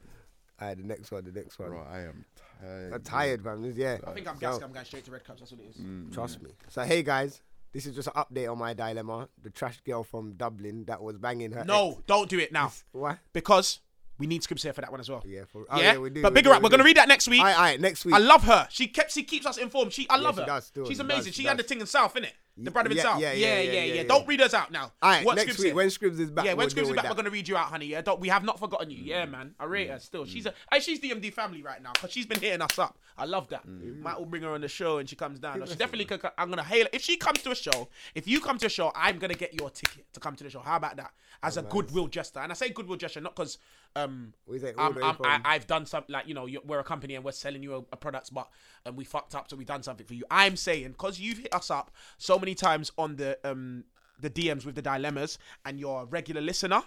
Speaker 2: Alright, the next one, the next one.
Speaker 4: Bro, I am tired.
Speaker 2: I'm tired, fam. This- Yeah.
Speaker 3: I think I'm gassed. I'm going straight to red cups. That's what it is.
Speaker 2: Trust me. So hey guys, this is just an update on my dilemma. The trash girl from Dublin that was banging her.
Speaker 3: No,
Speaker 2: ex.
Speaker 3: don't do it now.
Speaker 2: Why?
Speaker 3: Because we need Skips here for that one as well.
Speaker 2: Yeah, for- oh, yeah, we do,
Speaker 3: But
Speaker 2: we
Speaker 3: bigger
Speaker 2: do,
Speaker 3: up.
Speaker 2: we
Speaker 3: We're gonna
Speaker 2: do.
Speaker 3: read that next week.
Speaker 2: All right, all right. Next week.
Speaker 3: I love her. She kept. She keeps us informed. She. I love
Speaker 2: she
Speaker 3: her.
Speaker 2: does still.
Speaker 3: She's
Speaker 2: She
Speaker 3: amazing.
Speaker 2: does,
Speaker 3: she
Speaker 2: she
Speaker 3: had the
Speaker 2: does.
Speaker 3: thing herself, innit? The brother
Speaker 2: yeah,
Speaker 3: himself. Yeah yeah yeah, Don't read us out now.
Speaker 2: all right,
Speaker 3: What
Speaker 2: next
Speaker 3: Skips
Speaker 2: week
Speaker 3: said.
Speaker 2: when Scribs is back.
Speaker 3: yeah, when
Speaker 2: we'll
Speaker 3: Scrims
Speaker 2: deal
Speaker 3: is
Speaker 2: with
Speaker 3: back,
Speaker 2: that.
Speaker 3: we're gonna read you Mm. out, honey. Yeah, don't, we have not forgotten you. Yeah, man, I rate her still. She's a, hey, she's DMD family right now because she's been hitting us up. I love that. Matt will bring her on the show and she comes down. No, She definitely. Could, co- I'm gonna hail her. if she comes to a show. If you come to a show, I'm gonna get your ticket to come to the show. How about that? As a goodwill gesture, and I say goodwill gesture not because um
Speaker 2: We say all
Speaker 3: I'm,
Speaker 2: the way
Speaker 3: I'm, I,
Speaker 2: from-
Speaker 3: I've done something like you know you're, we're a company and we're selling you a, a product, but and we fucked up, so we done something for you. I'm saying because you've hit us up so many times on the um the DMs with the dilemmas, and you're a regular listener.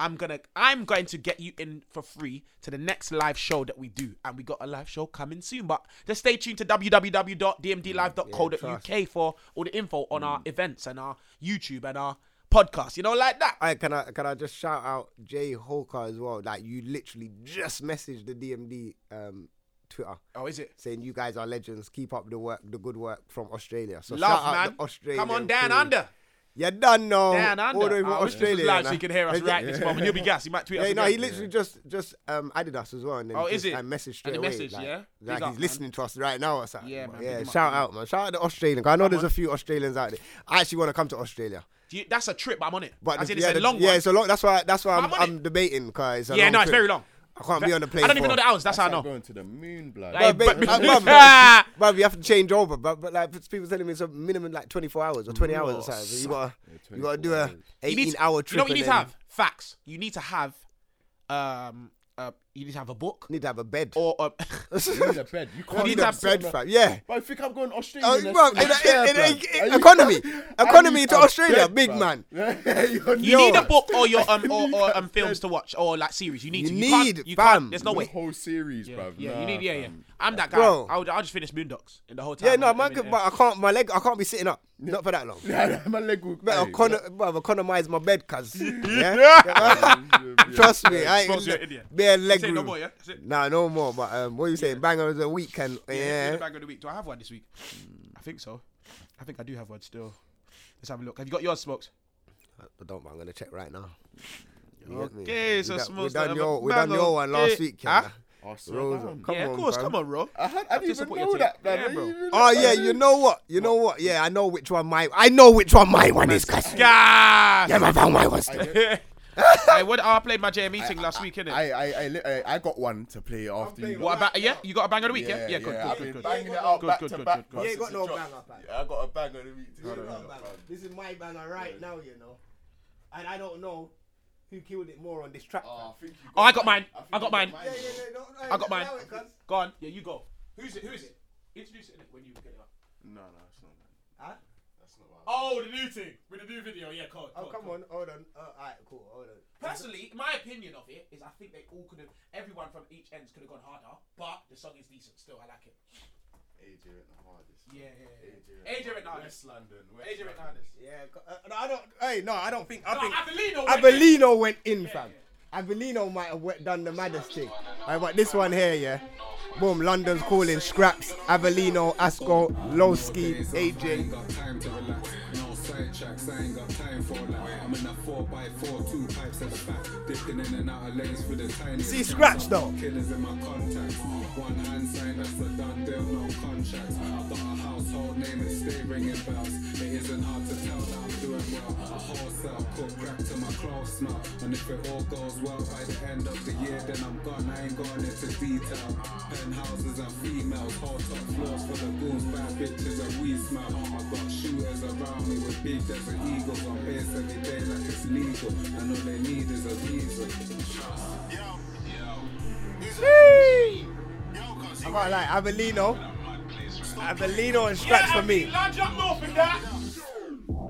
Speaker 3: I'm gonna I'm going to get you in for free to the next live show that we do, and we got a live show coming soon. But just stay tuned to www.dmdlive.co.uk for all the info on our
Speaker 2: Mm.
Speaker 3: events and our YouTube and our podcast. You know, like that.
Speaker 2: All right, can I can I just shout out Jay Holker as well? Like you literally just messaged the DMD um, Twitter
Speaker 3: Oh, is it?
Speaker 2: saying you guys are legends. Keep up the work, the good work from Australia. So shout out
Speaker 3: Love, man.
Speaker 2: the Australian
Speaker 3: Come on down
Speaker 2: crew.
Speaker 3: under.
Speaker 2: You done now.
Speaker 3: Down under.
Speaker 2: Oh, All the way from
Speaker 3: I wish this was
Speaker 2: Australia.
Speaker 3: live so
Speaker 2: nah.
Speaker 3: you can hear us right this moment. You'll be gas. You might tweet us.
Speaker 2: Yeah, no, he
Speaker 3: again.
Speaker 2: literally just just um added us as well, and then
Speaker 3: Oh,
Speaker 2: just,
Speaker 3: is it?
Speaker 2: And messaged straight
Speaker 3: And the
Speaker 2: away.
Speaker 3: message,
Speaker 2: like,
Speaker 3: yeah? Big
Speaker 2: like
Speaker 3: up,
Speaker 2: he's
Speaker 3: man.
Speaker 2: listening to us right now or something.
Speaker 3: Yeah,
Speaker 2: But
Speaker 3: man, big
Speaker 2: Yeah,
Speaker 3: him up,
Speaker 2: shout out, man. Shout out to Australian. 'cause I know there's a few Australians out there. I actually want to come to Australia,
Speaker 3: Do you- that's a trip. I'm on it.
Speaker 2: but
Speaker 3: But
Speaker 2: the-
Speaker 3: it's
Speaker 2: yeah,
Speaker 3: a
Speaker 2: the-
Speaker 3: long
Speaker 2: yeah,
Speaker 3: one.
Speaker 2: it's a long. That's why. That's why I'm,
Speaker 3: I'm on
Speaker 2: I'm
Speaker 3: it.
Speaker 2: debating, cause it's a
Speaker 3: yeah,
Speaker 2: long
Speaker 3: no, it's
Speaker 2: trip.
Speaker 3: very long.
Speaker 2: I can't be on the plane.
Speaker 3: I don't even
Speaker 2: for-
Speaker 3: know the hours. That's how I
Speaker 4: I'm
Speaker 3: know.
Speaker 4: going to the moon, blood.
Speaker 2: But,
Speaker 3: Like,
Speaker 2: but,
Speaker 3: but-
Speaker 2: uh, bruv,
Speaker 3: Ah!
Speaker 2: bruv, you have to change over, but but like people telling me it's a minimum like 24 hours or 20 hours or something. So you gotta you gotta do
Speaker 4: 24
Speaker 2: a
Speaker 4: hours.
Speaker 2: 18
Speaker 3: you need to,
Speaker 2: hour trip.
Speaker 3: You know what you need
Speaker 2: and
Speaker 3: to
Speaker 2: then-
Speaker 3: have? Facts. You need to have um uh, You need to have a book
Speaker 2: Need to have a bed.
Speaker 3: or um, a,
Speaker 4: Oh, You need a bed. You can't
Speaker 2: need
Speaker 4: even
Speaker 2: to have
Speaker 4: sit on
Speaker 2: bed,
Speaker 4: a-
Speaker 2: fam. Yeah.
Speaker 4: But I think I'm going Australia.
Speaker 2: Oh,
Speaker 4: in a-
Speaker 2: bro,
Speaker 4: in
Speaker 2: in
Speaker 4: a
Speaker 2: a-
Speaker 4: chair,
Speaker 2: in a-
Speaker 4: bruv.
Speaker 2: in
Speaker 4: Are you-
Speaker 2: economy.
Speaker 4: I
Speaker 2: Economy
Speaker 4: need
Speaker 2: to
Speaker 4: a
Speaker 2: Australia, big
Speaker 4: bruv.
Speaker 2: man.
Speaker 4: You're
Speaker 3: You need a
Speaker 4: not.
Speaker 3: book or your um
Speaker 4: You
Speaker 3: or,
Speaker 4: need
Speaker 3: or
Speaker 4: a
Speaker 3: um films
Speaker 4: bed.
Speaker 3: to watch or like series. You
Speaker 2: You
Speaker 3: need to. You can't,
Speaker 2: need,
Speaker 3: you
Speaker 2: fam.
Speaker 3: can't. There's no
Speaker 4: The
Speaker 3: way.
Speaker 4: whole series, bruv.
Speaker 3: Yeah,
Speaker 4: Nah,
Speaker 3: you need. Yeah, yeah.
Speaker 4: fam.
Speaker 3: I'm that guy.
Speaker 2: Bro.
Speaker 3: I'll, I'll just finish Boondocks in the hotel.
Speaker 2: Yeah, no, man, could, but I can't. My leg, I can't be sitting up. Not for that long.
Speaker 4: Nah, nah, my leg will.
Speaker 2: But
Speaker 4: Hey,
Speaker 2: I've econo- bro, I've economized my bed, cuz. Yeah?
Speaker 4: yeah.
Speaker 2: Trust me, I
Speaker 3: Smells
Speaker 2: ain't
Speaker 3: you're an idiot.
Speaker 2: bare leg
Speaker 3: Say
Speaker 2: room.
Speaker 3: no more. Yeah. That's it.
Speaker 2: Nah, no more. But um, what you saying? Banger of the weekend. Yeah.
Speaker 3: Yeah. Bag of the week. Do I have one this week? I think so. I think I do have one still. Let's have a look. Have you got yours, smokes?
Speaker 2: I don't mind. I'm gonna check right now. You get me?
Speaker 3: Okay, so
Speaker 2: we done-
Speaker 3: smokes.
Speaker 2: we
Speaker 3: that
Speaker 2: done
Speaker 3: have a
Speaker 2: your we
Speaker 3: bang
Speaker 2: done your
Speaker 3: on
Speaker 2: one
Speaker 3: it.
Speaker 2: last week.
Speaker 3: Huh?
Speaker 2: Yeah.
Speaker 4: Oh, so
Speaker 2: Rosa,
Speaker 4: down.
Speaker 2: come
Speaker 3: yeah,
Speaker 2: on,
Speaker 3: of course.
Speaker 2: bro.
Speaker 3: Come on, bro.
Speaker 4: I, had, I
Speaker 3: to
Speaker 4: didn't even
Speaker 3: support your
Speaker 4: know
Speaker 3: team.
Speaker 4: that, man.
Speaker 3: Yeah,
Speaker 4: I didn't
Speaker 3: bro.
Speaker 4: even
Speaker 2: Oh
Speaker 4: know
Speaker 2: yeah,
Speaker 4: that.
Speaker 2: you know what? You know what? Yeah, I know which one my I know which one my one is, cuz. Yeah,
Speaker 3: Yeah.
Speaker 2: I found my one. still.
Speaker 3: I went. I played my JME thing last week, innit?
Speaker 4: I, I, I, li- I, I got one to play after you.
Speaker 3: What about? Yeah, you got a bang of the week. Yeah. Yeah. Good.
Speaker 4: I've
Speaker 3: Good.
Speaker 4: been
Speaker 3: Good.
Speaker 4: banging
Speaker 3: Good.
Speaker 4: it out
Speaker 3: Good.
Speaker 4: back
Speaker 3: Good.
Speaker 4: to
Speaker 3: Good.
Speaker 4: back,
Speaker 3: Good.
Speaker 4: bruv.
Speaker 2: ain't got no
Speaker 4: Since it
Speaker 2: banger,
Speaker 4: dropped.
Speaker 2: fam.
Speaker 4: Yeah, I got a bang of the week. today, bruv.
Speaker 2: This is my banger right now, you know. And I don't know who killed it more on this track.
Speaker 4: Oh, I think you
Speaker 3: Oh, I got mine.
Speaker 4: think
Speaker 3: I got
Speaker 4: you
Speaker 3: mine.
Speaker 2: no,
Speaker 3: I got mine. Go on. Yeah, you go. Who's it? Who is it? Introduce it innit, when you get it up.
Speaker 4: No, no, it's not mine.
Speaker 2: Huh?
Speaker 4: That's not mine.
Speaker 3: Oh, the new thing with the new video. Yeah, cool.
Speaker 2: Oh, come on, hold on. Uh, alright, cool, hold on.
Speaker 3: Personally, my opinion of it is I think they all could have, everyone from each ends could have gone harder, but the song is decent still. I like it.
Speaker 4: AJ went the hardest.
Speaker 3: Yeah, yeah, yeah.
Speaker 4: AJ
Speaker 3: AJ Hernandez.
Speaker 4: West London. West
Speaker 3: AJ
Speaker 4: London.
Speaker 3: Hernandez.
Speaker 2: Yeah, co- uh, no, I don't. Hey, no, I don't think. I
Speaker 3: No,
Speaker 2: think
Speaker 3: Avelino. went in.
Speaker 2: Avellino went in, fam. Avellino might have went- done the maddest thing. I want this one here, yeah. Boom, London's calling scraps. Avellino, Asco, Lowski, AJ.
Speaker 6: got time to relax. No side tracks, I ain't got time for that. I'm in a 4x4, two pipes at the back. Dipping in and out of lanes with the tiny.
Speaker 2: See, scratch though.
Speaker 6: Killers in my contacts. One hand sign, that's a done deal, no contracts. I've got a household name, it stay ringing bells. It isn't hard to tell that I'm doing well. A wholesale cook crack to my clothes smell. And if it all goes well by the end of the year, then I'm gone. I ain't going into detail. Penthouses and females, whole top floors for the goons, bad bitches and we smell. I've got shooters around me with big desert eagles on base every day like it's legal. And all they need is a visa.
Speaker 2: I can't lie, Avellino. Avellino and scraps for me.
Speaker 3: Lunge up north with that.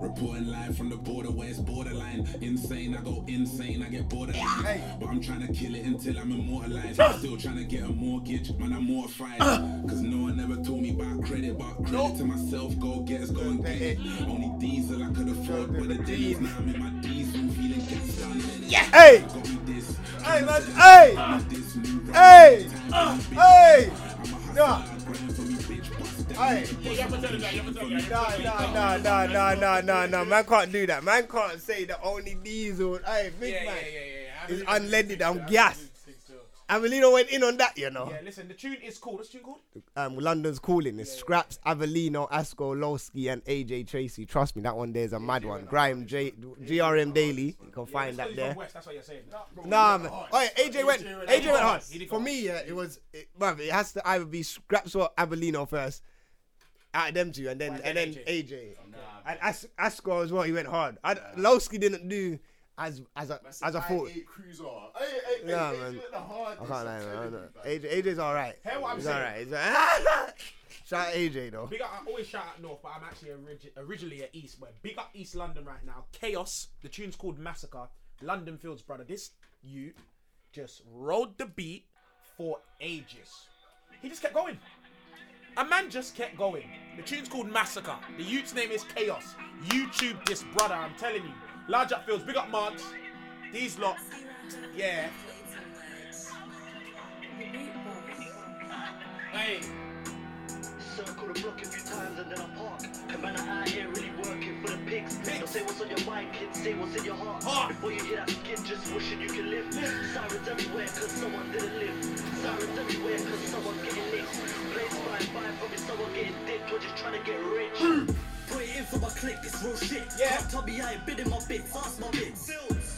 Speaker 6: Reporting live from the border where it's borderline. Insane, I go insane, I get borderline. But I'm trying to kill it until I'm immortalized. Still trying to get a mortgage, man, I'm mortified. Cause no one ever told me about credit, but credit to myself, go get us, go and get it. Only diesel I could afford, but the deal's now I'm in my diesel, feeling gassed down in Yeah.
Speaker 2: Hey!
Speaker 6: Got me this,
Speaker 2: Hey, man, hey!
Speaker 6: this new rap,
Speaker 2: Hey!
Speaker 6: time for me, bitch.
Speaker 2: Hey!
Speaker 6: I'm a
Speaker 2: Nah.
Speaker 6: hustler, grind for me, bitch. Bust down.
Speaker 2: Hey! Nah, nah, nah, nah, nah, nah, nah, nah. Man can't do that. Man can't say that only diesel. Hey, big
Speaker 3: Yeah, yeah,
Speaker 2: man.
Speaker 3: yeah, yeah.
Speaker 2: It's
Speaker 3: Avelino-
Speaker 2: unleaded and gas. Avellino went in on that, you know.
Speaker 3: Yeah, listen, the tune is cool. What's the tune called?
Speaker 2: um, London's calling. It's Scraps, Avellino, Asco, Lowski, and AJ Tracy. Trust me, that one there's a mad one. Grime, J, GRM Daily. You can find
Speaker 3: It's
Speaker 2: that
Speaker 3: from
Speaker 2: there.
Speaker 3: West, that's what you're saying.
Speaker 2: Nah, man. Oh, yeah, AJ went. AJ
Speaker 3: hard.
Speaker 2: went hard.
Speaker 3: He did go
Speaker 2: For
Speaker 3: hard.
Speaker 2: me, yeah, it was. It, bruv, it has to either be Scraps or Avellino first. Out of them two, and then and then AJ, and As- Asco as well. He went hard. I, Lowski didn't do as as a, as I thought.
Speaker 4: Eight cruiser. Hey, hey, hey,
Speaker 2: Nah,
Speaker 4: hey,
Speaker 2: man.
Speaker 4: went the hardest,
Speaker 2: I can't lie,
Speaker 4: I'm
Speaker 2: man. I
Speaker 4: telling
Speaker 2: don't know.
Speaker 4: you, bruv.
Speaker 2: AJ, AJ's all right.
Speaker 3: Hear what I'm
Speaker 2: He's
Speaker 3: saying?
Speaker 2: all right. He's all right. Shout out AJ though.
Speaker 3: Big up, I always shout out North, but I'm actually origi- originally at East. But big up East London right now. Chaos. The tune's called Massacre. London Fields, brother. This you just rode the beat for ages. He just kept going. A man just kept going. The tune's called Massacre. The youth's name is Chaos. YouTube this brother, I'm telling you. Large up Fields, big up Marks. These lot. Yeah. Hey.
Speaker 7: Circle the block a few times and then I park. Cabana out here really working for the pigs. Don't say what's on your mind, kid, say what's in your heart.
Speaker 3: Heart.
Speaker 7: Before you hear that skin, just wishing you could live. Sirens everywhere cause someone didn't live. Sirens everywhere cause someone getting licked. Place by five probably someone getting dick or just trying to get rich. Put it in for my click, it's real shit.
Speaker 3: Hmm. Yeah.
Speaker 7: Can't tell me I ain't bidding my bits, ask my bits.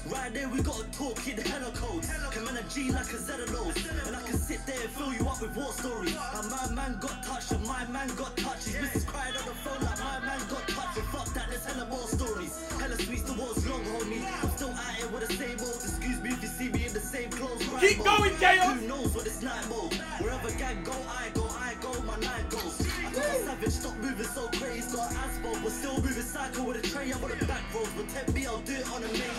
Speaker 7: Right there, we gotta talk in hella codes. Come on, a G like a Zedalos. And I can sit there and fill you up with war stories. And my man got touched, and my man got touched. His missus cried on the phone like my man got touched. And fuck that, there's hella more stories. Hella sweets, the war's long, homie. I'm still out here with the same old. Excuse me if you see me in the same clothes.
Speaker 3: Keep going, Chaos.
Speaker 7: Who Still moving psycho with a tray up on the back roads. But 10B, I'll do it on the main.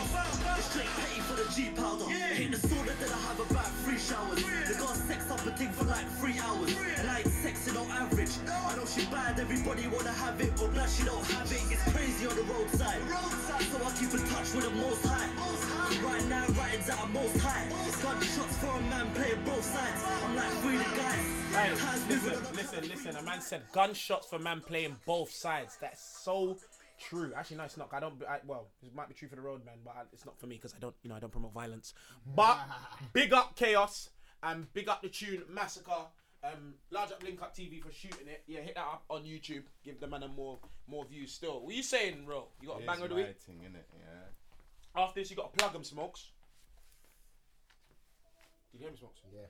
Speaker 7: Straight petty for the G powder. Hit the sauna, then I have about three showers. They got sex up a thing for like three hours. And I ain't sexing on average. I know she bad, everybody wanna have it. But glad she don't have it. It's crazy on the roadside. So I keep in touch with the most high. Right now, writings at a most high. Gunshots for a man playing both sides. I'm like, free the guys.
Speaker 8: Hey, listen,
Speaker 7: Times moving on the-
Speaker 8: listen, listen. A man said gunshots for man playing both sides. That's so true. Actually, no, it's not. I don't. I, well, it might be true for the road man, but I, it's not for me because I don't. You know, I don't promote violence. But big up chaos and big up the tune massacre. Um, large up link up TV for shooting it. Yeah, hit that up on YouTube. Give the man a more more views. Still, what you saying, bro? You got a banger of the week.
Speaker 4: Lighting, innit? Yeah.
Speaker 8: After this, you got to plug 'em, smokes. Did you hear me, smokes?
Speaker 2: Yeah.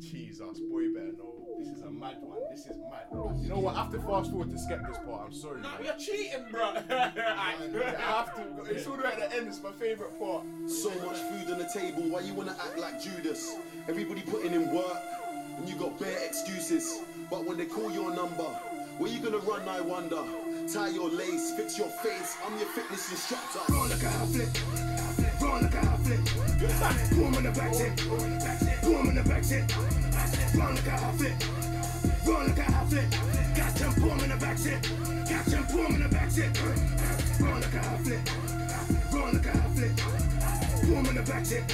Speaker 4: Jesus, boy, better know. This is a mad one. This is mad. You know what? I have to fast forward to skip this part. I'm sorry.
Speaker 8: No,
Speaker 4: man.
Speaker 8: you're cheating, bro.
Speaker 4: I have to. It's all the way at the end. It's my favorite part.
Speaker 9: So much food on the table, why you wanna act like Judas? Everybody putting in work, and you got bare excuses. But when they call your number, where you gonna run, I wonder? Tie your lace, fix your face, I'm your fitness instructor. Roll like a half flip, roll like a half flip. Boom on the back tip, boom on the back tip. Roll like a half flip, roll like a half flip. Got them boom in the back tip, got them boom in the back tip. Roll like a half flip, roll like a half flip. Boom in the back tip,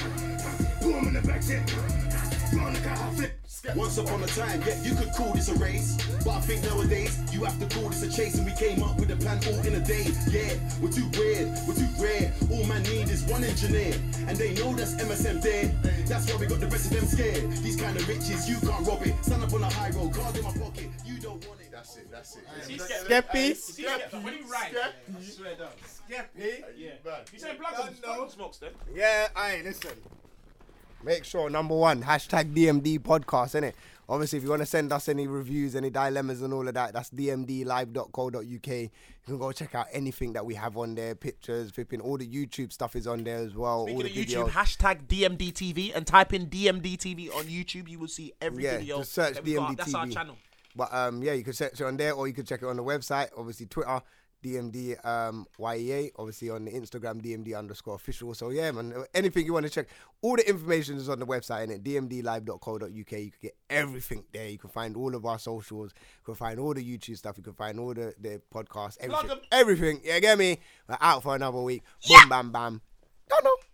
Speaker 9: boom in the back tip. Roll like a half flip. Once upon a time, yeah, you could call this a race. But I think nowadays, you have to call this a chase. And we came up with a plan all in a day. Yeah, we're too weird, we're too rare. All man need is one engineer. And they know that's MSM dead. That's why we got the rest of them scared. These kind of riches, you can't rob it. Stand up on a high road, card in my pocket. You don't want it.
Speaker 4: That's it. That's it.
Speaker 8: Skeppy. When you write,
Speaker 4: Skeppy.
Speaker 8: Skeppy. Yeah.
Speaker 4: Man.
Speaker 8: You say plug on plug on smokes then?
Speaker 2: Yeah, aye, listen. Make sure, number one, hashtag DMD podcast, innit? Obviously, if you want to send us any reviews, any dilemmas, and all of that, that's dmdlive.co.uk. You can go check out anything that we have on there pictures, flipping. All the YouTube stuff is on there as well. all
Speaker 3: Speaking
Speaker 2: the
Speaker 3: of
Speaker 2: videos.
Speaker 3: YouTube, hashtag DMDTV and type in DMDTV on YouTube. You will see every
Speaker 2: yeah,
Speaker 3: video.
Speaker 2: just search
Speaker 3: that we got.
Speaker 2: DMD
Speaker 3: That's our channel.
Speaker 2: But um, yeah, you can search it on there, or you can check it on the website. Obviously, Twitter DMD um, YEA. Obviously, on the Instagram DMD underscore official. So yeah, man, anything you want to check, all the information is on the website and dmdlive.co.uk. You can get everything there. You can find all of our socials. You can find all the YouTube stuff. You can find all the the podcasts. Everything.
Speaker 8: them.
Speaker 2: Everything. Yeah, get me. We're out for another week. Boom, bam, bam. Don't know.